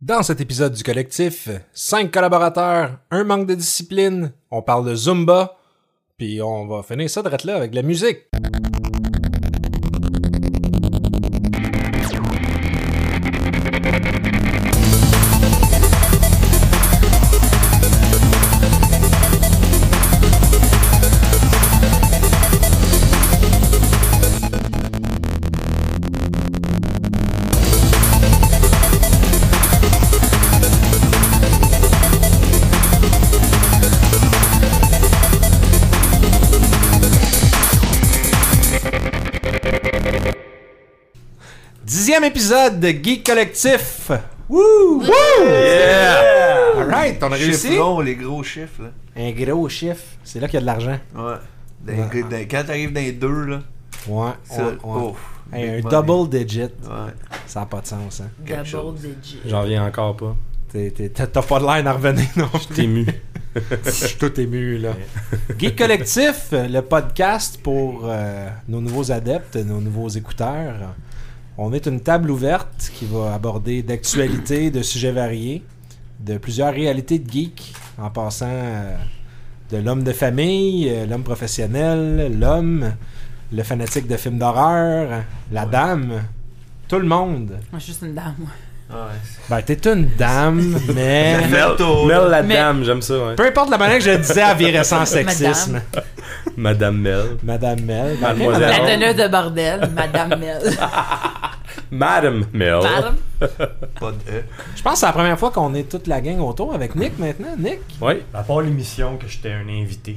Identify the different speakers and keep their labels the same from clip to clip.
Speaker 1: Dans cet épisode du collectif, cinq collaborateurs, un manque de discipline, on parle de Zumba, puis on va finir ça de là avec de la musique. Dixième épisode de Geek Collectif. Wouh!
Speaker 2: Yeah!
Speaker 1: Alright, on a réussi.
Speaker 2: Chiffrons, les gros chiffres, là.
Speaker 1: Un gros chiffre, c'est là qu'il y a de l'argent.
Speaker 2: Ouais. Dans- dans- quand t'arrives dans les deux, là,
Speaker 1: Ouais,
Speaker 2: ça,
Speaker 1: ouais, ouais.
Speaker 2: ouf.
Speaker 1: Hey, un
Speaker 2: Big money.
Speaker 1: double digit,
Speaker 2: Ouais.
Speaker 1: ça n'a pas de sens. Hein.
Speaker 2: Quelque chose.
Speaker 3: Double digit.
Speaker 4: J'en reviens encore pas.
Speaker 1: T'es- t'es- T'as t'as pas de l'air d'en revenir, non?
Speaker 4: T'es mu.
Speaker 1: Je suis tout ému, là. Geek Collectif, le podcast pour euh, nos nouveaux adeptes, nos nouveaux écouteurs. On est une table ouverte qui va aborder d'actualités, de sujets variés, de plusieurs réalités de geek, en passant euh, de l'homme de famille, euh, l'homme professionnel, l'homme, le fanatique de films d'horreur, la dame, tout le monde.
Speaker 3: Moi, je suis juste une dame, moi.
Speaker 2: Ouais.
Speaker 1: Ben, t'es une dame, mais...
Speaker 2: Melto.
Speaker 4: Mel la
Speaker 3: Mais-
Speaker 4: dame, j'aime ça, ouais.
Speaker 1: Peu importe la manière que je le disais à virer sans sexisme.
Speaker 4: Madame Mel.
Speaker 1: Madame Mel.
Speaker 4: Mademoiselle.
Speaker 3: La
Speaker 4: Alors?
Speaker 3: teneur de bordel, Madame Mel.
Speaker 4: Madame Mel.
Speaker 3: Madame.
Speaker 2: Pas de E.
Speaker 1: Je pense que c'est la première fois qu'on est toute la gang autour avec Nick maintenant. Nick?
Speaker 4: Ouais.
Speaker 5: À part l'émission que j'étais un invité.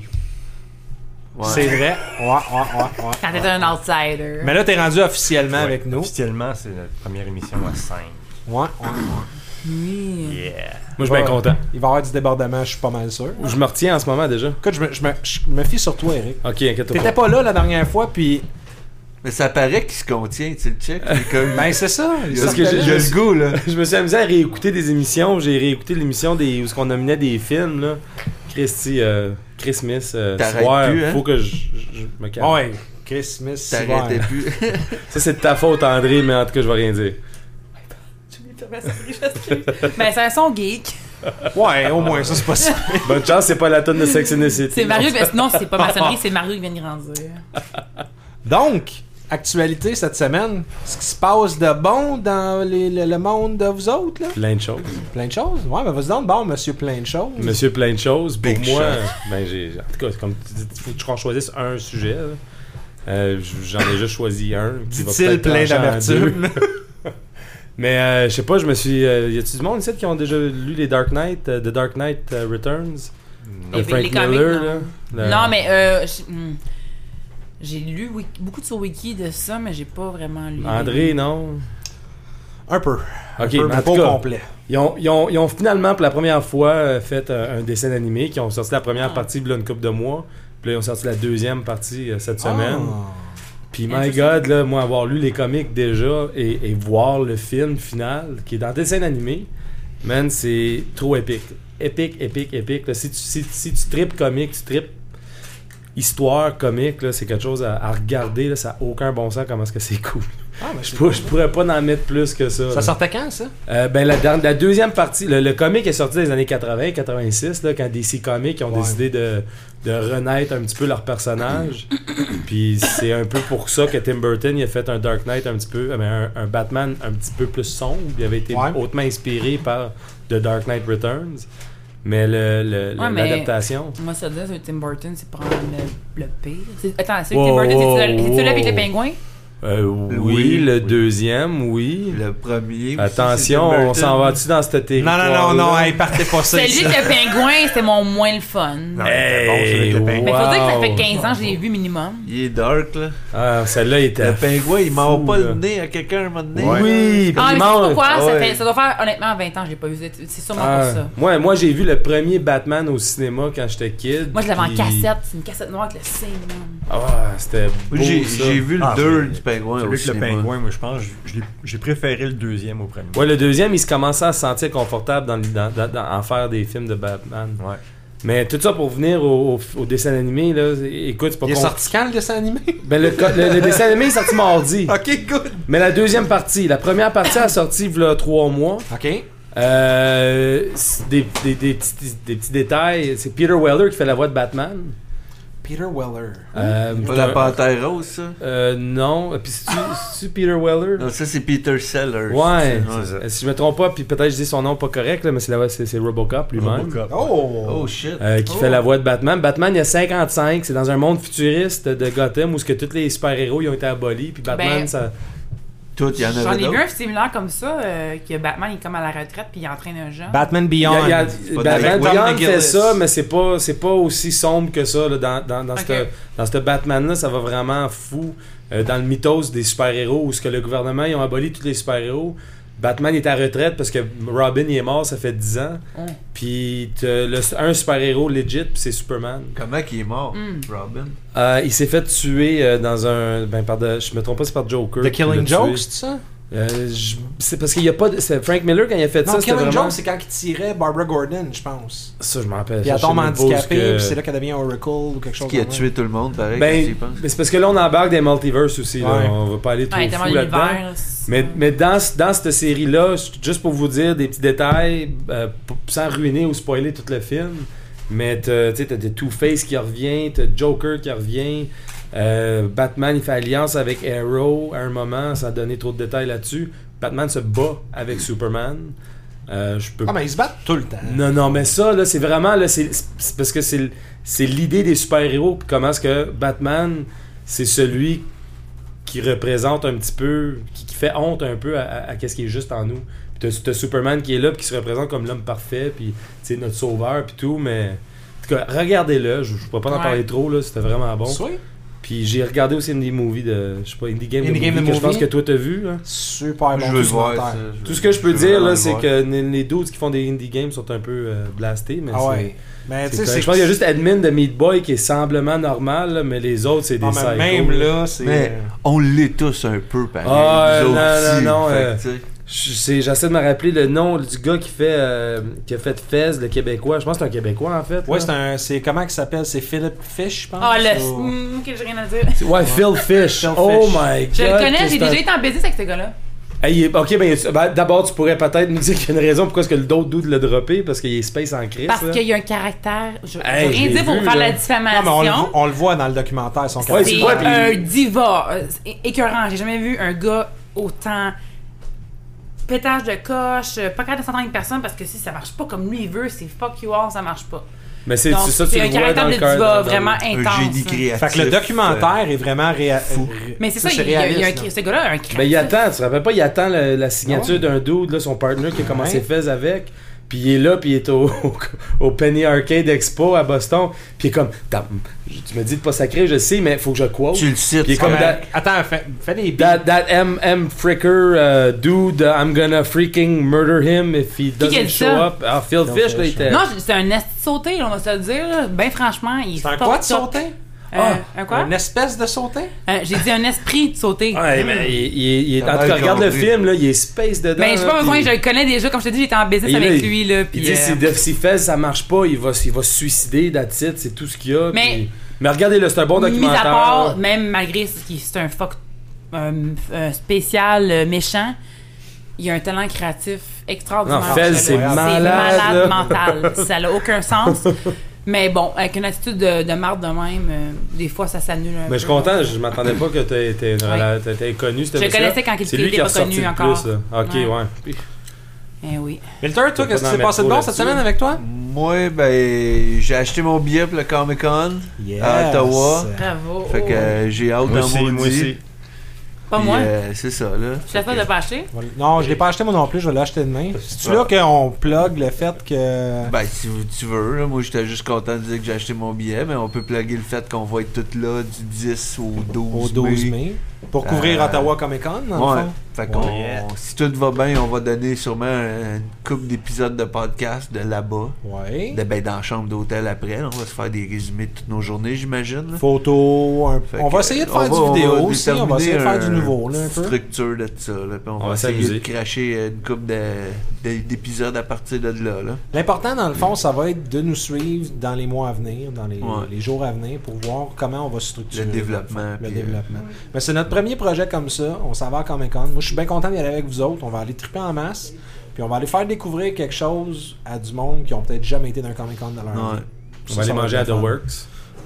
Speaker 2: Ouais.
Speaker 1: C'est vrai. Ouais, ouais, ouais, ouais.
Speaker 3: Quand t'es un outsider.
Speaker 1: Mais là, t'es rendu
Speaker 2: Ben,
Speaker 1: officiellement avec nous.
Speaker 5: Officiellement, c'est notre première émission à 5.
Speaker 1: Ouais, ouais, ouais.
Speaker 3: Oui.
Speaker 5: Yeah.
Speaker 4: Moi, je suis bien content.
Speaker 1: Il va y avoir du débordement, je suis pas mal sûr.
Speaker 4: Je me retiens en ce moment déjà.
Speaker 1: Écoute, je me, je me, je me fie sur toi, Eric.
Speaker 4: Ok, inquiète-toi.
Speaker 1: T'étais
Speaker 4: pas.
Speaker 1: pas là la dernière fois, puis.
Speaker 2: Mais ça paraît qu'il se contient, tu le check. il est comme-
Speaker 1: Ben, c'est ça. il
Speaker 2: il a,
Speaker 4: parce que
Speaker 2: il
Speaker 1: sortait
Speaker 2: a
Speaker 4: j'ai-
Speaker 1: juste.
Speaker 2: le goût, là.
Speaker 4: Je me suis amusé à réécouter des émissions. J'ai réécouté l'émission des où ce qu'on nominait des films là. Christy, euh, Christmas, euh,
Speaker 2: T'arrêtes
Speaker 4: soir.
Speaker 2: plus, hein?
Speaker 4: Faut que je, je- je me calme.
Speaker 1: Ouais. Christmas, c'est
Speaker 2: T'arrêtais
Speaker 1: vrai.
Speaker 2: plus.
Speaker 4: Ça c'est de ta faute André, mais en tout cas je vais rien dire.
Speaker 3: Je m'étais pas surpris, je m'excuse. Ben, c'est un son geek.
Speaker 1: Ouais, au moins, ça, c'est pas ça.
Speaker 4: Bonne chance, c'est pas la tonne de Sex and the City.
Speaker 3: C'est Mario, ben, sinon, c'est pas maçonnerie, c'est Mario qui vient y grandir.
Speaker 1: Donc, actualité cette semaine, ce qui se passe de bon dans les- le, le monde de vous autres, là?
Speaker 4: Plein de choses.
Speaker 1: Plein de choses. Ouais, mais vas-y donc, bon, monsieur, plein de choses.
Speaker 4: Monsieur plein de choses. Pour
Speaker 2: Big
Speaker 4: moi,
Speaker 2: shot.
Speaker 4: euh, ben j'ai. En tout cas, c'est comme tu dis, faut que je choisisse un sujet. là. Euh, j- J'en ai juste choisi un. qui va
Speaker 1: Dit-il
Speaker 4: peut-être
Speaker 1: plein
Speaker 4: trancher en deux.
Speaker 1: d'amertume.
Speaker 4: Mais euh, je sais pas, je me suis. euh, y a-tu du monde ici qui ont déjà lu les Dark Knight, euh, The Dark Knight euh, Returns
Speaker 3: Les-
Speaker 4: de
Speaker 3: les
Speaker 4: Frank
Speaker 3: comics,
Speaker 4: Miller
Speaker 3: non.
Speaker 4: là? Le-
Speaker 3: Non, mais euh, j'ai- hmm. j'ai lu wiki- beaucoup de sur Wiki de ça, mais j'ai pas vraiment lu.
Speaker 4: André, non
Speaker 1: Un peu. Un
Speaker 4: Ok,
Speaker 1: peu,
Speaker 4: mais en
Speaker 1: mais pas
Speaker 4: tout
Speaker 1: au
Speaker 4: cas,
Speaker 1: complet.
Speaker 4: Ils ont, ils ont- ils ont finalement, pour la première fois, euh, fait euh, un dessin animé. Qui ont sorti la première
Speaker 3: Ah.
Speaker 4: partie, là, une couple de mois. Puis là, ils ont sorti la deuxième partie euh, cette semaine.
Speaker 1: Ah.
Speaker 4: Puis, my
Speaker 3: Interesting.
Speaker 4: God, là, moi, avoir lu les comics déjà et, et voir le film final, qui est dans dessin animé, man, c'est trop épique. Épique, épique, épique. là. Si tu, si, si tu tripes comique, tu tripes histoire comique, là, c'est quelque chose à, à regarder. Là, ça n'a aucun bon sens comment est-ce que c'est cool.
Speaker 1: Ah, mais
Speaker 4: Je,
Speaker 1: c'est
Speaker 4: pourrais-
Speaker 1: cool.
Speaker 4: je pourrais pas en mettre plus que ça.
Speaker 1: Ça
Speaker 4: là.
Speaker 1: sortait quand, ça?
Speaker 4: Euh, ben, la, dernière- la deuxième partie, le, le comic est sorti dans les années 80, 86, là, quand DC Comics ont
Speaker 1: Ouais.
Speaker 4: décidé de, de renaître un petit peu leur personnage. Puis c'est un peu pour ça que Tim Burton il a fait un Dark Knight un petit peu, euh, ben, un, un Batman un petit peu plus sombre. Il avait été
Speaker 1: Ouais.
Speaker 4: hautement inspiré par The Dark Knight Returns. Mais le- le- le-
Speaker 3: Ouais, mais-
Speaker 4: l'adaptation.
Speaker 3: Moi, ça donne, c'est Tim Burton, c'est probablement le, le pire. C'est- Attends, c'est
Speaker 4: Wow,
Speaker 3: Tim Burton, c'est celui-
Speaker 4: wow,
Speaker 3: c'est celui avec
Speaker 4: wow.
Speaker 3: les pingouins?
Speaker 4: Euh, oui,
Speaker 2: Oui,
Speaker 4: le
Speaker 2: oui.
Speaker 4: deuxième, oui.
Speaker 2: Le premier. aussi,
Speaker 4: Attention,
Speaker 2: c'est Tim
Speaker 4: on
Speaker 2: Burton.
Speaker 4: s'en va-tu dans cette
Speaker 1: Non,
Speaker 4: territoire
Speaker 1: non, non, non, hey, partez pas ça.
Speaker 3: Celui
Speaker 1: ici.
Speaker 3: avec le pingouin, c'était mon moins le fun.
Speaker 2: Non, c'était bon, celui avec le pingouin.
Speaker 3: Mais faut dire que ça
Speaker 4: Wow.
Speaker 3: fait 15 ans que je l'ai vu minimum.
Speaker 2: Il est dark, là.
Speaker 4: Ah, celle-là était
Speaker 2: Le pingouin, il mord
Speaker 4: fou,
Speaker 2: pas le
Speaker 4: là.
Speaker 2: nez à quelqu'un à un moment donné.
Speaker 4: Oui,
Speaker 3: Ah, mais c'est
Speaker 4: Piment,
Speaker 3: pourquoi?
Speaker 2: Ah
Speaker 3: ça,
Speaker 2: ouais.
Speaker 3: fait- ça doit faire honnêtement 20 ans que je l'ai pas vu. C'est c'est sûrement
Speaker 4: Ah,
Speaker 3: pour ça.
Speaker 4: Moi, moi j'ai vu le premier Batman au cinéma quand j'étais kid.
Speaker 3: Moi, je l'avais en
Speaker 4: puis-
Speaker 3: cassette. C'est une cassette noire avec le signe. man.
Speaker 4: Ah, c'était beau.
Speaker 2: J'ai
Speaker 4: ça.
Speaker 2: j'ai vu le
Speaker 5: Ah,
Speaker 2: 2
Speaker 5: c'est-
Speaker 2: du pingouin
Speaker 5: Celui
Speaker 2: au
Speaker 5: avec le
Speaker 2: cinéma.
Speaker 5: pingouin, moi, je pense, je- je l'ai- j'ai préféré le deuxième au premier.
Speaker 4: Ouais, le deuxième, il se commençait à se sentir confortable dans, le- dans- dans- dans- en faire des films de Batman.
Speaker 5: Ouais.
Speaker 4: Mais tout ça pour venir au, au- au dessin animé, là, écoute, c'est pas
Speaker 1: Il est
Speaker 4: con-
Speaker 1: sorti quand, le dessin animé?
Speaker 4: Ben, le, co- le- le dessin animé est sorti mardi.
Speaker 1: OK, good.
Speaker 4: Mais la deuxième partie, la première partie a sorti il y a trois mois.
Speaker 1: OK.
Speaker 4: Euh, c'est des, des- des petits, des petits détails. C'est Peter Weller qui fait la voix de Batman.
Speaker 1: Peter Weller.
Speaker 4: Euh,
Speaker 2: Pas la
Speaker 4: euh,
Speaker 2: Panthère Rose, ça?
Speaker 4: euh, non. Puis c'est-tu c'est-tu Peter Weller?
Speaker 2: Non, ça, c'est Peter Sellers.
Speaker 4: Ouais.
Speaker 2: C'est-
Speaker 4: Euh, Si je me trompe pas, puis peut-être je dis son nom pas correct, là, mais c'est la voix- c'est c'est Robocop lui-même.
Speaker 5: Robocop.
Speaker 1: Oh!
Speaker 2: Oh, shit.
Speaker 4: Euh, qui fait la voix de Batman. Batman, il y a 55. C'est dans un monde futuriste de Gotham où ce que tous les super-héros ils ont été abolis. Puis Batman,
Speaker 3: Ben,
Speaker 4: ça.
Speaker 2: Tout, il y en
Speaker 3: J'en
Speaker 2: avait
Speaker 3: ai vu un
Speaker 2: d'autres.
Speaker 3: similaire comme ça, euh, que Batman est comme à la retraite puis il entraîne un jeune.
Speaker 1: Batman
Speaker 4: Il y
Speaker 1: Beyond.
Speaker 4: a- il y a-
Speaker 2: pas
Speaker 4: Batman
Speaker 2: direct.
Speaker 4: Beyond
Speaker 2: Warren
Speaker 4: fait
Speaker 2: Gillis.
Speaker 4: ça, mais c'est pas, c'est pas aussi sombre que ça. là, dans, dans, dans
Speaker 3: Ok.
Speaker 4: ce dans ce Batman-là, ça va vraiment fou. Euh, dans le mythos des super-héros où ce que le gouvernement, ils ont aboli tous les super-héros. Batman est à retraite parce que Robin il est mort, ça fait 10 ans.
Speaker 3: Hum.
Speaker 4: Puis t'as le- un super-héros legit, puis c'est Superman.
Speaker 2: Comment qu'il est mort,
Speaker 3: Mm.
Speaker 2: Robin?
Speaker 4: Euh, il s'est fait tuer euh, dans un. Ben, par de- je me trompe pas, c'est par Joker.
Speaker 1: The
Speaker 4: qui l'a
Speaker 1: Killing
Speaker 4: tué.
Speaker 1: Joke, c'est ça?
Speaker 4: Euh, je- c'est parce qu'il y a pas. de- c'est Frank Miller quand il a fait
Speaker 1: Non,
Speaker 4: ça. c'était
Speaker 1: Killing
Speaker 4: vraiment...
Speaker 1: Joke, c'est quand il tirait Barbara Gordon, je pense.
Speaker 4: Ça, je m'en rappelle.
Speaker 1: Puis elle
Speaker 4: Ça, je
Speaker 1: tombe
Speaker 4: sais même pas où
Speaker 1: handicapée,
Speaker 4: ce que-
Speaker 1: puis c'est là qu'elle devient Oracle ou quelque chose
Speaker 2: Qui a
Speaker 1: comme ça.
Speaker 2: tué tout le monde, pareil, quand tu
Speaker 4: Ben,
Speaker 2: y penses.
Speaker 4: mais c'est parce que là, on embarque des multiverses aussi. là.
Speaker 1: Ouais.
Speaker 4: On va pas aller trop
Speaker 3: Ouais, tellement
Speaker 4: fou là-dedans.
Speaker 3: l'univers. c'est-
Speaker 4: Mais, mais dans, ce- dans cette série-là, juste pour vous dire des petits détails, euh, p- sans ruiner ou spoiler tout le film, mais t'as- tu sais, t'as des Two-Face qui revient, t'as Joker qui revient, euh, Batman il fait alliance avec Arrow à un moment, sans donner trop de détails là-dessus. Batman se bat avec Superman. Euh, Je peux
Speaker 1: Ah, mais ils se battent tout le temps.
Speaker 4: non, non, mais ça, là, c'est vraiment, là, c'est c'est parce que c'est l- c'est l'idée des super-héros, puis comment est-ce que Batman, c'est celui qui représente un petit peu, qui, qui fait honte un peu à, à, ce qui est juste en nous. Puis t'as- t'as Superman qui est là, puis qui se représente comme l'homme parfait, puis c'est notre sauveur, puis tout, mais... En tout cas, regardez-le, je ne pourrais pas en
Speaker 3: Ouais.
Speaker 4: parler trop, là, c'était vraiment bon.
Speaker 1: Sweet.
Speaker 4: Puis j'ai regardé aussi une des movies de, je sais pas, Indie Game, de
Speaker 1: Indie Game,
Speaker 4: movie
Speaker 1: the
Speaker 4: que je pense
Speaker 1: movie.
Speaker 4: que toi t'as vu, là.
Speaker 1: Super bon
Speaker 2: Je veux le voir,
Speaker 1: documentaire.
Speaker 2: ça, veux-
Speaker 4: Tout ce que je peux
Speaker 2: veux
Speaker 4: dire,
Speaker 2: vraiment
Speaker 4: là,
Speaker 2: le
Speaker 4: c'est
Speaker 2: voir.
Speaker 4: que les les dudes qui font des indie games sont un peu euh, blastés, mais
Speaker 1: Ah
Speaker 4: c'est-
Speaker 1: ouais. Mais tu sais, c'est.
Speaker 4: C'est correct. Je pense qu'il y a juste admin de Meat Boy qui est semblement normal, là, mais les autres, c'est des
Speaker 1: Ah, mais
Speaker 4: psychos.
Speaker 1: même là, c'est. euh,
Speaker 2: Mais on l'est tous un peu, pareil.
Speaker 4: Ah,
Speaker 2: nous
Speaker 4: euh,
Speaker 2: autres aussi.
Speaker 4: non, non, non,
Speaker 2: Fait que,
Speaker 4: euh,
Speaker 2: tu sais,
Speaker 4: Je sais- J'essaie de me rappeler le nom du gars qui, fait, euh, qui a fait Fez, le Québécois. Je pense que c'est un Québécois, en fait.
Speaker 1: Ouais,
Speaker 4: là.
Speaker 1: c'est un. C'est comment qu'il s'appelle C'est Philip Fish, je pense.
Speaker 3: Ah, le.
Speaker 4: Oh.
Speaker 1: ou-
Speaker 3: Hum, Ok, j'ai rien à dire.
Speaker 4: C'est- Ouais, Phil Fish.
Speaker 1: Phil
Speaker 4: oh
Speaker 1: Fish.
Speaker 4: my god.
Speaker 3: Je le connais, j'ai
Speaker 4: c'est un-
Speaker 3: déjà été en business avec ce gars-là.
Speaker 4: Hey, il est- ok, ben, il- ben, d'abord, tu pourrais peut-être nous dire qu'il y a une raison pourquoi est-ce que le d'autre dude l'a droppé, parce qu'il est space en crise.
Speaker 3: Parce
Speaker 4: là.
Speaker 3: qu'il y a un caractère. Je je
Speaker 4: hein? Hey,
Speaker 3: veux
Speaker 4: je l'ai
Speaker 3: rien dire pour
Speaker 4: vu,
Speaker 3: faire
Speaker 4: là.
Speaker 1: Non, mais on le,
Speaker 3: la
Speaker 1: vo-
Speaker 3: diffamation.
Speaker 1: on le voit dans le documentaire, son
Speaker 4: Ouais,
Speaker 1: caractère.
Speaker 4: tu
Speaker 3: C'est
Speaker 4: le vois, puis-
Speaker 3: un diva. euh, é- Écœurant. J'ai jamais vu un gars autant pétage de coche, euh, pas capable de s'entendre avec personne parce que si ça marche pas comme lui il veut, c'est fuck you all, ça marche pas.
Speaker 4: Mais c'est
Speaker 3: Donc,
Speaker 4: c'est ça, tu
Speaker 3: c'est
Speaker 4: le
Speaker 3: un
Speaker 4: vois dans
Speaker 3: caractère
Speaker 4: le
Speaker 3: de
Speaker 4: cœur.
Speaker 3: diva
Speaker 4: dans- dans-
Speaker 3: vraiment intense.
Speaker 2: un génie
Speaker 3: hein.
Speaker 2: créatif. euh,
Speaker 1: Fait que le documentaire
Speaker 4: euh,
Speaker 1: est vraiment réa- ré-
Speaker 3: Mais c'est ça,
Speaker 1: Tu
Speaker 3: il
Speaker 1: sais,
Speaker 3: y a, il y a un-
Speaker 1: réaliste, là.
Speaker 3: ce gars-là a un créatif.
Speaker 4: Ben, il attend, tu te rappelles pas, il attend le- la signature d'un dude, là, son partner qui a commencé
Speaker 1: Ouais.
Speaker 4: Fez avec. Puis il est là, puis il est au, au Penny Arcade Expo à Boston. Puis il est comme, Tam, tu me dis de pas sacrer, je sais, mais faut que je quote.
Speaker 2: Tu le cites. hein.
Speaker 4: Il est comme
Speaker 1: Ah,
Speaker 4: that-
Speaker 1: mais- Attends, fais, fais des
Speaker 4: That, that M. M. Fricker euh, dude, I'm gonna freaking murder him if he
Speaker 3: qui a
Speaker 4: doesn't
Speaker 3: dit
Speaker 4: show
Speaker 3: ça?
Speaker 4: up. Ah, Phil
Speaker 1: Phil
Speaker 4: Fish, là, il
Speaker 1: Fish,
Speaker 4: était.
Speaker 3: Non, je- c'est un esti de sauté, là, on va se le dire. là. Ben franchement, il
Speaker 1: C'est un
Speaker 3: fuck
Speaker 1: quoi de
Speaker 3: up.
Speaker 1: sauté Ah!
Speaker 3: Euh, un quoi?
Speaker 1: Une espèce de sauté
Speaker 3: Euh, J'ai dit un esprit de sauté.
Speaker 4: Ouais, mais il, il- il-
Speaker 2: T'as
Speaker 4: en tout cas,
Speaker 2: mal
Speaker 4: regarde le
Speaker 2: compris.
Speaker 4: film, là, il est space dedans.
Speaker 3: Ben, j'ai
Speaker 4: là,
Speaker 3: pas besoin,
Speaker 4: puis-
Speaker 3: je le connais déjà. Comme je te dis, j'étais en business
Speaker 4: Et là,
Speaker 3: avec
Speaker 4: il-
Speaker 3: lui. Là, puis,
Speaker 4: Il dit
Speaker 3: euh,
Speaker 4: si Def si fait ça marche pas, il va, il va se suicider, that's it, c'est tout ce qu'il y a.
Speaker 3: Mais-
Speaker 4: puis- mais regardez-le, c'est un bon
Speaker 3: mis à
Speaker 4: documentaire.
Speaker 3: part, même malgré ce qui c'est un fuck un- un spécial euh, méchant, il a un talent créatif extraordinaire.
Speaker 4: Non, Fels,
Speaker 3: ce
Speaker 4: c'est
Speaker 3: gars-là.
Speaker 4: malade, là.
Speaker 3: malade mental. Ça n'a aucun sens. Mais bon, avec une attitude de, de marde de même, euh, des fois ça s'annule un
Speaker 4: mais
Speaker 3: peu.
Speaker 4: je suis content, je m'attendais pas que t'aies été une
Speaker 3: Ouais.
Speaker 4: rela- t'aies- t'aies connu ce
Speaker 3: Je le
Speaker 4: monsieur-là.
Speaker 3: connaissais quand il
Speaker 4: C'est lui
Speaker 3: était
Speaker 4: qui a
Speaker 3: pas
Speaker 4: ressorti
Speaker 3: connu
Speaker 4: le
Speaker 3: encore.
Speaker 4: plus. là. Ok, ouais.
Speaker 3: Ouais. Eh oui.
Speaker 1: Milter, toi, qu'est-ce
Speaker 4: Faut pas
Speaker 1: qui
Speaker 4: en
Speaker 1: s'est
Speaker 4: mettre
Speaker 1: passé de
Speaker 4: trop
Speaker 1: bon cette
Speaker 4: là-dessus.
Speaker 1: semaine avec toi
Speaker 2: Moi, ben, j'ai acheté mon billet pour le Comic Con
Speaker 1: Yes.
Speaker 2: à Ottawa.
Speaker 3: Bravo.
Speaker 2: Fait que euh, j'ai hâte
Speaker 5: Moi
Speaker 2: d'en
Speaker 5: aussi, moi
Speaker 2: maudit.
Speaker 5: aussi.
Speaker 3: pas
Speaker 2: Puis,
Speaker 3: moi.
Speaker 2: euh, c'est ça, là.
Speaker 3: je suis la seule de pâcher.
Speaker 1: Voilà. Non, je l'ai pas acheté moi non plus, je vais l'acheter demain. C'est-tu
Speaker 2: Ouais.
Speaker 1: là qu'on plug le fait que.
Speaker 2: Ben, si vous- tu veux, là, moi j'étais juste content de dire que j'ai acheté mon billet, mais on peut plugger le fait qu'on va être tous là du 10 au 12,
Speaker 1: au 12
Speaker 2: mai.
Speaker 1: mai. Pour couvrir
Speaker 2: Euh,
Speaker 1: Ottawa Comic Con, dans
Speaker 2: Ouais.
Speaker 1: le fond.
Speaker 2: Fait qu'on,
Speaker 5: Yeah.
Speaker 2: si tout va bien, on va donner sûrement une couple d'épisodes de podcast de là-bas.
Speaker 1: Ouais.
Speaker 2: De- ben, dans la chambre d'hôtel après, là, on va se faire des résumés de toutes nos journées, j'imagine. là.
Speaker 1: Photos, un-
Speaker 2: Fait
Speaker 1: on
Speaker 2: que,
Speaker 1: va essayer de
Speaker 2: on
Speaker 1: faire
Speaker 2: va- on
Speaker 1: du vidéo
Speaker 2: va
Speaker 1: aussi, on va essayer de
Speaker 2: déterminer
Speaker 1: faire du nouveau, là, un
Speaker 2: une
Speaker 1: peu.
Speaker 2: structure de ça, là, puis on,
Speaker 4: On
Speaker 2: va
Speaker 4: va
Speaker 2: essayer de
Speaker 4: s'amuser.
Speaker 2: cracher une couple de- de- d'épisodes à partir de là, là.
Speaker 1: L'important, dans le fond, ça va être de nous suivre dans les mois à venir, dans les,
Speaker 2: Ouais.
Speaker 1: les jours à venir, pour voir comment on va se structurer.
Speaker 2: Le développement,
Speaker 1: Le
Speaker 2: puis, euh,
Speaker 1: développement. Mais c'est notre premier projet comme ça. On s'en va à Comic Con. Moi, je suis bien content d'y aller avec vous autres. On va aller triper en masse. Puis Puis on va aller faire découvrir quelque chose à du monde qui ont peut-être jamais été d'un Comic Con dans leur
Speaker 2: Ouais.
Speaker 1: vie.
Speaker 4: On
Speaker 1: Ça,
Speaker 4: va
Speaker 1: ça
Speaker 4: aller
Speaker 1: va
Speaker 4: manger
Speaker 1: être
Speaker 4: à
Speaker 1: le
Speaker 4: The
Speaker 1: fun.
Speaker 4: Works.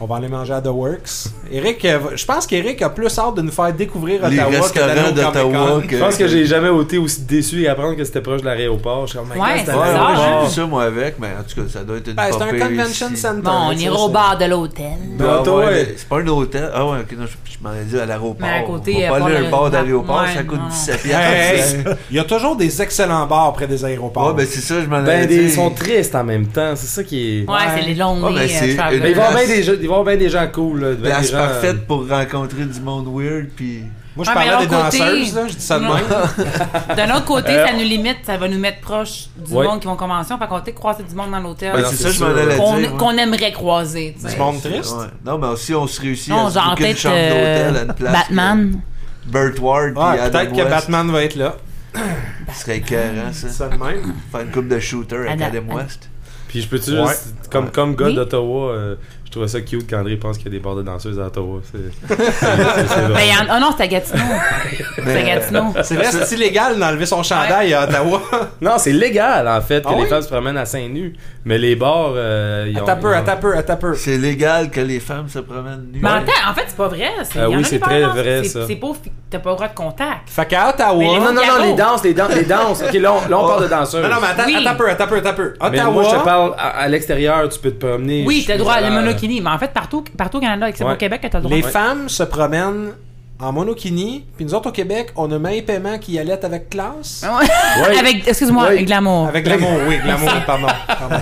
Speaker 1: On va aller manger à The Works. Eric, euh, va- je pense qu'Eric a plus hâte de nous faire découvrir
Speaker 2: Les
Speaker 1: Ottawa que d'aller
Speaker 2: restaurants
Speaker 1: au
Speaker 2: d'Ottawa.
Speaker 1: Comic-Con.
Speaker 4: Je pense que j'ai jamais été aussi déçu et apprendre que c'était proche de l'aéroport. Je suis comme, My God,
Speaker 3: Ouais,
Speaker 4: c'est
Speaker 3: c'est
Speaker 4: à
Speaker 2: Ouais,
Speaker 3: bizarre, hein.
Speaker 2: ouais,
Speaker 4: l'aéroport.
Speaker 2: j'ai vu ça, moi, avec, mais en tout cas, ça doit être une
Speaker 1: Ben, c'est
Speaker 2: pas
Speaker 1: un
Speaker 2: pire
Speaker 1: convention
Speaker 2: ici.
Speaker 1: center.
Speaker 3: Bon, on
Speaker 1: tu sais,
Speaker 3: ira au
Speaker 1: c'est-
Speaker 3: bar de l'hôtel.
Speaker 2: Ah,
Speaker 4: Dans
Speaker 2: ouais,
Speaker 4: ouais.
Speaker 2: mais C'est pas un hôtel. Ah ouais, ok, non, je, je m'en ai dit à l'aéroport.
Speaker 3: Mais à côté,
Speaker 2: On va
Speaker 3: euh,
Speaker 2: pas
Speaker 3: pas
Speaker 2: aller à
Speaker 3: le-
Speaker 2: un bar d'aéroport,
Speaker 3: Ouais,
Speaker 2: ça coûte
Speaker 3: non.
Speaker 2: 17
Speaker 1: Hey,
Speaker 2: piastres.
Speaker 1: hey, Il y a toujours des excellents bars près des aéroports.
Speaker 2: Ouais, ben c'est ça, je m'en ai
Speaker 4: Ben,
Speaker 2: dit.
Speaker 4: des- ils sont tristes en même temps. C'est ça qui est.
Speaker 3: Ouais, c'est les longues
Speaker 2: Ouais, mais c'est-
Speaker 3: euh, travelers.
Speaker 4: Mais ils vont
Speaker 2: Place-
Speaker 4: bien des, gens- ils vont bien des gens cool. Là, bien des
Speaker 2: Place
Speaker 4: gens-
Speaker 2: parfaite pour rencontrer du monde weird, puis...
Speaker 1: Moi, je
Speaker 3: Ouais,
Speaker 1: parlais
Speaker 3: Ah, mais
Speaker 1: des
Speaker 3: de l'autre
Speaker 1: danseuses,
Speaker 3: côté-
Speaker 1: là, je dis ça de
Speaker 3: Non.
Speaker 1: même.
Speaker 3: D'un autre côté,
Speaker 4: Euh,
Speaker 3: ça nous limite, ça va nous mettre proche du
Speaker 4: Ouais.
Speaker 3: monde qui vont commencer. On va compter croiser du monde dans
Speaker 1: Ah,
Speaker 3: l'hôtel.
Speaker 2: Ben,
Speaker 4: non,
Speaker 2: c'est
Speaker 4: c'est
Speaker 2: ça, je m'en
Speaker 4: sûr.
Speaker 2: allais
Speaker 3: qu'on,
Speaker 2: dire. ouais.
Speaker 3: qu'on aimerait croiser. tu sais.
Speaker 1: Du monde triste.
Speaker 2: Ouais. Non, mais aussi, on se réussit
Speaker 3: Non,
Speaker 2: à se
Speaker 3: genre
Speaker 2: booker une
Speaker 3: peut-être
Speaker 2: chambre
Speaker 3: euh,
Speaker 2: d'hôtel à une place.
Speaker 3: Batman.
Speaker 2: que Burt Ward, puis
Speaker 1: Ouais,
Speaker 2: Adam
Speaker 1: Ah, peut-être que
Speaker 2: West.
Speaker 1: Batman va être là.
Speaker 2: Ce serait écœurant, ça.
Speaker 1: Ça de même.
Speaker 2: Faire une coupe de shooter avec
Speaker 3: Adam-
Speaker 2: Adam West.
Speaker 4: Puis je peux-tu
Speaker 5: Ouais.
Speaker 4: juste. Comme, comme gars
Speaker 3: Oui.
Speaker 4: d'Ottawa, euh, je trouvais ça cute qu'André pense qu'il y a des bars de danseuses à Ottawa. C'est. c'est- c'est- c'est
Speaker 3: Ben,
Speaker 4: vrai.
Speaker 3: y en- Ah non, c'est à Gatineau. c'est à Gatineau.
Speaker 1: C'est vrai, c'est illégal d'enlever son chandail à Ottawa.
Speaker 4: Non, c'est légal en fait que
Speaker 1: Ah
Speaker 4: les
Speaker 1: oui?
Speaker 4: femmes se promènent à seins nus. Mais les bars. Euh, ils ont-
Speaker 1: Attends un peu,
Speaker 4: ils ont-
Speaker 1: attends un peu, attends un peu.
Speaker 2: C'est légal que les femmes se promènent nues.
Speaker 3: Mais en, fait- en fait, c'est pas vrai. C'est,
Speaker 4: Ah
Speaker 3: y en
Speaker 4: oui,
Speaker 3: a
Speaker 4: c'est
Speaker 3: qui parlent,
Speaker 4: très
Speaker 3: non,
Speaker 4: vrai,
Speaker 3: c'est-
Speaker 4: ça.
Speaker 3: C'est pas, fi- t'as pas le droit de contact.
Speaker 1: Fait qu'à Ottawa.
Speaker 3: Mais les
Speaker 4: Non, non, non,
Speaker 3: Carreau.
Speaker 4: les danses, les danses, les danses. Ok, là, on, là, on parle de danseuses.
Speaker 1: Non, non, mais attends,
Speaker 3: Oui.
Speaker 1: attends un peu, attends un peu, attends un peu.
Speaker 4: Mais
Speaker 1: Ottawa.
Speaker 4: moi, je te parle à, à l'extérieur, tu peux te promener.
Speaker 3: Oui,
Speaker 4: je-
Speaker 3: t'as le droit à la
Speaker 4: euh,
Speaker 3: monokini. Mais en fait, partout, partout au Canada, excepté
Speaker 4: Ouais.
Speaker 3: au Québec, que t'as le droit.
Speaker 1: Les
Speaker 4: Ouais.
Speaker 1: femmes se promènent en monokini, puis nous autres au Québec, on a même paiement qui allait avec classe.
Speaker 3: Ah.
Speaker 4: Ouais.
Speaker 3: Avec, excuse-moi,
Speaker 4: Ouais.
Speaker 3: avec l'amour.
Speaker 1: Avec l'amour, oui, l'amour, pardon. pardon.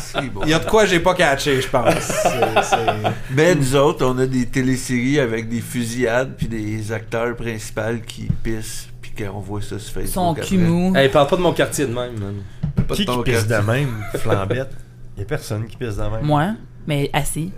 Speaker 2: C'est bon.
Speaker 1: Il y a de quoi j'ai pas catché, je pense. C'est- c'est-
Speaker 2: Mais nous autres, on a des téléséries avec des fusillades puis des acteurs principaux qui pissent puis qu'on voit ça sur Facebook.
Speaker 3: Son
Speaker 2: après.
Speaker 3: cul mou.
Speaker 4: Hey, parle pas de mon quartier de même, man.
Speaker 2: Pas de
Speaker 5: Qui, qui
Speaker 2: ton
Speaker 5: pisse de
Speaker 2: quartier.
Speaker 5: même, flambette? Y a personne qui pisse de même.
Speaker 3: Moi, mais assis.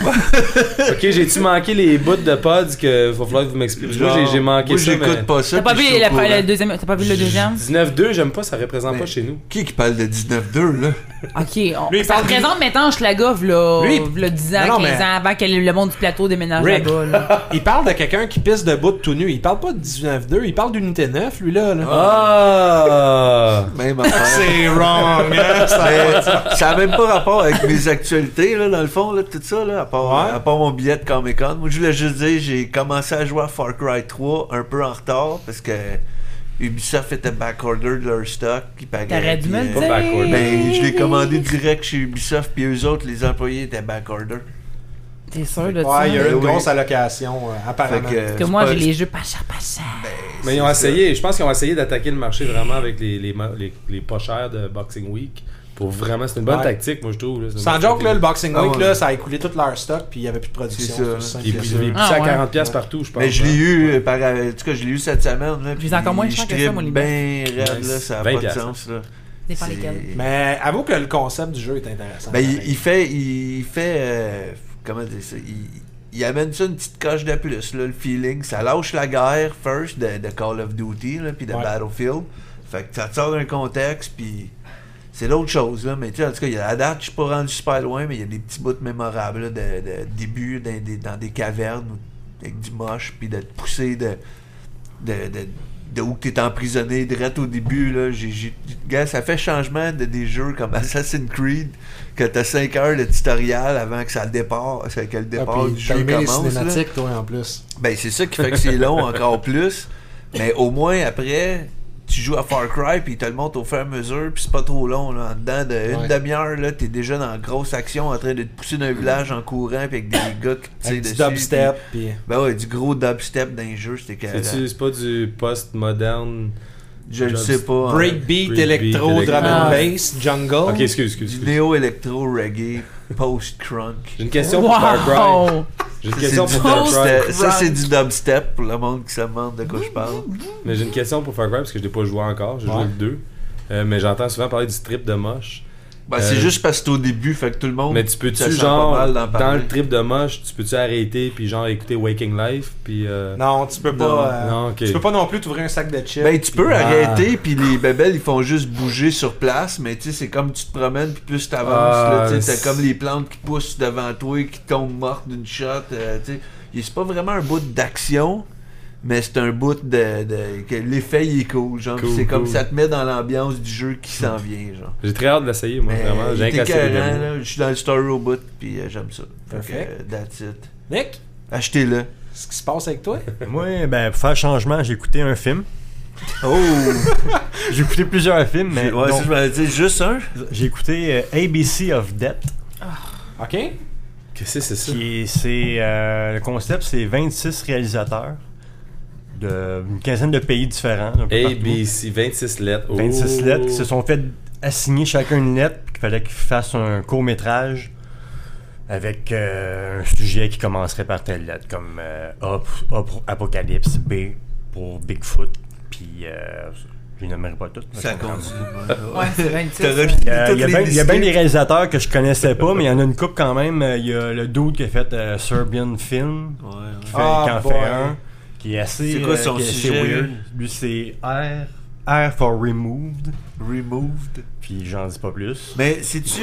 Speaker 4: Ok, j'ai-tu manqué les bouts de pods que va falloir que vous m'expliquez? Moi, j'ai- j'ai manqué
Speaker 2: moi,
Speaker 4: ça.
Speaker 2: j'écoute
Speaker 4: mais-
Speaker 2: pas ça.
Speaker 3: T'as pas,
Speaker 2: puis
Speaker 3: vu
Speaker 2: je suis
Speaker 3: la-
Speaker 2: au courant.
Speaker 3: le deuxième, t'as pas vu le deuxième?
Speaker 4: 19-2, j'aime pas, ça représente
Speaker 2: Mais-
Speaker 4: pas chez nous.
Speaker 2: Qui qui parle de 19-2, là?
Speaker 3: Ok, on,
Speaker 1: Lui, il
Speaker 3: ça
Speaker 1: parle-
Speaker 3: représente maintenant Schlaga v'là,
Speaker 1: Lui,
Speaker 3: v'là 10 ans,
Speaker 1: Non, non,
Speaker 3: 15
Speaker 1: mais-
Speaker 3: ans, avant que le le monde du plateau déménage
Speaker 1: Rick.
Speaker 3: là-bas. là.
Speaker 1: Il parle de quelqu'un qui pisse debout tout nu. Il parle pas de 19-2, il parle d'unité 9, lui-là. là.
Speaker 4: Ah!
Speaker 2: Même affaire.
Speaker 1: C'est wrong, hein?
Speaker 2: Mais ça a même pas rapport avec mes actualités, là, dans le fond, là, tout ça, là, à part,
Speaker 1: Ouais.
Speaker 2: à part mon billet de Comic Con. Moi, je voulais juste dire, j'ai commencé à jouer à Far Cry 3 un peu en retard parce que Ubisoft était backorder de leur stock. qui paraît,
Speaker 3: T'aurais dû
Speaker 2: puis,
Speaker 3: me
Speaker 2: euh,
Speaker 3: le
Speaker 4: pas backorder.
Speaker 3: dire.
Speaker 2: Ben, je l'ai commandé direct chez Ubisoft, puis eux autres, les employés étaient backorder.
Speaker 3: T'es sûr de ça?
Speaker 1: Ouais, il y a eu une
Speaker 2: Oui.
Speaker 1: grosse allocation, euh,
Speaker 2: Fait
Speaker 1: apparemment.
Speaker 2: que, euh,
Speaker 3: Parce
Speaker 2: c'est
Speaker 3: que moi,
Speaker 2: pas-
Speaker 3: j'ai les jeux pas chers, pas chers.
Speaker 2: Ben,
Speaker 4: Mais ils ont essayé, je pense qu'ils ont essayé d'attaquer le marché vraiment avec les, les, ma- les, les pas chers de Boxing Week. Pour vraiment, c'est une bonne
Speaker 1: Ouais.
Speaker 4: tactique, moi je trouve. là. C'est une
Speaker 1: Sans
Speaker 4: bonne
Speaker 1: joke, là, le
Speaker 4: tactique.
Speaker 1: Boxing
Speaker 2: Ah
Speaker 1: Week,
Speaker 2: ouais.
Speaker 1: là, ça a écoulé tout leur stock, puis il n'y avait plus de production.
Speaker 2: C'est ça.
Speaker 1: tout
Speaker 4: Puis
Speaker 1: C'est
Speaker 4: puis-
Speaker 1: sûr.
Speaker 4: puis
Speaker 3: Ah,
Speaker 4: ça à
Speaker 3: ouais.
Speaker 4: 40$ piastres partout, je pense.
Speaker 2: Mais je l'ai eu, euh, par, euh, en tout cas, je l'ai eu cette semaine. Là,
Speaker 3: Puis c'est encore moins cher que ça, mon limite.
Speaker 2: Ben, raide, là,
Speaker 4: Nice.
Speaker 2: ça n'a
Speaker 4: 20
Speaker 2: pas de
Speaker 4: piastres.
Speaker 2: sens. Là.
Speaker 3: Des par
Speaker 2: C'est-
Speaker 3: lesquels. Ben,
Speaker 1: Mais avoue que le concept du jeu est intéressant.
Speaker 2: Ben, il,
Speaker 1: pareil.
Speaker 2: il fait. Il fait euh, comment dire ça il, il amène ça une petite coche de plus, là, le feeling. Ça lâche la guerre, first, de, de Call of Duty, là, puis de
Speaker 1: Ouais.
Speaker 2: Battlefield. Fait que ça te sort d'un contexte, puis. C'est l'autre chose, là. Mais tu sais, en tout cas, il y a la date, je suis pas rendu super loin, mais il y a des petits bouts mémorables, là, de, de début dans des, dans des cavernes ou- avec du moche, puis de te pousser de. de, de de où que t'es emprisonné direct au début là j'ai, j'ai- gars, ça fait changement de des jeux comme Assassin's Creed que t'as 5 heures de tutoriel avant que ça départ c'est que le
Speaker 1: Ah,
Speaker 2: départ
Speaker 1: puis
Speaker 2: du
Speaker 1: t'as
Speaker 2: jeu
Speaker 1: aimé les
Speaker 2: commence là.
Speaker 1: cinématiques, toi, en plus.
Speaker 2: Ben, c'est ça qui fait que c'est long encore plus. Mais au moins, après, tu joues à Far Cry, puis ils te le montrent au fur et à mesure, puis c'est pas trop long. Là. En dedans d'une
Speaker 1: Ouais.
Speaker 2: demi-heure, là, t'es déjà dans la grosse action en train de te pousser d'un village en courant, puis avec des gars qui te tirent
Speaker 1: Avec du
Speaker 2: dessus.
Speaker 1: dubstep, puis...
Speaker 2: puis- Ben ouais, du gros dubstep dans les jeux, c'était carré.
Speaker 4: C'est-tu- C'est pas du post-moderne.
Speaker 2: Je le
Speaker 4: Dubs-
Speaker 2: sais pas. hein.
Speaker 1: Breakbeat,
Speaker 4: Breakbeat,
Speaker 1: électro,
Speaker 4: électro.
Speaker 1: drum and
Speaker 3: Ah.
Speaker 1: bass, jungle.
Speaker 2: Oh.
Speaker 4: Ok, excuse, excuse.
Speaker 2: Du
Speaker 4: excuse.
Speaker 2: néo-électro-reggae, post-crunk.
Speaker 4: J'ai une question pour Far Cry.
Speaker 3: Wow!
Speaker 4: J'ai une
Speaker 2: Ça, c'est
Speaker 4: question
Speaker 2: du euh,
Speaker 4: pour Far Cry.
Speaker 2: dubstep- ça, c'est du dubstep pour le monde qui se demande de quoi je parle.
Speaker 4: Mais j'ai une question pour Far Cry parce que je l'ai pas joué encore, j'ai
Speaker 1: Ouais.
Speaker 4: joué le 2. Euh, mais j'entends souvent parler du trip de moche.
Speaker 2: Ben, c'est
Speaker 4: Euh,
Speaker 2: juste parce que c'est au début, fait que tout le monde.
Speaker 4: Mais tu
Speaker 2: Oh, ça
Speaker 4: peux-tu,
Speaker 2: sent pas
Speaker 4: genre,
Speaker 2: mal d'en
Speaker 4: dans
Speaker 2: parler.
Speaker 4: le trip de moche, tu peux-tu arrêter puis genre écouter Waking Life puis. euh,
Speaker 1: Non, tu peux pas...
Speaker 2: Non,
Speaker 1: euh,
Speaker 4: non, ok.
Speaker 1: Tu peux pas non plus t'ouvrir un sac de chips.
Speaker 2: Ben, tu peux
Speaker 4: Ah.
Speaker 2: arrêter, puis les bébelles, ils font juste bouger sur place, mais tu sais, c'est comme tu te promènes, puis plus t'avances,
Speaker 4: Ah,
Speaker 2: là, tu sais,
Speaker 4: c'est-
Speaker 2: t'as comme les plantes qui poussent devant toi, qui tombent mortes d'une shot, euh, tu sais. Et C'est pas vraiment un bout d'action, mais c'est un bout de, de- que l'effet il est cool, genre.
Speaker 4: Cool,
Speaker 2: Puis c'est comme
Speaker 4: cool.
Speaker 2: ça te met dans l'ambiance du jeu qui s'en vient, genre.
Speaker 4: J'ai très hâte de l'essayer, moi,
Speaker 2: Mais
Speaker 4: vraiment. J'ai
Speaker 2: il
Speaker 4: rien
Speaker 2: était
Speaker 4: qu'à essayer de
Speaker 2: écœurant,
Speaker 4: démo.
Speaker 2: là. Je suis dans le story au bout, puis euh, j'aime ça. Fait
Speaker 1: Parfait.
Speaker 2: que, euh, that's it.
Speaker 1: Nick,
Speaker 2: Achetez-le.
Speaker 1: ce qui se passe avec toi?
Speaker 5: Moi, ben, pour faire changement, j'ai écouté un film.
Speaker 2: Oh!
Speaker 5: J'ai écouté plusieurs films, mais
Speaker 2: ouais,
Speaker 5: dont-
Speaker 2: si je m'en dis juste un.
Speaker 5: j'ai écouté euh, ABC of Death.
Speaker 1: OK?
Speaker 4: Qu'est-ce que c'est ça?
Speaker 5: Qui, c'est, euh, le concept, c'est 26 réalisateurs d'une quinzaine de pays différents. d'un peu
Speaker 4: A,
Speaker 5: partout.
Speaker 4: B, C, 26 lettres. Oh.
Speaker 5: 26 lettres qui se sont fait assigner chacun une lettre, puis qu'il fallait qu'ils fassent un court métrage avec euh, un sujet qui commencerait par telle lettre, comme euh, A, pour, A pour Apocalypse, B pour Bigfoot, puis euh, je les nommerai pas toutes.
Speaker 2: Ça continue.
Speaker 3: Ouais, c'est 26,
Speaker 2: T'as
Speaker 3: ouais.
Speaker 2: replié
Speaker 5: Euh, Il y a
Speaker 2: toutes
Speaker 5: bien-
Speaker 2: les
Speaker 5: il y a bien
Speaker 2: listes.
Speaker 5: des réalisateurs que je connaissais pas, mais il y en a une coupe quand même. Euh, Il y a le dude qui a fait euh, Serbian Film,
Speaker 2: Ouais, ouais.
Speaker 5: qui, fait,
Speaker 1: Ah,
Speaker 5: qui en
Speaker 1: boy.
Speaker 5: fait un, qui est assez.
Speaker 2: C'est quoi
Speaker 5: euh,
Speaker 2: son
Speaker 5: qui est assez
Speaker 2: sujet,
Speaker 5: weird.
Speaker 2: lui?
Speaker 5: Lui, c'est R, R for Removed.
Speaker 2: Removed.
Speaker 5: Puis j'en dis pas plus.
Speaker 2: Mais sais-tu.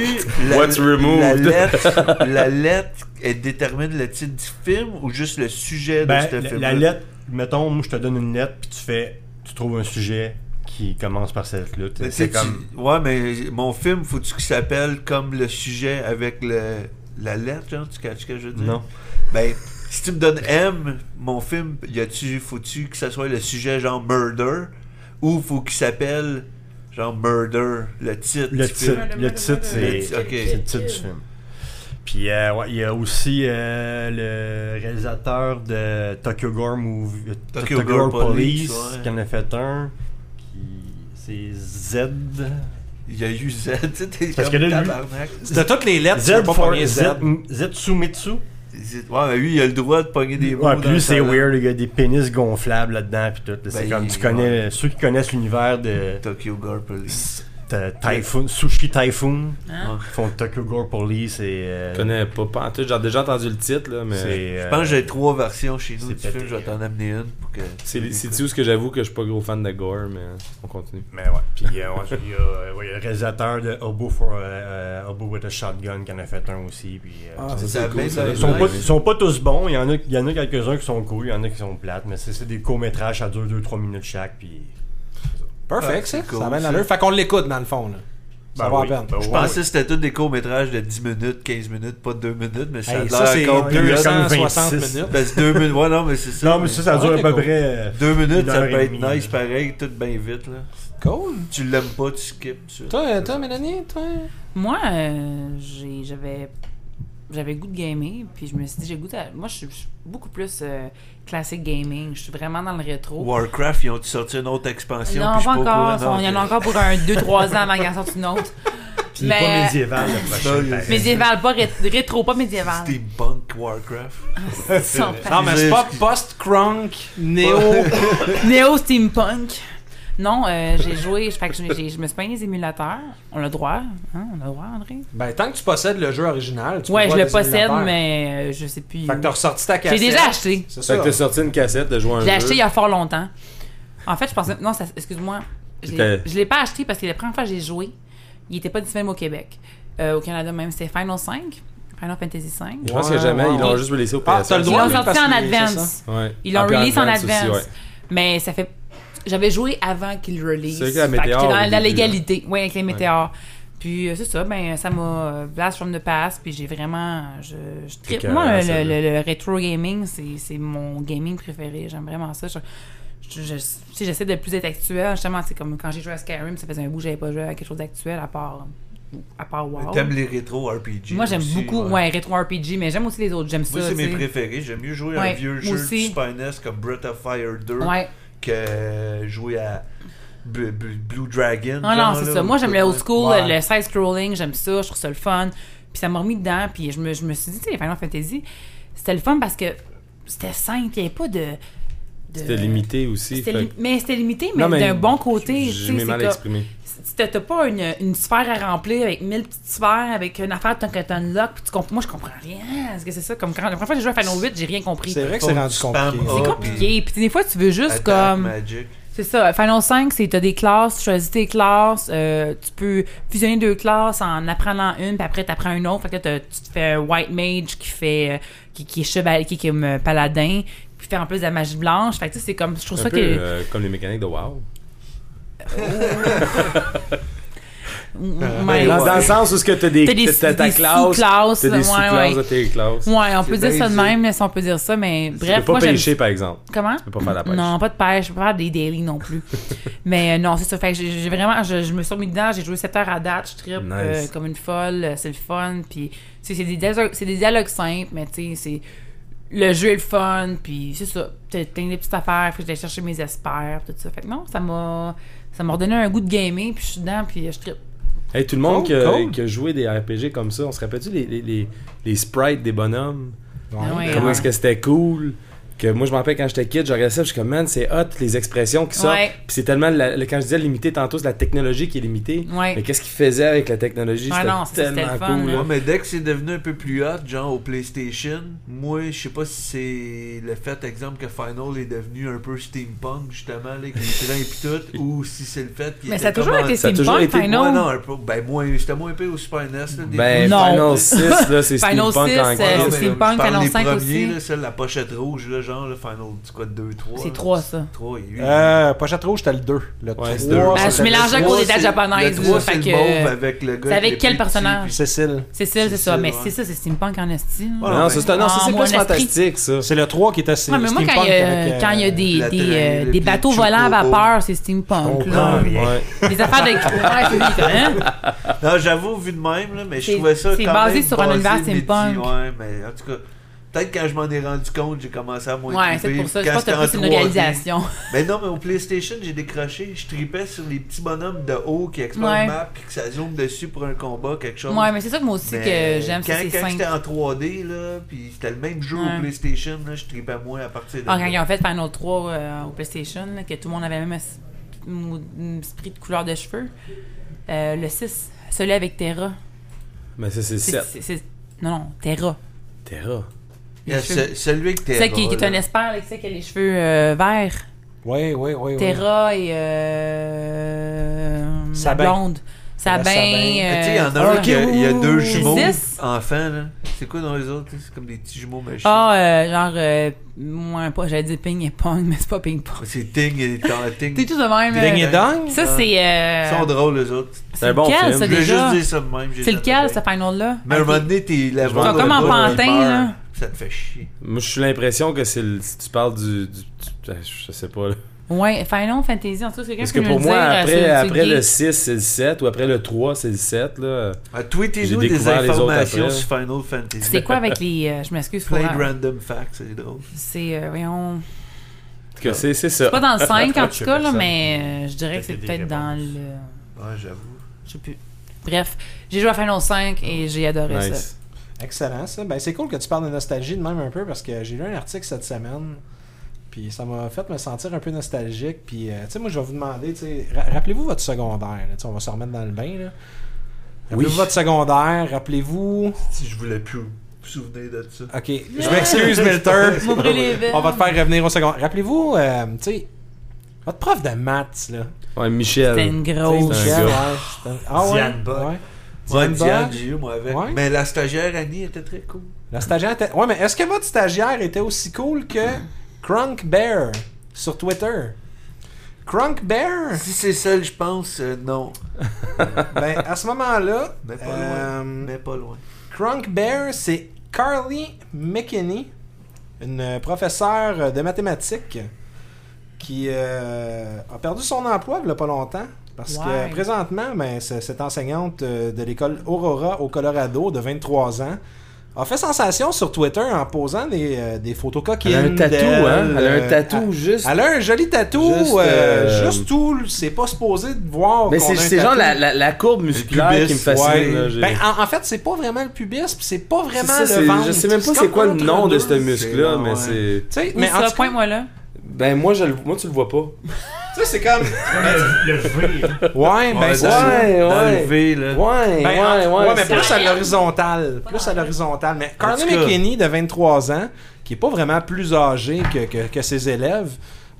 Speaker 4: What's removed?
Speaker 2: La lettre, la lettre, elle détermine le titre du film ou juste le sujet
Speaker 5: Ben,
Speaker 2: de ce
Speaker 5: la,
Speaker 2: film?
Speaker 5: la lettre, mettons, moi je te donne une lettre, puis tu fais, tu trouves un sujet qui commence par cette lettre.
Speaker 2: Mais
Speaker 5: C'est
Speaker 2: tu sais,
Speaker 5: comme.
Speaker 2: tu- Ouais, mais mon film, faut-tu qu'il s'appelle comme le sujet avec le... la lettre, genre? Tu catches ce que je veux dire?
Speaker 5: Non.
Speaker 2: Ben, si tu me donnes M, mon film, y a-tu, faut-tu que ça soit le sujet genre murder ou faut qu'il s'appelle genre murder, le titre
Speaker 5: Le
Speaker 2: du film?
Speaker 5: titre, le titre,
Speaker 2: Le
Speaker 5: c'est
Speaker 2: ti- ok.
Speaker 5: c'est le titre du film. Puis euh, ouais, il y a aussi euh, le réalisateur de Tokyo Gore Movie, euh,
Speaker 2: Tokyo Gore Police, ouais.
Speaker 5: qui en a fait un, qui c'est Z.
Speaker 2: Il y a eu Z, tu sais, t'es
Speaker 5: Parce
Speaker 2: comme
Speaker 5: que là, lui-
Speaker 2: tabarnak.
Speaker 1: De toutes les
Speaker 2: Ah,
Speaker 1: lettres, tu veux pas
Speaker 5: for
Speaker 1: pogner Z.
Speaker 5: Z, Z Sumitsu.
Speaker 2: Z- Ouais, mais lui, il a le droit de pogner des mots.
Speaker 5: Ouais,
Speaker 2: dans
Speaker 5: puis lui,
Speaker 2: le
Speaker 5: c'est
Speaker 2: salon.
Speaker 5: weird, il y a des pénis gonflables là-dedans, puis tout. là, c'est
Speaker 2: Ben,
Speaker 5: comme,
Speaker 2: il-
Speaker 5: tu connais, ceux qui connaissent l'univers de
Speaker 2: Tokyo Gore Police.
Speaker 5: de Typhoon, Sushi Typhoon,
Speaker 3: Hein?
Speaker 5: ils font Tokyo Gore Police et. euh,
Speaker 4: Je connais pas, pas en tout. J'ai déjà entendu le titre, là, mais.
Speaker 5: c'est, euh,
Speaker 2: Je pense que j'ai trois versions chez nous
Speaker 5: c'est
Speaker 2: du film,
Speaker 5: pété.
Speaker 2: je vais t'en amener une pour que.
Speaker 4: C'est c'est dit où ce que j'avoue que je suis pas gros fan de gore, mais on continue.
Speaker 5: Mais ouais, puis euh, ouais, il y, a, euh, ouais, il y a le réalisateur de Obo, for, euh, euh, Obo with a Shotgun qui en a fait un aussi. Puis, euh,
Speaker 1: Ah,
Speaker 5: ils
Speaker 1: ça,
Speaker 2: Ça
Speaker 1: c'est
Speaker 2: va
Speaker 1: cool.
Speaker 2: bien,
Speaker 1: ça.
Speaker 2: ça
Speaker 5: sont
Speaker 2: ouais.
Speaker 5: pas, ils sont pas tous bons, il y en a, il y en a quelques-uns qui sont cool, il y en a qui sont plates, mais c'est c'est des courts-métrages, ça dure 2-3 minutes chaque, puis.
Speaker 1: Perfect,
Speaker 2: Ah,
Speaker 1: ça.
Speaker 2: c'est cool,
Speaker 1: ça amène
Speaker 2: ça.
Speaker 1: l'allure. Fait qu'on l'écoute, dans le fond. Là. Ça
Speaker 5: Ben
Speaker 1: va
Speaker 5: oui,
Speaker 1: à peine.
Speaker 5: ben
Speaker 2: Je
Speaker 5: ouais,
Speaker 2: pensais
Speaker 5: ouais.
Speaker 2: que c'était tous des courts-métrages de 10 minutes, 15 minutes, pas 2 minutes, mais ça
Speaker 1: Hey,
Speaker 2: a
Speaker 1: ça, c'est
Speaker 2: l'air encore plus.
Speaker 5: deux-
Speaker 1: 260
Speaker 5: 26.
Speaker 1: minutes.
Speaker 2: Parce que 2 minutes, ouais, non, mais c'est ça.
Speaker 5: Non, mais ça, ça
Speaker 1: Ouais,
Speaker 5: dure à
Speaker 1: t'es
Speaker 5: peu
Speaker 1: cool.
Speaker 5: près. euh,
Speaker 2: 2 minutes,
Speaker 5: Une
Speaker 2: ça
Speaker 5: heure
Speaker 2: peut
Speaker 5: et
Speaker 2: être
Speaker 5: demie.
Speaker 2: nice pareil, tout bien vite, là.
Speaker 1: Cool.
Speaker 2: Tu l'aimes pas, tu skips. tu-
Speaker 1: Toi, euh, toi, Mélanie, toi.
Speaker 3: Moi, euh, j'ai- j'avais j'avais le goût de gamer, puis je me suis dit, j'ai le goût de... Moi, je suis je suis beaucoup plus euh, classique gaming. Je suis vraiment dans le rétro.
Speaker 2: Warcraft, ils ont sorti une autre expansion.
Speaker 3: Non,
Speaker 2: puis
Speaker 3: pas
Speaker 2: je suis pas
Speaker 3: encore.
Speaker 2: au courant,
Speaker 3: Il y en a
Speaker 2: ok.
Speaker 3: encore pour un 2-3 ans avant qu'il en sorte une autre. Ben,
Speaker 5: Puis il est pas
Speaker 3: Mais-
Speaker 5: médiéval, le prochain.
Speaker 2: Sorry.
Speaker 5: pareil.
Speaker 3: Médiéval, pas ré- rétro, pas médiéval.
Speaker 2: Steampunk Warcraft.
Speaker 3: Sans
Speaker 1: Non, mais c'est pas post-crunk, néo.
Speaker 3: Néo steampunk. Non, euh, j'ai joué, je fait que j'ai- j'ai- je me suis pogné les émulateurs. On a le droit, hein? On a le droit, André?
Speaker 1: ben, tant que tu possèdes le jeu original, tu peux
Speaker 3: Ouais, je
Speaker 1: voir
Speaker 3: le
Speaker 1: des
Speaker 3: possède,
Speaker 1: émulateurs.
Speaker 3: mais euh, je sais plus.
Speaker 1: Fait que t'as ressorti ta
Speaker 3: J'ai
Speaker 1: cassette.
Speaker 3: déjà acheté.
Speaker 1: C'est
Speaker 4: Fait
Speaker 1: ça.
Speaker 4: que t'as sorti une cassette de jouer à un
Speaker 3: Je
Speaker 4: jeu.
Speaker 3: l'ai acheté il y a fort longtemps. En fait, je pensais. Non, ça- excuse-moi. Je l'ai-
Speaker 4: C'était-
Speaker 3: je l'ai pas acheté parce que la première fois que j'ai joué, il était pas disponible au Québec. Euh, au Canada même, c'était Final 5, Final Fantasy 5.
Speaker 4: Je pense que jamais,
Speaker 1: Ouais, ouais,
Speaker 4: ils l'ont
Speaker 3: ouais.
Speaker 4: juste releasé au PS.
Speaker 1: Ah, t'as le
Speaker 3: Ils
Speaker 1: droit,
Speaker 3: l'ont
Speaker 1: là,
Speaker 3: sorti
Speaker 1: parce
Speaker 3: en
Speaker 1: que c'est
Speaker 3: advance.
Speaker 4: Ouais.
Speaker 3: Ils l'ont
Speaker 4: Ah, puis
Speaker 3: release en
Speaker 4: Advance aussi,
Speaker 3: advance.
Speaker 4: ouais.
Speaker 3: Mais ça fait. J'avais joué avant qu'il release.
Speaker 4: C'est avec la
Speaker 3: Fait que
Speaker 4: météore
Speaker 3: j'étais
Speaker 4: au
Speaker 3: dans la
Speaker 4: début,
Speaker 3: légalité. Oui, avec les météores. Puis euh, c'est ça, ben ça m'a euh, blast from the past, puis j'ai vraiment je, je trippe.
Speaker 4: écœurant,
Speaker 3: Moi le,
Speaker 4: celle-là.
Speaker 3: le- le rétro gaming, c'est c'est mon gaming préféré, j'aime vraiment ça. Je, je- je- tu sais, j'essaie de plus être actuel, justement, c'est comme quand j'ai joué à Skyrim, ça faisait un bout que j'avais pas joué à quelque chose d'actuel à part à part WoW.
Speaker 2: T'aimes les rétro RPG.
Speaker 3: Ah Moi j'aime
Speaker 2: aussi,
Speaker 3: beaucoup ouais. rétro RPG, mais j'aime aussi les autres, j'aime ça.
Speaker 2: Moi, c'est mes
Speaker 3: tu sais.
Speaker 2: préférés. J'aime mieux jouer à un
Speaker 3: Ouais,
Speaker 2: vieux
Speaker 3: moi
Speaker 2: jeu
Speaker 3: aussi.
Speaker 2: du Super NES comme Breath of Fire 2
Speaker 3: Ouais.
Speaker 2: que jouer à Bl- Bl- Blue Dragon.
Speaker 3: Ah
Speaker 2: genre,
Speaker 3: non, c'est
Speaker 2: là, hein.
Speaker 3: ça. Moi, j'aime le old school,
Speaker 1: Ouais.
Speaker 3: le side scrolling, j'aime ça, je trouve ça le fun. Puis ça m'a remis dedans, puis je me, je me suis dit, tu sais, les Final Fantasy, c'était le fun parce que c'était simple, il n'y avait pas de. de-
Speaker 4: C'était limité aussi.
Speaker 3: c'était
Speaker 4: fait
Speaker 3: li-
Speaker 4: que-
Speaker 3: mais c'était limité, mais,
Speaker 4: Non, mais
Speaker 3: d'un bon côté. tu
Speaker 4: J'ai
Speaker 3: sais,
Speaker 4: mis
Speaker 3: c'est
Speaker 4: mal
Speaker 3: que-
Speaker 4: exprimé.
Speaker 3: si t'as t'as pas une, une sphère à remplir avec mille petites sphères, avec une affaire que t'unlocks, puis tu comprends. Moi, je comprends rien. Est-ce que c'est ça? Comme quand, la première fois que j'ai joué à Final 8, j'ai rien compris.
Speaker 1: C'est
Speaker 3: C'est
Speaker 1: vrai que c'est rendu
Speaker 2: Spam
Speaker 1: compliqué.
Speaker 2: up.
Speaker 3: compliqué. Puis des fois, tu veux juste
Speaker 2: Attack
Speaker 3: comme.
Speaker 2: Magic.
Speaker 3: C'est ça. Final 5, c'est t'as des classes, tu choisis tes classes, euh, tu peux fusionner deux classes en apprenant une, puis après t'apprends une autre. Fait que là, t'as- tu te fais un White Mage qui fait euh, qui, qui est cheval, qui est comme euh, paladin, puis faire en plus de la magie blanche. Fait que tu sais, c'est comme, je trouve
Speaker 4: Un
Speaker 3: ça
Speaker 4: peu
Speaker 3: que.
Speaker 4: euh, comme les mécaniques de WoW.
Speaker 3: Mm,
Speaker 4: Ben,
Speaker 3: ouais.
Speaker 4: dans, dans le sens où ce que t'as des,
Speaker 3: T'as des-
Speaker 4: t'as ta
Speaker 3: des
Speaker 4: classe,
Speaker 3: sous-classes,
Speaker 4: t'as des
Speaker 3: ouais,
Speaker 4: sous-classes
Speaker 3: ouais.
Speaker 4: de tes classes.
Speaker 3: Ouais, on peut
Speaker 2: C'est
Speaker 3: dire ça de
Speaker 2: bien
Speaker 3: même, là, si on peut dire ça, mais
Speaker 4: tu
Speaker 3: bref,
Speaker 4: peux pas
Speaker 3: moi j'aime-
Speaker 4: pêcher par exemple.
Speaker 3: Comment?
Speaker 4: Tu peux pas faire la pêche.
Speaker 3: Non, pas de pêche, je peux pas faire des daily non plus. mais euh, non, c'est ça. Fait que j'ai j'ai vraiment, je, je me suis remis dedans, j'ai joué 7 heures à date, je trip
Speaker 4: Nice.
Speaker 3: euh, comme une folle, euh, c'est le fun, puis tu sais, c'est des, dialogues- c'est des dialogues simples, mais tu sais, c'est. Le jeu est le fun, puis c'est ça. T'as t'as des petites affaires, faut que j'aille chercher mes espères, tout ça. Fait que non, ça m'a. Ça m'a redonné un goût de gamer, puis je suis dedans, puis euh, je trip.
Speaker 4: Hey, tout le
Speaker 1: Cool,
Speaker 4: monde qui, a,
Speaker 1: cool.
Speaker 4: qui a joué des RPG comme ça, on se rappelle-tu les, les, les, les sprites des bonhommes?
Speaker 3: Ah Ouais,
Speaker 4: Comment
Speaker 3: ouais.
Speaker 4: est-ce que c'était cool? Que moi, je me rappelle quand j'étais kid, je regardais ça, puis je suis comme, man, c'est hot, les expressions qui sortent.
Speaker 3: Ouais.
Speaker 4: Puis c'est tellement, la- le- quand je disais limité tantôt, c'est la technologie qui est limitée.
Speaker 3: Ouais.
Speaker 4: Mais qu'est-ce qu'ils faisaient avec la technologie?
Speaker 3: Ouais, non,
Speaker 4: c'était
Speaker 3: c'était- c'était
Speaker 4: tellement
Speaker 3: le fun,
Speaker 4: cool.
Speaker 3: hein.
Speaker 4: là.
Speaker 2: Ouais, mais dès que c'est devenu un peu plus hot, genre au PlayStation, moi, je sais pas si c'est le fait, exemple, que Final est devenu un peu steampunk, justement, là, avec les trains et tout, ou si c'est le fait qu'il
Speaker 3: Mais
Speaker 2: était
Speaker 3: ça a toujours
Speaker 2: comme en-
Speaker 3: été
Speaker 4: ça a toujours
Speaker 3: steampunk,
Speaker 4: été-
Speaker 3: Final.
Speaker 2: Ouais, non, un peu. Ben, moi, j'étais moins peu au Super NES, là, des
Speaker 4: Ben,
Speaker 3: Non.
Speaker 4: Final 6, là, c'est
Speaker 3: Final
Speaker 4: steampunk en
Speaker 3: 6,
Speaker 2: Ouais,
Speaker 3: euh,
Speaker 2: non,
Speaker 4: gros.
Speaker 2: mais
Speaker 3: Steampunk,
Speaker 2: là, je parle
Speaker 3: Final
Speaker 2: des
Speaker 3: 5
Speaker 2: premiers,
Speaker 3: aussi.
Speaker 2: Là, celle, la pochette rouge, là, genre, le Final, c'est quoi, 2, 3
Speaker 3: C'est trois, ça.
Speaker 2: 3 il y a eu-
Speaker 1: Euh, Pochette Rouge, t'as le 2. Le
Speaker 4: Ouais,
Speaker 1: 3,
Speaker 4: c'est deux.
Speaker 3: Ah, je
Speaker 1: c'était
Speaker 3: mélangeais
Speaker 1: le
Speaker 3: à
Speaker 2: Le
Speaker 3: cause
Speaker 2: trois,
Speaker 3: des dates
Speaker 2: c'est-
Speaker 3: japonaises,
Speaker 2: Le 3,
Speaker 3: là, fait
Speaker 2: c'est le
Speaker 3: que-
Speaker 2: mauve avec le gars.
Speaker 3: C'est avec
Speaker 2: les
Speaker 3: quel
Speaker 2: plus
Speaker 3: personnage?
Speaker 1: trois.
Speaker 2: petits,
Speaker 1: Cécile.
Speaker 3: C'est ça, c'est ça.
Speaker 2: Cécile,
Speaker 3: Mais
Speaker 2: ouais.
Speaker 3: c'est ça, c'est steampunk en esti. là.
Speaker 2: Ouais,
Speaker 4: Non, ça, c'est non, ça, c'est
Speaker 3: Ah,
Speaker 4: plus
Speaker 3: mon esprit.
Speaker 4: fantastique, ça.
Speaker 1: C'est le 3 qui est assez
Speaker 3: Ouais, Ah, mais moi, quand
Speaker 1: steampunk
Speaker 3: il y a,
Speaker 1: avec, euh,
Speaker 3: quand il y a des,
Speaker 2: la
Speaker 3: des,
Speaker 2: traîne,
Speaker 3: euh,
Speaker 2: le
Speaker 3: des bateaux
Speaker 2: petit
Speaker 3: volants à
Speaker 2: chocobo.
Speaker 3: vapeur, c'est steampunk. Là.
Speaker 2: comprend.
Speaker 4: Ouais.
Speaker 3: Des affaires de. Ouais, c'est ça, hein?
Speaker 2: puis- Non, j'avoue, vu de même, là, mais je
Speaker 3: C'est-
Speaker 2: trouvais ça.
Speaker 3: c'est
Speaker 2: quand
Speaker 3: basé
Speaker 2: même
Speaker 3: sur un univers
Speaker 2: basé midi,
Speaker 3: steampunk.
Speaker 2: Ouais, mais en tout cas. Peut-être quand je m'en ai rendu compte, j'ai commencé à moins
Speaker 3: Ouais,
Speaker 2: triper.
Speaker 3: c'est pour ça. Je
Speaker 2: Quand
Speaker 3: pense que t'as
Speaker 2: c'était
Speaker 3: plus
Speaker 2: en
Speaker 3: une
Speaker 2: 3D.
Speaker 3: réalisation.
Speaker 2: Mais non, mais au PlayStation, j'ai décroché. Je tripais sur les petits bonhommes de haut qui explorent
Speaker 3: Ouais.
Speaker 2: le map puis que ça zoome dessus pour un combat, quelque chose.
Speaker 3: Ouais, mais c'est ça que moi aussi
Speaker 2: Mais
Speaker 3: que j'aime,
Speaker 2: quand,
Speaker 3: ça, c'est Ah,
Speaker 2: quand
Speaker 3: simple.
Speaker 2: j'étais en 3D, là, puis c'était le même jeu
Speaker 3: Ouais.
Speaker 2: au PlayStation, là, je tripais moins à partir de
Speaker 3: Ah,
Speaker 2: là.
Speaker 3: quand ils ont fait Final 3 euh, au PlayStation, là, que tout le monde avait même un s- mou- un esprit de couleur de cheveux. Euh, le 6, celui avec Terra.
Speaker 4: Mais ça, c'est
Speaker 3: C'est-
Speaker 4: 7.
Speaker 3: c'est- c'est- Non, non, Terra.
Speaker 4: Terra.
Speaker 2: Il y a
Speaker 3: Les cheveux.
Speaker 2: ce- celui que t'es.
Speaker 3: C'est qui, qui est un espère, là, tu sais, qui a les cheveux euh, verts.
Speaker 1: Ouais, ouais, ouais. ouais.
Speaker 3: Terra et euh, la
Speaker 1: Sabin.
Speaker 3: blonde. Sabin.
Speaker 1: Sabin.
Speaker 2: Tu sais, il y en a
Speaker 3: euh,
Speaker 2: un qui a, il y a deux
Speaker 3: C'est
Speaker 2: jumeaux
Speaker 3: six?
Speaker 2: enfants, là. C'est quoi dans les autres? là? C'est comme des petits jumeaux magiques.
Speaker 3: Ah, euh, genre, euh, moi, pas, j'allais dire ping et pong, mais c'est pas ping pong.
Speaker 2: C'est Ting et Ting.
Speaker 3: T'es tout de même. euh,
Speaker 1: Ding et dong?
Speaker 3: ça, c'est.
Speaker 2: hein. Ils sont
Speaker 3: Euh,
Speaker 2: drôles, les autres.
Speaker 4: C'est un bon
Speaker 3: lequel,
Speaker 4: film.
Speaker 3: ça,
Speaker 2: Je vais
Speaker 3: déjà?
Speaker 2: juste dire ça de même. j'ai
Speaker 3: C'est
Speaker 2: jamais
Speaker 3: lequel,
Speaker 2: fait.
Speaker 3: ce final-là?
Speaker 2: Mais à un moment donné, t'es la
Speaker 4: Ils sont comme en
Speaker 3: pantin, là.
Speaker 2: Ça te fait chier.
Speaker 4: Moi, je suis l'impression que c'est le- si tu parles du, du- du- Je sais pas, là.
Speaker 3: Ouais, Final Fantasy, en tout cas, quelqu'un
Speaker 4: Parce
Speaker 3: peut
Speaker 4: que
Speaker 3: nous
Speaker 4: pour
Speaker 3: le
Speaker 4: moi,
Speaker 3: dire, euh,
Speaker 4: après,
Speaker 3: sur- sur
Speaker 4: après
Speaker 3: Geek.
Speaker 4: le 6, c'est le 7, ou après le 3, c'est le 7, là.
Speaker 2: Ah,
Speaker 4: J'ai
Speaker 2: Tweetez-nous des
Speaker 4: découvert les autres
Speaker 2: informations
Speaker 4: après.
Speaker 2: sur Final Fantasy.
Speaker 3: C'est quoi avec les. euh, je m'excuse pour.
Speaker 2: Plein de random facts, c'est drôle.
Speaker 3: C'est. euh, voyons.
Speaker 4: En tout cas, c'est c'est ça.
Speaker 3: C'est pas dans le 5 en tout
Speaker 5: Chez
Speaker 3: cas, là,
Speaker 5: personne.
Speaker 3: mais euh, je dirais que c'est
Speaker 5: Peut-être des
Speaker 3: peut-être dans
Speaker 5: réponses.
Speaker 3: le.
Speaker 2: Ouais, j'avoue.
Speaker 3: Je sais plus. Bref, j'ai joué à Final 5 et j'ai adoré ça.
Speaker 4: Nice.
Speaker 1: Excellent, ça. Ben, c'est cool que tu parles de nostalgie de même un peu parce que j'ai lu un article cette semaine. Puis ça m'a fait me sentir un peu nostalgique. Puis, euh, tu sais, moi, je vais vous demander, tu sais, ra- rappelez-vous votre secondaire. là. Tu sais, on va se remettre dans le bain, là. Rappelez-vous votre secondaire, rappelez-vous.
Speaker 2: Si je voulais plus vous souvenir de ça.
Speaker 1: Ok, je m'excuse, Milter.
Speaker 3: M'ouvrez les veines.
Speaker 1: on va te faire revenir au secondaire. Rappelez-vous, euh, tu sais, votre prof de maths, là.
Speaker 4: Ouais, Michel.
Speaker 3: C'était une grosse.
Speaker 4: C'est un
Speaker 1: Michel,
Speaker 4: gars.
Speaker 1: Oh, ouais, c'était un- Ah ouais?
Speaker 5: Diane Buck.
Speaker 1: ouais.
Speaker 2: Ouais,
Speaker 1: Diane
Speaker 2: Diane,
Speaker 1: Buck.
Speaker 2: j'ai eu, moi, avec.
Speaker 1: Ouais.
Speaker 2: Mais la stagiaire Annie était très cool.
Speaker 1: La stagiaire était. Ouais, mais est-ce que votre stagiaire était aussi cool que Crunk Bear sur Twitter? Crunk Bear?
Speaker 2: Si c'est celle, je pense, euh, non.
Speaker 1: Ben, à ce moment-là,
Speaker 2: Mais Ben, pas
Speaker 1: euh,
Speaker 2: loin. Mais pas loin.
Speaker 1: Crunk Bear, c'est Carly McKinney, une professeure de mathématiques qui euh, a perdu son emploi il y a pas longtemps. Parce
Speaker 3: Ouais.
Speaker 1: que présentement, ben, c- cette enseignante euh, de l'école Aurora au Colorado de 23 ans a fait sensation sur Twitter en posant des, euh, des photos coquines.
Speaker 4: Elle a un tatou,
Speaker 1: d'elle,
Speaker 4: hein? Elle a un
Speaker 1: euh,
Speaker 4: tatou juste.
Speaker 1: Elle a un joli tatou,
Speaker 4: Juste,
Speaker 1: juste,
Speaker 4: euh,
Speaker 1: juste tout. C'est pas supposé de voir.
Speaker 4: Mais
Speaker 1: qu'on
Speaker 4: c'est
Speaker 1: a un
Speaker 4: c'est genre
Speaker 1: tatou.
Speaker 4: la, la, la courbe musculaire
Speaker 2: pubis,
Speaker 4: qui me fascine.
Speaker 1: Ouais.
Speaker 4: là, j'ai-
Speaker 1: Ben, en, en fait, c'est pas vraiment le pubis, puis c'est pas vraiment
Speaker 4: C'est ça,
Speaker 1: le
Speaker 4: c'est-
Speaker 1: ventre.
Speaker 4: je sais même pas
Speaker 1: comme
Speaker 4: c'est quoi le
Speaker 1: entre
Speaker 4: nom de
Speaker 1: deux.
Speaker 4: ce muscle-là,
Speaker 2: C'est-
Speaker 4: mais
Speaker 2: ouais.
Speaker 4: c'est.
Speaker 1: Tu sais,
Speaker 3: Mais
Speaker 1: mais en
Speaker 3: ça,
Speaker 1: tout cas,
Speaker 3: point moi là.
Speaker 4: Ben moi, je, le- moi tu le vois pas.
Speaker 1: tu sais, c'est comme.
Speaker 5: Euh, Le V.
Speaker 1: Ouais, ben c'est
Speaker 4: dans-
Speaker 1: ça.
Speaker 4: ouais,
Speaker 2: Dans
Speaker 4: ouais.
Speaker 2: le V, là.
Speaker 4: Ouais,
Speaker 1: Ben, en-
Speaker 4: ouais, ouais.
Speaker 1: ouais, mais
Speaker 4: c'est-
Speaker 1: plus à l'horizontale. Plus à l'horizontale. Mais Carly
Speaker 2: tout cas-
Speaker 1: McKinney, de 23 ans, qui est pas vraiment plus âgée que, que, que ses élèves,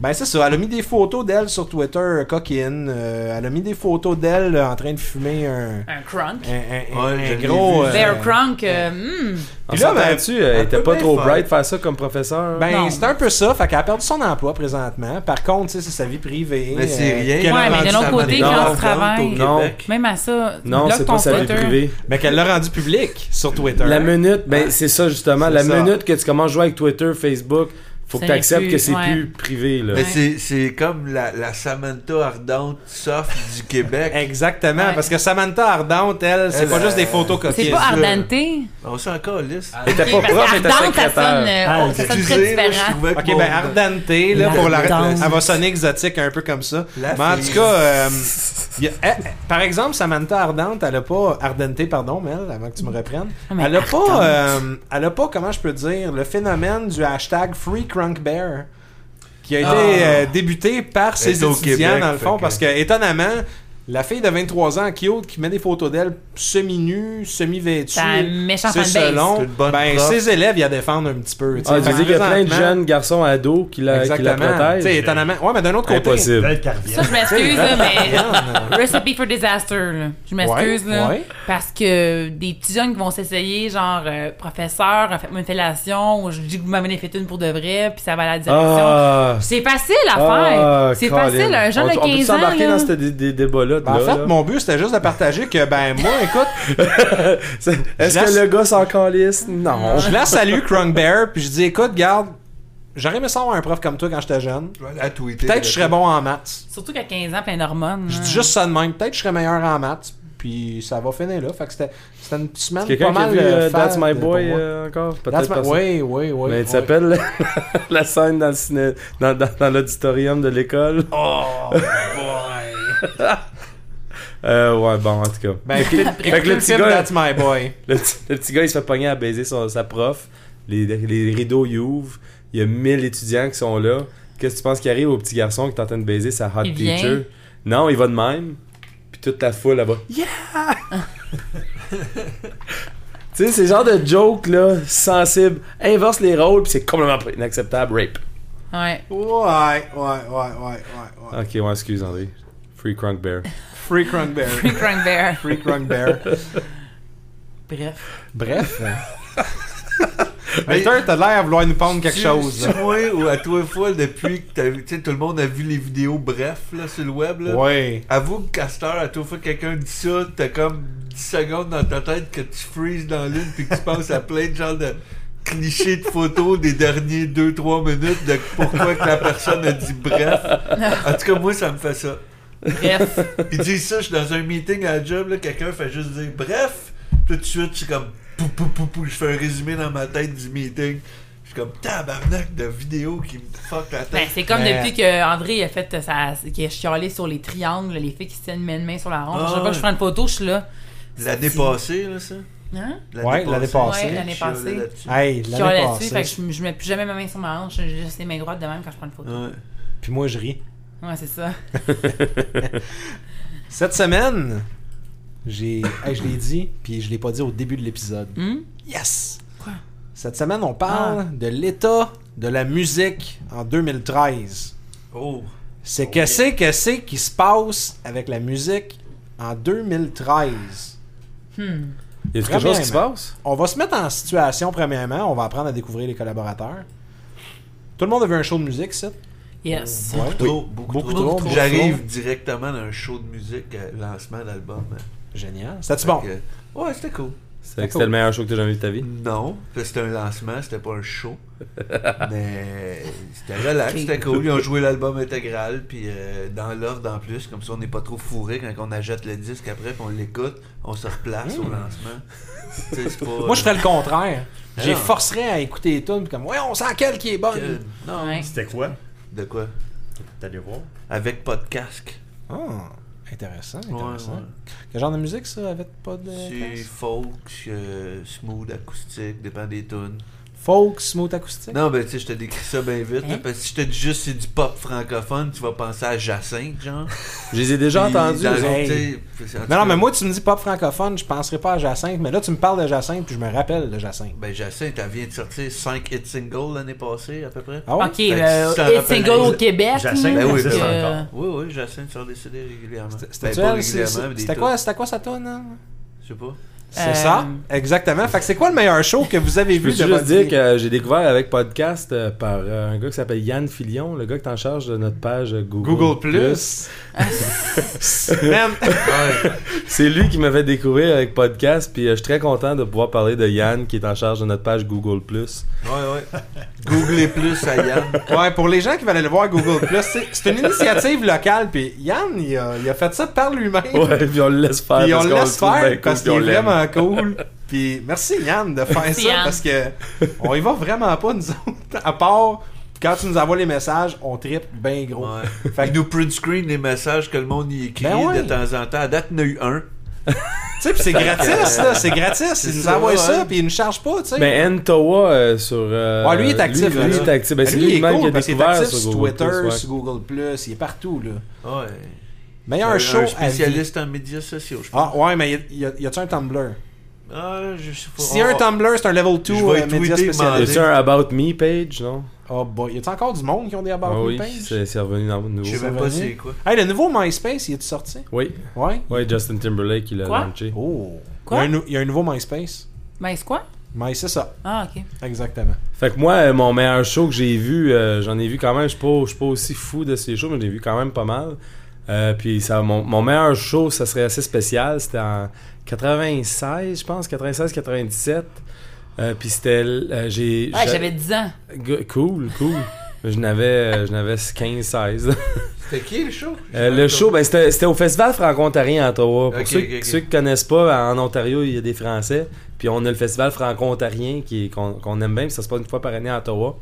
Speaker 1: Ben c'est ça, elle a mis des photos d'elle sur Twitter, euh, coquine. Euh, elle a mis des photos d'elle euh, en train de fumer un,
Speaker 3: Un crunk.
Speaker 1: un- un- un-
Speaker 2: Ouais,
Speaker 1: un
Speaker 2: je l'ai
Speaker 1: gros...
Speaker 2: vu.
Speaker 1: euh,
Speaker 3: Bear crunk, euh, hmm.
Speaker 4: On
Speaker 1: Puis là, ben,
Speaker 4: s'entend-tu, euh,
Speaker 2: un
Speaker 4: elle était
Speaker 2: peu
Speaker 4: pas
Speaker 2: bien
Speaker 4: trop
Speaker 2: fun.
Speaker 4: bright de faire ça comme professeur.
Speaker 3: Non.
Speaker 1: Ben, c'est un peu ça, fait qu'elle a perdu son emploi présentement. Par contre, tu sais, c'est sa vie privée.
Speaker 2: Mais c'est
Speaker 1: euh,
Speaker 2: rien.
Speaker 1: qu'elle a
Speaker 3: Ouais, mais de
Speaker 1: rendue
Speaker 3: l'autre
Speaker 1: sa
Speaker 3: côté,
Speaker 1: monnaie.
Speaker 4: quand
Speaker 2: Non,
Speaker 4: on
Speaker 2: on
Speaker 3: travaille-
Speaker 2: rentre au
Speaker 4: Non.
Speaker 2: Québec.
Speaker 3: même à ça, tu
Speaker 4: non,
Speaker 3: bloques
Speaker 4: c'est
Speaker 3: ton
Speaker 4: pas sa vie
Speaker 3: Twitter.
Speaker 4: privée.
Speaker 1: Mais qu'elle l'a rendu public sur Twitter.
Speaker 4: La minute, ben, c'est ça justement,
Speaker 1: C'est
Speaker 4: la
Speaker 1: ça.
Speaker 4: minute que tu commences à jouer avec Twitter, Facebook, faut
Speaker 3: Ça
Speaker 4: que tu acceptes
Speaker 3: n'est
Speaker 4: que
Speaker 3: plus,
Speaker 4: c'est
Speaker 3: ouais.
Speaker 4: plus privé. Là.
Speaker 2: Mais c'est- c'est comme la, la Samantha ardente soft du Québec.
Speaker 1: Exactement,
Speaker 3: Ouais.
Speaker 1: parce que Samantha Ardente, elle, c'est
Speaker 2: Elle,
Speaker 1: pas juste des
Speaker 2: euh,
Speaker 1: photos
Speaker 3: C'est
Speaker 1: coquines.
Speaker 3: pas
Speaker 2: ça.
Speaker 3: ardente.
Speaker 2: On s'en calisse.
Speaker 4: Elle était pas
Speaker 3: Parce
Speaker 4: proche, elle était
Speaker 3: qu'ardente, ça sonne,
Speaker 4: secrétaire.
Speaker 3: euh, oh, ça sonne très
Speaker 2: Excusez, là, je
Speaker 3: différent.
Speaker 2: trouvais que
Speaker 1: Ok,
Speaker 2: mon-
Speaker 1: ben Ardente, là,
Speaker 3: La
Speaker 1: pour la...
Speaker 3: danse.
Speaker 1: Elle va sonner exotique un peu comme ça.
Speaker 2: La
Speaker 1: mais en
Speaker 2: fille.
Speaker 1: tout cas, euh, y a- eh, par exemple, Samantha Ardente, elle a pas... Ardente, pardon, Mel, avant que tu me reprennes.
Speaker 3: Ah, mais
Speaker 1: elle a pas... euh, elle a pas, comment je peux dire, le phénomène du hashtag Free Crunk Bear qui a été
Speaker 2: Ah.
Speaker 1: euh, débuté par ses
Speaker 2: est au
Speaker 1: étudiants,
Speaker 2: Québec,
Speaker 1: dans le fond,
Speaker 2: fait que-
Speaker 1: parce que, étonnamment... La fille de 23 ans, Kyoto, qui met des photos d'elle semi-nue, semi-vêtue,
Speaker 3: C'est un méchant
Speaker 1: c'est
Speaker 3: fanbase.
Speaker 1: selon,
Speaker 2: C'est une bonne
Speaker 1: ben,
Speaker 2: prof.
Speaker 1: ses élèves, ils la défendent un petit peu. tu sais.
Speaker 4: Ah, tu
Speaker 1: Fait
Speaker 4: dis qu'il y a plein de
Speaker 1: présentement-
Speaker 4: jeunes garçons ados qui la, Euh, qui la
Speaker 1: Exactement. Tu sais,
Speaker 4: protègent.
Speaker 1: étonnamment. Ouais, mais d'un autre côté. Ben,
Speaker 4: Impossible.
Speaker 5: Belle carrière.
Speaker 3: Ça, je m'excuse, là, mais
Speaker 1: Yann,
Speaker 3: Recipe for disaster, là. Je m'excuse,
Speaker 1: Ouais,
Speaker 3: là.
Speaker 1: ouais.
Speaker 3: Parce que des petits jeunes qui vont s'essayer, genre, euh, professeur, faites-moi une fellation, ou je dis que vous m'avez fait une pour de vrai, puis ça va à la direction.
Speaker 4: Ah,
Speaker 3: C'est facile à
Speaker 4: ah,
Speaker 3: faire. C'est
Speaker 4: Colin.
Speaker 3: facile, un jeune
Speaker 4: On-
Speaker 3: de 15 ans.
Speaker 4: On peut s'embarquer
Speaker 3: là.
Speaker 4: dans ce dé- dé- débat-là.
Speaker 1: ben, en
Speaker 4: là,
Speaker 1: fait,
Speaker 4: là.
Speaker 1: mon but, c'était juste de partager que, ben, moi, écoute,
Speaker 4: C'est- Est-ce
Speaker 1: Je laisse-
Speaker 4: que le gars s'en calisse? Non.
Speaker 1: je la salue, Crunk Bear, puis je dis, écoute, garde, j'aurais aimé ça avoir un prof comme toi quand j'étais jeune.
Speaker 2: À tweeter.
Speaker 1: Peut-être que je serais bon en maths.
Speaker 3: Surtout qu'à 15 ans, plein d'hormones.
Speaker 1: Je
Speaker 3: là.
Speaker 1: dis juste ça de même. Peut-être que je serais meilleure en maths. Puis ça va finir là. Fait que c'était c'était une semaine pas
Speaker 4: Quelqu'un qui a
Speaker 1: mal.
Speaker 4: vu euh,
Speaker 1: euh, fade
Speaker 4: That's My
Speaker 1: pour
Speaker 4: Boy
Speaker 1: moi.
Speaker 4: euh, encore? Peut-être
Speaker 1: That's my...
Speaker 4: personne.
Speaker 1: Oui, oui, oui.
Speaker 4: Mais
Speaker 1: oui.
Speaker 4: tu s'appelle la scène dans le ciné- dans, dans- dans l'auditorium de l'école.
Speaker 2: Oh, boy.
Speaker 4: Euh, ouais, bon, en tout cas.
Speaker 1: Ben, écoutez,
Speaker 4: Fait que le
Speaker 1: écoutez le
Speaker 4: petit
Speaker 1: film
Speaker 4: gars-
Speaker 1: That's My Boy.
Speaker 4: Le petit, le petit gars, il se fait pogner à baiser son- sa prof. Les, les rideaux, ils ouvrent. Il y a 1000 étudiants qui sont là. Qu'est-ce que tu penses qui arrive au petit garçon qui est en train de baiser sa hot
Speaker 3: Il vient.
Speaker 4: teacher? Non, il va de même. Puis toute la foule, là-bas. Yeah! tu sais, c'est le genre de joke, là, sensible. Inverse les rôles, puis c'est complètement pas inacceptable. Rape.
Speaker 3: Ouais.
Speaker 1: Ouais, ouais, ouais, ouais, ouais.
Speaker 2: Ah.
Speaker 1: ouais.
Speaker 4: Ok, ouais, excuse, André. Free Crunk Bear.
Speaker 1: Free Crunk Bear.
Speaker 3: Free Crunk Bear.
Speaker 1: Free Crunk Bear.
Speaker 3: Bref.
Speaker 1: Bref. Peter, t'as l'air à vouloir nous pendre quelque
Speaker 2: Tu-
Speaker 1: chose.
Speaker 2: tu vois, ou à toi fois, depuis que t'as vu- tu sais, tout le monde a vu les vidéos bref là, sur le web. Là.
Speaker 1: Ouais.
Speaker 2: Avoue que Castor, à toi fois que quelqu'un dit ça, t'as comme 10 secondes dans ta tête que tu freezes dans l'une puis que tu penses à plein de genres de clichés de photos des derniers 2-3 minutes de pourquoi que la personne a dit bref. En tout cas, moi, ça me fait ça.
Speaker 3: Bref.
Speaker 2: Ils disent ça, je suis dans un meeting à la job, là, quelqu'un fait juste dire bref, puis tout de suite, je suis comme pou pou pou pou, je fais un résumé dans ma tête du meeting. Je suis comme tabarnak de vidéos qui me fuck la
Speaker 3: Ben,
Speaker 2: tête.
Speaker 3: c'est comme
Speaker 1: Mais-
Speaker 3: depuis que André a fait euh, sa. qui a chialé sur les triangles, les filles qui se tiennent main de main sur la ronde.
Speaker 2: Ah,
Speaker 3: Chaque fois que je prends une photo, je suis là.
Speaker 2: L'année passée, là, ça.
Speaker 3: Hein?
Speaker 1: Ouais, l'année passée.
Speaker 3: Ben, Ouais, l'année
Speaker 2: Je suis allé
Speaker 3: passée.
Speaker 2: là-dessus.
Speaker 1: Hey,
Speaker 3: Je chiale
Speaker 1: l'année
Speaker 3: là-dessus, fait
Speaker 1: passée.
Speaker 3: que je, je mets plus jamais ma main sur ma hanche. J'ai juste les mains droites de même quand je prends une photo.
Speaker 2: Ouais.
Speaker 1: Puis moi, je ris.
Speaker 3: Ouais, c'est ça.
Speaker 1: Cette semaine, j'ai. Hey, je l'ai dit, puis je l'ai pas dit au début de l'épisode.
Speaker 3: Hum?
Speaker 1: Yes!
Speaker 3: Quoi? Ah.
Speaker 1: Cette semaine, on parle de l'état de la musique en 2013.
Speaker 2: Oh.
Speaker 1: C'est que c'est que c'est qui se passe avec la musique en 2013.
Speaker 3: Hum.
Speaker 4: Y a quelque chose qui se
Speaker 2: ben.
Speaker 1: Premièrement.
Speaker 4: passe?
Speaker 1: On va se mettre en situation, premièrement. On va apprendre à découvrir les collaborateurs. Tout le monde a vu un show de musique, ça?
Speaker 3: Yes.
Speaker 1: Ouais.
Speaker 2: Trop,
Speaker 1: Oui,
Speaker 2: beaucoup,
Speaker 1: beaucoup
Speaker 2: trop.
Speaker 1: trop, beaucoup
Speaker 2: J'arrive
Speaker 1: trop.
Speaker 2: directement d'un show de musique, euh, lancement d'album. hein.
Speaker 1: Génial. C'était-tu bon?
Speaker 2: Fait que- ouais, c'était cool.
Speaker 4: C'est- C'était le meilleur show que t'as jamais vu de ta vie.
Speaker 2: Non, parce que c'était un lancement, c'était pas un show. mais c'était relax,
Speaker 3: Ok.
Speaker 2: c'était cool. Ils ont joué l'album intégral, puis euh, dans l'ordre en plus, comme ça on n'est pas trop fourré quand on achète le disque après, puis on l'écoute, on se replace au lancement. Tu sais, c'est pas,
Speaker 1: Moi, je ferais le contraire. J'ai
Speaker 2: Non.
Speaker 1: forcerais à écouter les tunes puis comme, ouais, on sent quelle qui est bonne.
Speaker 2: Que- euh, Non,
Speaker 3: Ouais.
Speaker 5: C'était quoi?
Speaker 2: de quoi
Speaker 5: T'allais voir?
Speaker 2: Avec pas de casque.
Speaker 1: Ah, intéressant,
Speaker 2: Ouais,
Speaker 1: intéressant.
Speaker 2: ouais.
Speaker 1: Quel genre de musique ça, avec pas de.
Speaker 2: C'est folk, euh, smooth, acoustique, euh, dépend des tunes.
Speaker 1: Folk, smooth acoustique.
Speaker 2: Non, ben, tu sais, je te décris ça bien vite, là,
Speaker 3: Hein?
Speaker 2: parce que si je te dis juste c'est du pop francophone, tu vas penser à Jacinthe, genre.
Speaker 4: Je les ai déjà
Speaker 2: Puis
Speaker 4: entendus.
Speaker 2: dans-
Speaker 4: eux autres.
Speaker 1: hey.
Speaker 2: tu sais, puis, en tout
Speaker 1: Non,
Speaker 2: cas,
Speaker 1: non, mais moi, tu me dis pop francophone, je penserais pas à Jacinthe, mais là, tu me parles de Jacinthe, puis je me rappelle de Jacinthe.
Speaker 2: Ben, Jacinthe, elle vient de sortir 5 hits singles l'année passée, à peu près.
Speaker 1: Ah ouais?
Speaker 3: Ok,
Speaker 2: Ben,
Speaker 3: euh,
Speaker 2: si ça
Speaker 3: Hit
Speaker 2: rappelle-
Speaker 3: Single au Québec.
Speaker 5: Jacinthe,
Speaker 3: là,
Speaker 2: ben oui,
Speaker 3: parce
Speaker 2: c'est
Speaker 3: que-
Speaker 5: encore.
Speaker 2: Oui, oui, Jacinthe sort des CD régulièrement.
Speaker 1: Ah. C'était
Speaker 2: ben, pas
Speaker 1: elle, c'est-
Speaker 2: régulièrement, mais des
Speaker 1: c'était
Speaker 2: tunes.
Speaker 1: quoi, c'était quoi sa toune? hein?
Speaker 2: Je sais pas.
Speaker 1: C'est ça, exactement. Fait que c'est quoi le meilleur show que vous avez
Speaker 4: Je peux
Speaker 1: vu de
Speaker 4: juste
Speaker 1: votre
Speaker 4: dire
Speaker 1: vie?
Speaker 4: que j'ai découvert avec podcast euh, par euh, un gars qui s'appelle Yann Filion, le gars qui est en charge de notre page euh, Google,
Speaker 1: Google Plus. Même.
Speaker 4: C'est lui qui m'avait découvert avec podcast, puis euh, je suis très content de pouvoir parler de Yann qui est en charge de notre page Google Plus.
Speaker 2: Ouais, ouais. Googlez plus à Yann.
Speaker 1: Ouais, pour les gens qui veulent aller le voir Google Plus, c'est- c'est une initiative locale. Puis Yann, il a, il a fait ça par lui-même.
Speaker 4: Ouais, puis on le laisse faire.
Speaker 1: Puis on
Speaker 4: parce
Speaker 1: le
Speaker 4: qu'on
Speaker 1: laisse
Speaker 4: trouve
Speaker 1: faire
Speaker 4: bien cool,
Speaker 1: parce
Speaker 4: puis
Speaker 1: qu'il
Speaker 4: on
Speaker 1: est
Speaker 4: l'aime.
Speaker 1: vraiment cool. Puis merci Yann de faire
Speaker 3: Merci,
Speaker 1: ça
Speaker 3: Yann.
Speaker 1: parce que on y va vraiment pas nous autres. À part quand tu nous envoies les messages, on tripe bien gros.
Speaker 2: Ouais.
Speaker 1: Oh. Fait
Speaker 2: Il
Speaker 1: que
Speaker 2: nous print screen les messages que le monde y écrit
Speaker 1: Ben ouais.
Speaker 2: de temps en temps. À date, il y en a eu un.
Speaker 1: tu sais, puis c'est gratis là, c'est gratis.
Speaker 2: C'est
Speaker 1: Ils nous
Speaker 2: ça,
Speaker 1: envoient
Speaker 2: ouais.
Speaker 1: ça puis ils nous chargent pas, tu sais.
Speaker 4: Mais Ntowa euh, sur. euh,
Speaker 1: Ouais, lui il est actif.
Speaker 4: Lui, lui,
Speaker 1: là-dessus.
Speaker 4: il est actif. Ben, c'est
Speaker 1: Lui, il
Speaker 4: lui,
Speaker 1: est
Speaker 4: même
Speaker 1: cool
Speaker 4: qui a
Speaker 1: parce qu'il est
Speaker 4: découvert
Speaker 1: actif
Speaker 4: sur
Speaker 1: sur
Speaker 4: Google+,
Speaker 1: Twitter,
Speaker 4: ouais.
Speaker 1: sur Google Plus, il est partout là.
Speaker 2: Ouais.
Speaker 1: Meilleur show à vie.
Speaker 2: spécialiste en médias sociaux, je pense.
Speaker 1: Ah ouais, mais y a- y a-tu un Tumblr
Speaker 2: Ah, je sais pas.
Speaker 1: Si y a un
Speaker 2: On-
Speaker 1: Tumblr, c'est un level 2
Speaker 2: Je vais
Speaker 1: euh, média
Speaker 2: tweeter,
Speaker 4: Y a-tu
Speaker 1: spécialisé.
Speaker 4: un About Me page, non?
Speaker 1: Oh boy, y a-tu encore du monde qui ont des about
Speaker 4: Ah
Speaker 1: me
Speaker 4: oui,
Speaker 1: page?
Speaker 4: c'est c'est revenu dans le
Speaker 2: Je
Speaker 4: nouveau.
Speaker 2: sais même pas c'est quoi.
Speaker 1: Hey, le nouveau MySpace, il est sorti?
Speaker 4: Oui,
Speaker 1: Ouais.
Speaker 4: oui, Justin Timberlake qui l'a
Speaker 3: Quoi?
Speaker 4: lancé.
Speaker 1: Oh.
Speaker 3: Quoi?
Speaker 1: Il y a un nou- Il y, a un nouveau MySpace.
Speaker 3: Mais Ben, c'est quoi?
Speaker 1: Mais c'est ça,
Speaker 3: Ah, ok.
Speaker 1: exactement.
Speaker 4: Fait que moi, euh, mon meilleur show que j'ai vu, euh, j'en ai vu quand même, je suis pas, je suis pas aussi fou de ces shows, mais j'ai vu quand même pas mal. Euh, puis ça, mon, mon meilleur show, ça serait assez spécial, c'était en 96, je pense, 96-97. Euh, puis c'était... euh, j'ai,
Speaker 3: Ah,
Speaker 4: j'a-
Speaker 3: j'avais 10 ans.
Speaker 4: G- Cool, cool. je n'avais euh, je n'avais 15-16.
Speaker 2: C'était qui le show
Speaker 4: Euh, le show, ben, c'était c'était au Festival franco-ontarien à Ottawa. Pour
Speaker 2: Ok,
Speaker 4: ceux,
Speaker 2: ok, ok.
Speaker 4: ceux qui connaissent pas, en Ontario, il y a des Français. Puis on a le Festival franco-ontarien qui est- qu'on qu'on aime bien. Puis ça se passe une fois par année à Ottawa.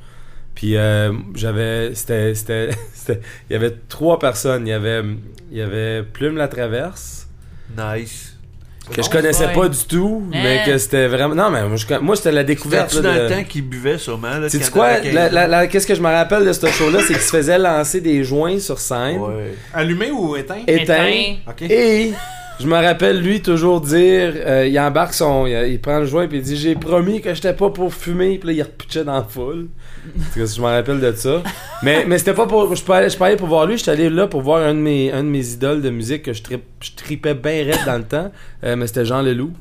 Speaker 4: Puis euh, j'avais. C'était. c'était- c'était- Il y avait trois personnes. Il y avait, il y avait Plume la Traverse,
Speaker 2: Nice.
Speaker 4: que je connaissais
Speaker 3: ouais.
Speaker 4: pas du tout, mais
Speaker 3: Hein?
Speaker 4: que c'était vraiment. Non, mais moi, je- moi, c'était la découverte.
Speaker 2: C'était-tu
Speaker 4: là,
Speaker 2: dans
Speaker 4: de-
Speaker 2: le temps qu'il buvait sûrement? là,
Speaker 4: sais
Speaker 2: quand
Speaker 4: quoi?
Speaker 2: t'avais
Speaker 4: La-
Speaker 2: 15 ans?
Speaker 4: la- la- Qu'est-ce que je me rappelle de ce show-là, c'est qu'il se faisait lancer des joints sur scène,
Speaker 2: Ouais.
Speaker 1: Allumé ou éteint?
Speaker 4: éteint,
Speaker 1: Ok.
Speaker 4: et je me rappelle lui toujours dire, euh, il embarque son, il, il prend le joint puis il dit j'ai promis que j'étais pas pour fumer, puis là il repitchait dans la foule. En tout cas, je me rappelle de ça. Mais mais c'était pas pour, je suis pas allé- je suis pas allé pour voir lui, j'étais allé là pour voir un de mes un de mes idoles de musique que je trip, je tripais bien raide dans le temps, euh, mais c'était Jean Leloup.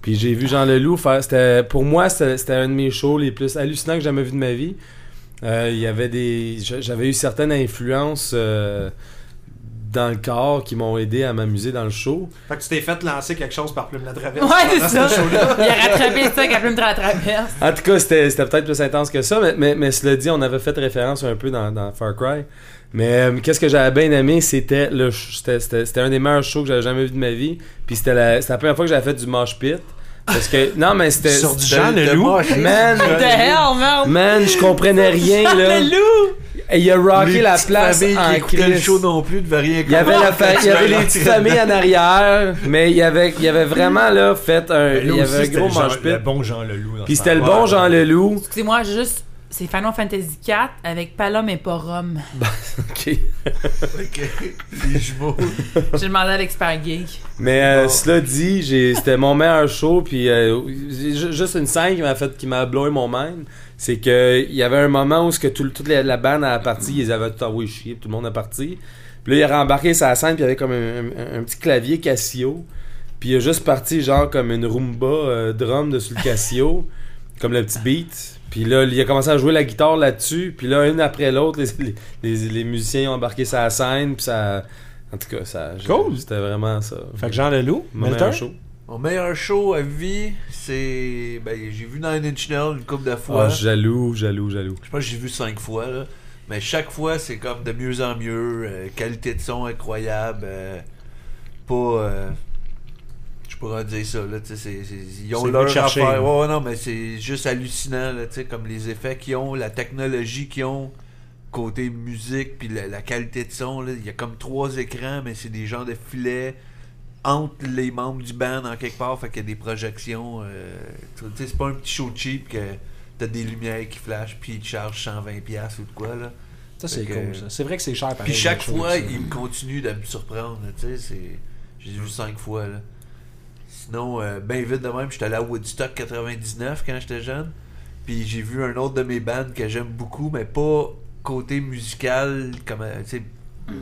Speaker 4: Puis j'ai vu Jean Leloup faire. C'était, pour moi, c'était, c'était un de mes shows les plus hallucinants que j'ai jamais vu de ma vie. Euh, Il y avait des. j'a- J'avais eu certaines influences euh, dans le corps qui m'ont aidé à m'amuser dans le show.
Speaker 1: Fait que tu t'es fait lancer quelque chose par Plume la Traverse.
Speaker 3: Ouais,
Speaker 1: pendant
Speaker 3: c'est ça.
Speaker 1: ce show-là.
Speaker 3: Il a rattrapé ça avec la plume de la traverse.
Speaker 4: En tout cas, c'était, c'était peut-être plus intense que ça, mais, mais, mais cela dit, on avait fait référence un peu dans, dans Far Cry. Mais euh, qu'est-ce que j'avais bien aimé, c'était le ch- c'était, c'était- c'était un des meilleurs shows que j'avais jamais vu de ma vie. Puis c'était la, c'était la première fois que j'avais fait du mosh pit. Parce que. Non, mais c'était.
Speaker 1: Sur du
Speaker 4: c'était-
Speaker 1: Jean Leloup.
Speaker 2: Moi, j'ai-
Speaker 4: Man,
Speaker 3: What the hell, man?
Speaker 4: Man, je comprenais rien, là.
Speaker 3: Le loup!
Speaker 4: Et il a rocké
Speaker 2: Les
Speaker 4: la
Speaker 2: petites
Speaker 4: place
Speaker 2: familles qui
Speaker 4: en
Speaker 2: écoutaient le
Speaker 4: crise.
Speaker 2: show non plus de rien
Speaker 4: Il y avait, la fa- il y avait les petites familles en arrière, mais il y avait, il y avait vraiment là, fait un,
Speaker 2: Ben,
Speaker 5: Lui
Speaker 4: Euh, il y
Speaker 5: aussi,
Speaker 4: avait un
Speaker 5: c'était
Speaker 4: gros
Speaker 5: le Jean-
Speaker 4: manche
Speaker 5: Le bon Jean Leloup. dans
Speaker 4: Puis
Speaker 5: ce
Speaker 4: c'était le
Speaker 5: temps-là.
Speaker 4: bon Jean Leloup.
Speaker 3: Excusez-moi, j'ai juste. C'est Final Fantasy 4 avec Palom et pas Rome.
Speaker 4: Ok.
Speaker 2: Les jumeaux.
Speaker 3: J'ai demandé à l'expert geek.
Speaker 4: Mais euh,
Speaker 2: Bon.
Speaker 4: cela dit, j'ai- c'était mon meilleur show, puis euh, j'ai ju- juste une scène qui m'a fait, qui m'a blowé mon mind, c'est que il y avait un moment où ce que tout, le- toute la, la bande a parti, ils avaient tout envoyé chier, puis tout le monde a parti. Puis là, il a rembarqué sa scène, puis il y avait comme un, un- un petit clavier Casio, puis il a juste parti genre comme une rumba euh, drum dessus le Casio, comme le petit beat. Puis là, il a commencé à jouer la guitare là-dessus, puis là, une après l'autre, les, les- les musiciens ont embarqué sa scène, puis ça... En tout cas, ça...
Speaker 1: Cool.
Speaker 4: C'était vraiment ça.
Speaker 1: Fait que Jean Leloup,
Speaker 4: Mon
Speaker 1: Melter.
Speaker 4: meilleur show.
Speaker 2: Mon meilleur show à vie, c'est. Ben, j'ai vu Nine Inch Nails une couple de fois.
Speaker 4: Ah,
Speaker 2: je...
Speaker 4: jaloux, jaloux, jaloux.
Speaker 2: pense que j'ai vu cinq fois, là. Mais chaque fois, c'est comme de mieux en mieux. euh, qualité de son incroyable. euh, pas. euh, je pourrais dire ça, là. tu sais, c'est- c'est- ils ont
Speaker 1: C'est
Speaker 2: leur
Speaker 1: venu chercher, là.
Speaker 2: affaire. Ouais, ouais, non, mais c'est juste hallucinant, là. tu sais, comme les effets qu'ils ont, la technologie qu'ils ont. Côté musique, puis la, la qualité de son, là. Il y a comme trois écrans, mais c'est des genres de filets. entre les membres du band en quelque part, fait qu'il y a des projections. euh, tu sais, c'est pas un petit show cheap que t'as des lumières qui flashent, puis ils te chargent 120$ piastres ou de quoi, là.
Speaker 1: Ça, c'est
Speaker 2: Fait que-
Speaker 1: cool. ça. C'est vrai que c'est cher. pareil,
Speaker 2: Puis chaque
Speaker 1: les choses,
Speaker 2: fois,
Speaker 1: ça.
Speaker 2: il continue de me surprendre, là, tu sais, c'est... J'ai vu cinq fois, là. Sinon, euh, ben vite de même, j'étais allé à Woodstock 99 quand j'étais jeune, puis j'ai vu un autre de mes bandes que j'aime beaucoup, mais pas côté musical, comme, euh, tu sais,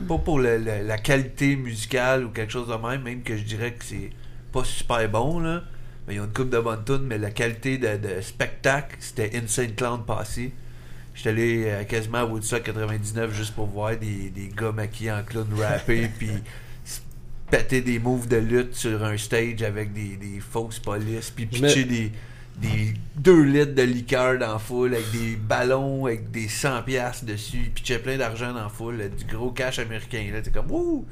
Speaker 2: pas pour le- le- la qualité musicale ou quelque chose de même, même que je dirais que c'est pas super bon, là. Mais ils ont une coupe de bonnes tunes, mais la qualité de, de spectacle, c'était Insane Clown passé. J'étais allé euh, quasiment à Woodstock 99 juste pour voir des, des gars maquillés en clown rapper, puis se péter des moves de lutte sur un stage avec des, des fausses polices, puis
Speaker 4: Je me-
Speaker 2: pitcher des, des 2 litres de liqueur dans la foule avec des ballons, avec des 100 piastres dessus, puis pitcher plein d'argent dans la foule, là, du gros cash américain. Là, t'es comme, wouh!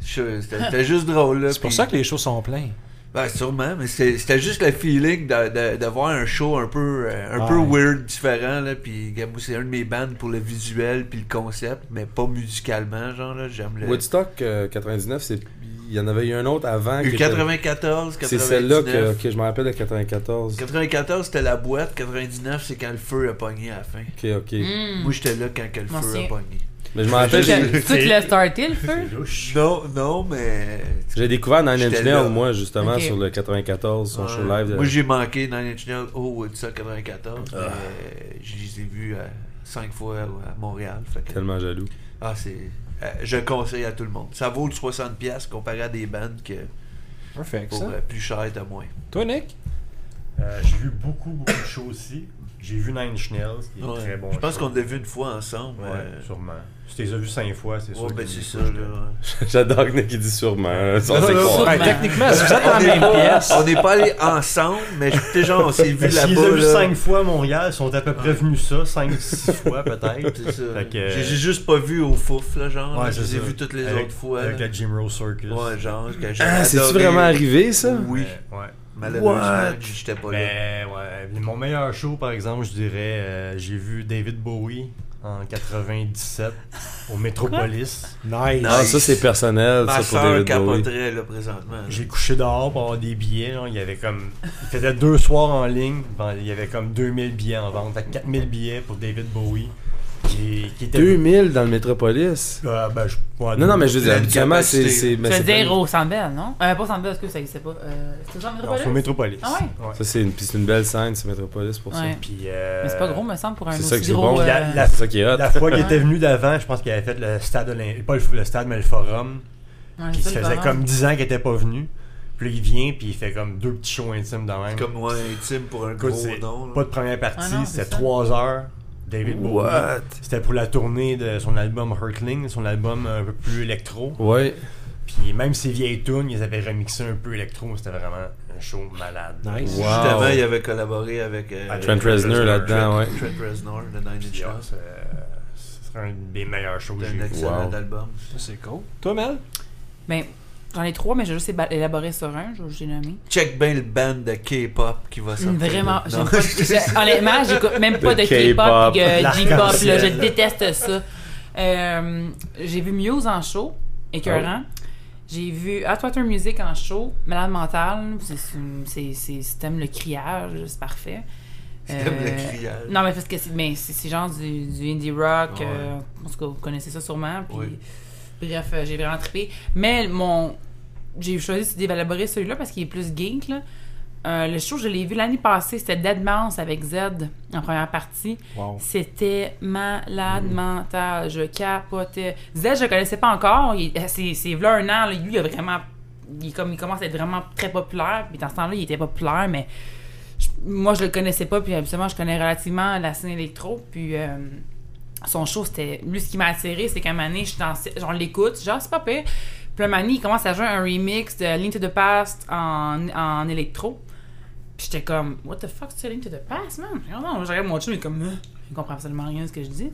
Speaker 2: Je- C'était c'était juste drôle. là,
Speaker 1: C'est pour
Speaker 2: puis-
Speaker 1: ça que les shows sont pleins.
Speaker 2: ben, sûrement, mais c'est- c'était juste le feeling de, de, de voir un show un peu, euh, un
Speaker 1: Ah
Speaker 2: peu
Speaker 1: ouais.
Speaker 2: weird, différent. Là, puis, gars, moi, c'est un de mes bands pour le visuel puis le concept, mais pas musicalement. Genre, là, j'aime le.
Speaker 4: Woodstock euh, 99, c'est- il y en avait eu un autre avant.
Speaker 2: Eu
Speaker 4: qui était-
Speaker 2: 94, 99.
Speaker 4: C'est celle-là que, que je me rappelle de 94.
Speaker 2: 94, c'était la boîte. 99, c'est quand le feu a pogné à la fin.
Speaker 4: Ok, ok.
Speaker 3: Hmm.
Speaker 2: Moi, j'étais là quand que le
Speaker 3: Moi
Speaker 2: feu
Speaker 3: aussi.
Speaker 2: a pogné.
Speaker 4: Mais je me rappelle,
Speaker 2: Juste-
Speaker 4: j'ai-
Speaker 3: C'est toi qui l'as starté, le feu?
Speaker 2: Non, non, mais.
Speaker 4: j'ai découvert Nine Inch
Speaker 2: J'étais là.
Speaker 4: Nails, moi, justement,
Speaker 3: Ok.
Speaker 4: sur le 94, son
Speaker 2: Ouais.
Speaker 4: show live. de-
Speaker 2: Moi, j'ai manqué Nine Inch Nails au Woodstock 94.
Speaker 5: Ah.
Speaker 2: mais je les ai vus euh, cinq fois à Montréal. fait que-
Speaker 4: Tellement jaloux.
Speaker 2: Ah, c'est. euh, je conseille à tout le monde. Ça vaut le 60$ comparé à des bandes que
Speaker 1: Perfect,
Speaker 2: pour
Speaker 1: ça.
Speaker 2: euh, plus cher, t'as moins.
Speaker 1: Toi, Nick?
Speaker 5: Euh, J'ai vu beaucoup, beaucoup de choses aussi. J'ai vu Nine Inch Nails, qui est
Speaker 2: Ouais.
Speaker 5: très bon.
Speaker 2: je pense
Speaker 5: show.
Speaker 2: qu'on l'a vu une fois ensemble.
Speaker 5: Ouais,
Speaker 2: euh,
Speaker 5: sûrement. Si tu les as vus cinq fois, c'est sûr.
Speaker 2: ouais,
Speaker 5: que
Speaker 2: ben
Speaker 5: des
Speaker 2: c'est ça,
Speaker 5: fois, je te-
Speaker 2: là.
Speaker 4: J'adore que Nick il dit sûrement. hein. Ça, c'est
Speaker 3: non,
Speaker 4: con.
Speaker 1: Ben,
Speaker 3: Sûrement.
Speaker 1: techniquement, si vous êtes dans la même pièce,
Speaker 2: On n'est pas allés ensemble, mais je- tu sais, genre, on s'est vu
Speaker 5: Mais S'ils les
Speaker 2: là-bas.
Speaker 5: ont vu
Speaker 2: là.
Speaker 5: cinq fois à Montréal, ils sont à peu près venus ça, cinq, six fois peut-être.
Speaker 2: C'est ça.
Speaker 5: Fait que- euh,
Speaker 2: J'ai j'ai juste pas vu au fouf, là, genre.
Speaker 5: Ouais,
Speaker 2: je
Speaker 5: c'est
Speaker 2: les ai
Speaker 5: ça.
Speaker 2: vus toutes les
Speaker 5: Avec-
Speaker 2: autres fois.
Speaker 5: Avec
Speaker 2: là.
Speaker 5: le Jim Rose Circus.
Speaker 2: Ouais, genre, que j'ai
Speaker 4: Ah, c'est-tu
Speaker 2: adoré.
Speaker 4: vraiment arrivé, ça?
Speaker 2: Oui.
Speaker 5: Euh, ouais.
Speaker 2: Malheureusement,
Speaker 4: What?
Speaker 2: j'étais pas là.
Speaker 5: Mais ouais, mon meilleur show, par exemple, je dirais, euh, j'ai vu David Bowie en 97 au Metropolis.
Speaker 1: nice.
Speaker 4: Ah, ça, c'est personnel,
Speaker 2: Ma
Speaker 4: ça, pour
Speaker 2: soeur
Speaker 4: David Bowie.
Speaker 2: capoterait, là, présentement.
Speaker 5: J'ai couché dehors pour avoir des billets. genre, Il y avait comme. Il faisait deux soirs en ligne. ben, il y avait comme 2000 billets en vente. Fait que 4000 billets pour David Bowie. Qui, qui était.
Speaker 4: 2000 dans le Métropolis.
Speaker 5: Ah, ben, je- ouais,
Speaker 4: Non, non, mais je veux dire,
Speaker 2: Pleine
Speaker 4: habituellement, c'est.
Speaker 2: capacité.
Speaker 4: c'est-
Speaker 3: Tu
Speaker 4: mais
Speaker 3: veux
Speaker 4: c'est
Speaker 3: dire
Speaker 4: pas-
Speaker 3: au Sandbell, non? Euh, pas au Sandbell, est-ce que ça existait pas? Euh, c'est genre
Speaker 5: Non,
Speaker 3: Metropolis?
Speaker 5: c'est au Metropolis.
Speaker 3: Ah
Speaker 4: Ça, c'est une, puis c'est une belle scène, c'est Métropolis pour ça.
Speaker 3: Ouais.
Speaker 5: Puis, euh,
Speaker 3: Mais c'est pas gros, me semble, pour un
Speaker 4: c'est
Speaker 3: aussi
Speaker 4: ça que c'est
Speaker 3: gros...
Speaker 4: bon.
Speaker 3: euh,
Speaker 5: La- la-
Speaker 4: C'est ça qui est hot.
Speaker 5: La fois qu'il
Speaker 3: Ouais.
Speaker 5: était venu d'avant, je pense qu'il avait fait le stade Olympique. Pas le, le stade, mais le forum.
Speaker 3: ouais,
Speaker 5: Puis il
Speaker 3: c'est
Speaker 5: se
Speaker 3: ça, le
Speaker 5: faisait
Speaker 3: forum.
Speaker 5: comme 10 ans qu'il était pas venu. Puis là, il vient, puis il fait comme deux petits shows intimes dans même.
Speaker 2: Comme moi, intime pour un
Speaker 5: Écoute,
Speaker 2: gros
Speaker 5: c'est
Speaker 2: nom. là.
Speaker 5: pas de première partie,
Speaker 3: Ah non, c'est
Speaker 5: c'était
Speaker 3: ça.
Speaker 5: 3 heures. David Bowie.
Speaker 2: What?
Speaker 5: C'était pour la tournée de son album Hurtling, son album un peu plus électro.
Speaker 4: Ouais.
Speaker 5: Puis même ses vieilles tunes, ils avaient remixé un peu électro, c'était vraiment un show malade.
Speaker 1: Nice.
Speaker 4: Wow.
Speaker 2: Justement, il avait collaboré avec euh,
Speaker 5: Avec
Speaker 4: Trent Reznor
Speaker 5: Reznor,
Speaker 4: là-dedans, ouais.
Speaker 2: Trent Reznor de Nine Inch
Speaker 5: Puis, ah,
Speaker 2: Nails.
Speaker 5: c'est- Ce serait un des meilleurs shows que
Speaker 2: C'est
Speaker 5: j'ai
Speaker 2: un
Speaker 5: vu.
Speaker 2: excellent
Speaker 4: Wow.
Speaker 2: album.
Speaker 1: Ça, c'est cool. Toi, Mel?
Speaker 3: Ben, j'en ai trois, mais j'ai juste éba- élaboré sur un, je j'ai nommé.
Speaker 2: Check bien le band de K-pop qui va sortir.
Speaker 3: Vraiment,
Speaker 2: Non.
Speaker 3: j'aime pas. j'ai- Honnêtement, j'écoute même pas
Speaker 4: Le
Speaker 3: de K-pop
Speaker 4: K-pop.
Speaker 3: et de J-pop. là,
Speaker 5: L'arc-en-ciel.
Speaker 3: Je déteste ça. Euh, j'ai vu Muse en show, écœurant. J'ai vu Atwater Music en show, Malade Mentale. c'est- c'est- C'est c'est- si t'aimes le criage, c'est parfait.
Speaker 2: C'est comme le criage.
Speaker 3: Euh, Non, mais parce que c'est mais c'est- c'est genre du, du indie rock.
Speaker 2: Ouais.
Speaker 3: euh, en tout cas, vous connaissez ça sûrement. Puis,
Speaker 2: Oui.
Speaker 3: Bref, euh, j'ai vraiment trippé. Mais mon. J'ai choisi d'élaborer celui-là parce qu'il est plus geek. Là. Euh, le show, je l'ai vu l'année passée, c'était Deadmau5 avec Z en première partie.
Speaker 1: Wow.
Speaker 3: C'était malade mental. Je capotais. Z, je le connaissais pas encore. Il- euh, C'est c'est v'là un an. là. Lui, il a vraiment. Il, est comme, il commence à être vraiment très populaire. Puis dans ce temps-là, il était populaire, mais je- moi, je le connaissais pas. Puis habituellement, je connais relativement la scène électro. Puis. euh, son show, c'était. Lui, ce qui m'a attiré, c'est qu'à un moment donné, je suis dans- genre, je l'écoute, je dis, ah, c'est pas pire. Puis à un moment donné, il commence à jouer un remix de Link to the Past en, en électro. Puis j'étais comme, what the fuck, c'est Link to the Past, man? Regarde, donc. je regarde mon chum, il est comme, euh, il comprend absolument rien de ce que je dis.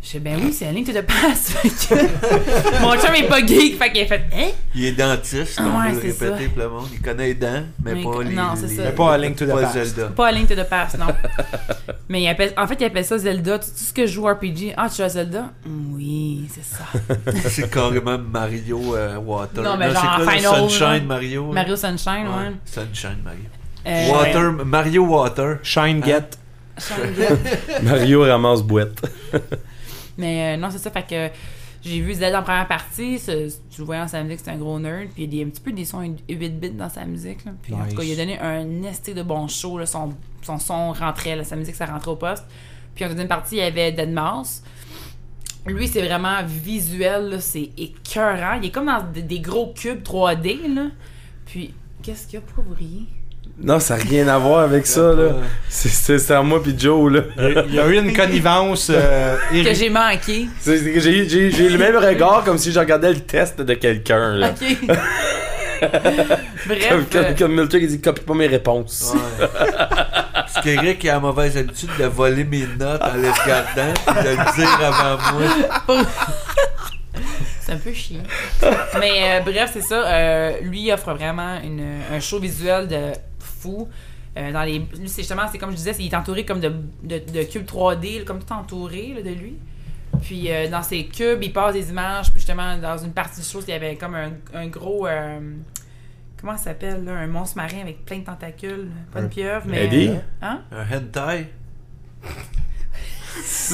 Speaker 3: Je fais, ben oui, c'est Link to the Past. Fait que- mon chum est pas geek, fait qu'il a fait, hein?
Speaker 2: Il est dentiste,
Speaker 3: Ah
Speaker 2: on
Speaker 3: ouais,
Speaker 2: veut le
Speaker 3: c'est
Speaker 2: répéter pour le monde. Il connaît les dents, mais,
Speaker 3: Mais
Speaker 2: pas
Speaker 3: il-
Speaker 2: les.
Speaker 3: non, c'est
Speaker 2: les-
Speaker 3: ça.
Speaker 1: Mais pas Link to the
Speaker 2: pas
Speaker 1: Past.
Speaker 2: Zelda.
Speaker 3: Pas Link to the Past, non. Mais il appelle, en fait, il appelle ça Zelda. Tout tout ce que je joue RPG, ah, tu joues à Zelda? Oui, c'est ça.
Speaker 2: C'est carrément Mario euh, Water.
Speaker 3: Non, mais
Speaker 2: c'est
Speaker 3: genre
Speaker 2: quoi, le
Speaker 3: Final,
Speaker 2: Sunshine
Speaker 3: genre.
Speaker 2: Mario. là?
Speaker 3: Mario Sunshine, ouais.
Speaker 2: Sunshine Mario.
Speaker 3: Euh,
Speaker 2: Water, Mario Water.
Speaker 1: Shine Get.
Speaker 4: Mario ramasse boîte.
Speaker 3: Mais euh, non, c'est ça, fait que j'ai vu Zed en première partie, ce- tu le voyais dans sa musique, c'est un gros nerd, puis il y a des- un petit peu des sons 8 bits dans sa musique. là. Puis en tout cas,
Speaker 1: Nice.
Speaker 3: il a donné un esté de bon show, là, son, son son rentrait, là, sa musique, ça rentrait au poste. Puis en deuxième partie, il y avait Dead Mouse. Lui, c'est vraiment visuel, là, c'est écœurant. Il est comme dans des, des gros cubes 3D, là. Puis, qu'est-ce qu'il y a? Pourquoi vous riez?
Speaker 4: Non, ça n'a rien à voir avec ça, là. C'est- C'est c'est à moi puis Joe, là.
Speaker 1: Il y a- il y a eu une connivence euh,
Speaker 3: Que
Speaker 1: irri-
Speaker 3: j'ai manqué.
Speaker 4: C'est- c'est que J'ai eu- j'ai- j'ai eu le même regard comme si je regardais le test de quelqu'un, là.
Speaker 3: OK.
Speaker 4: Comme,
Speaker 3: Bref,
Speaker 4: comme,
Speaker 3: euh,
Speaker 4: comme Milton, il dit copie pas mes réponses.
Speaker 2: Ouais. Parce qu'Eric il a la mauvaise habitude de voler mes notes en les regardant et de le dire avant moi.
Speaker 3: c'est un peu chiant. Mais euh, bref, c'est ça. euh, lui il offre vraiment une- un show visuel de fou. Euh, dans les, lui, c'est justement, c'est comme je disais, c'est- il est entouré comme de, de, de cubes 3D, là, comme tout entouré là, de lui. Puis euh, dans ces cubes, il passe des images. Puis justement, dans une partie du show, il y avait comme un, un gros. euh, comment ça s'appelle là? Un monstre marin avec plein de tentacules. Pas une pieuvre, mais.
Speaker 4: Eddie?
Speaker 3: Hein?
Speaker 2: Un hentai.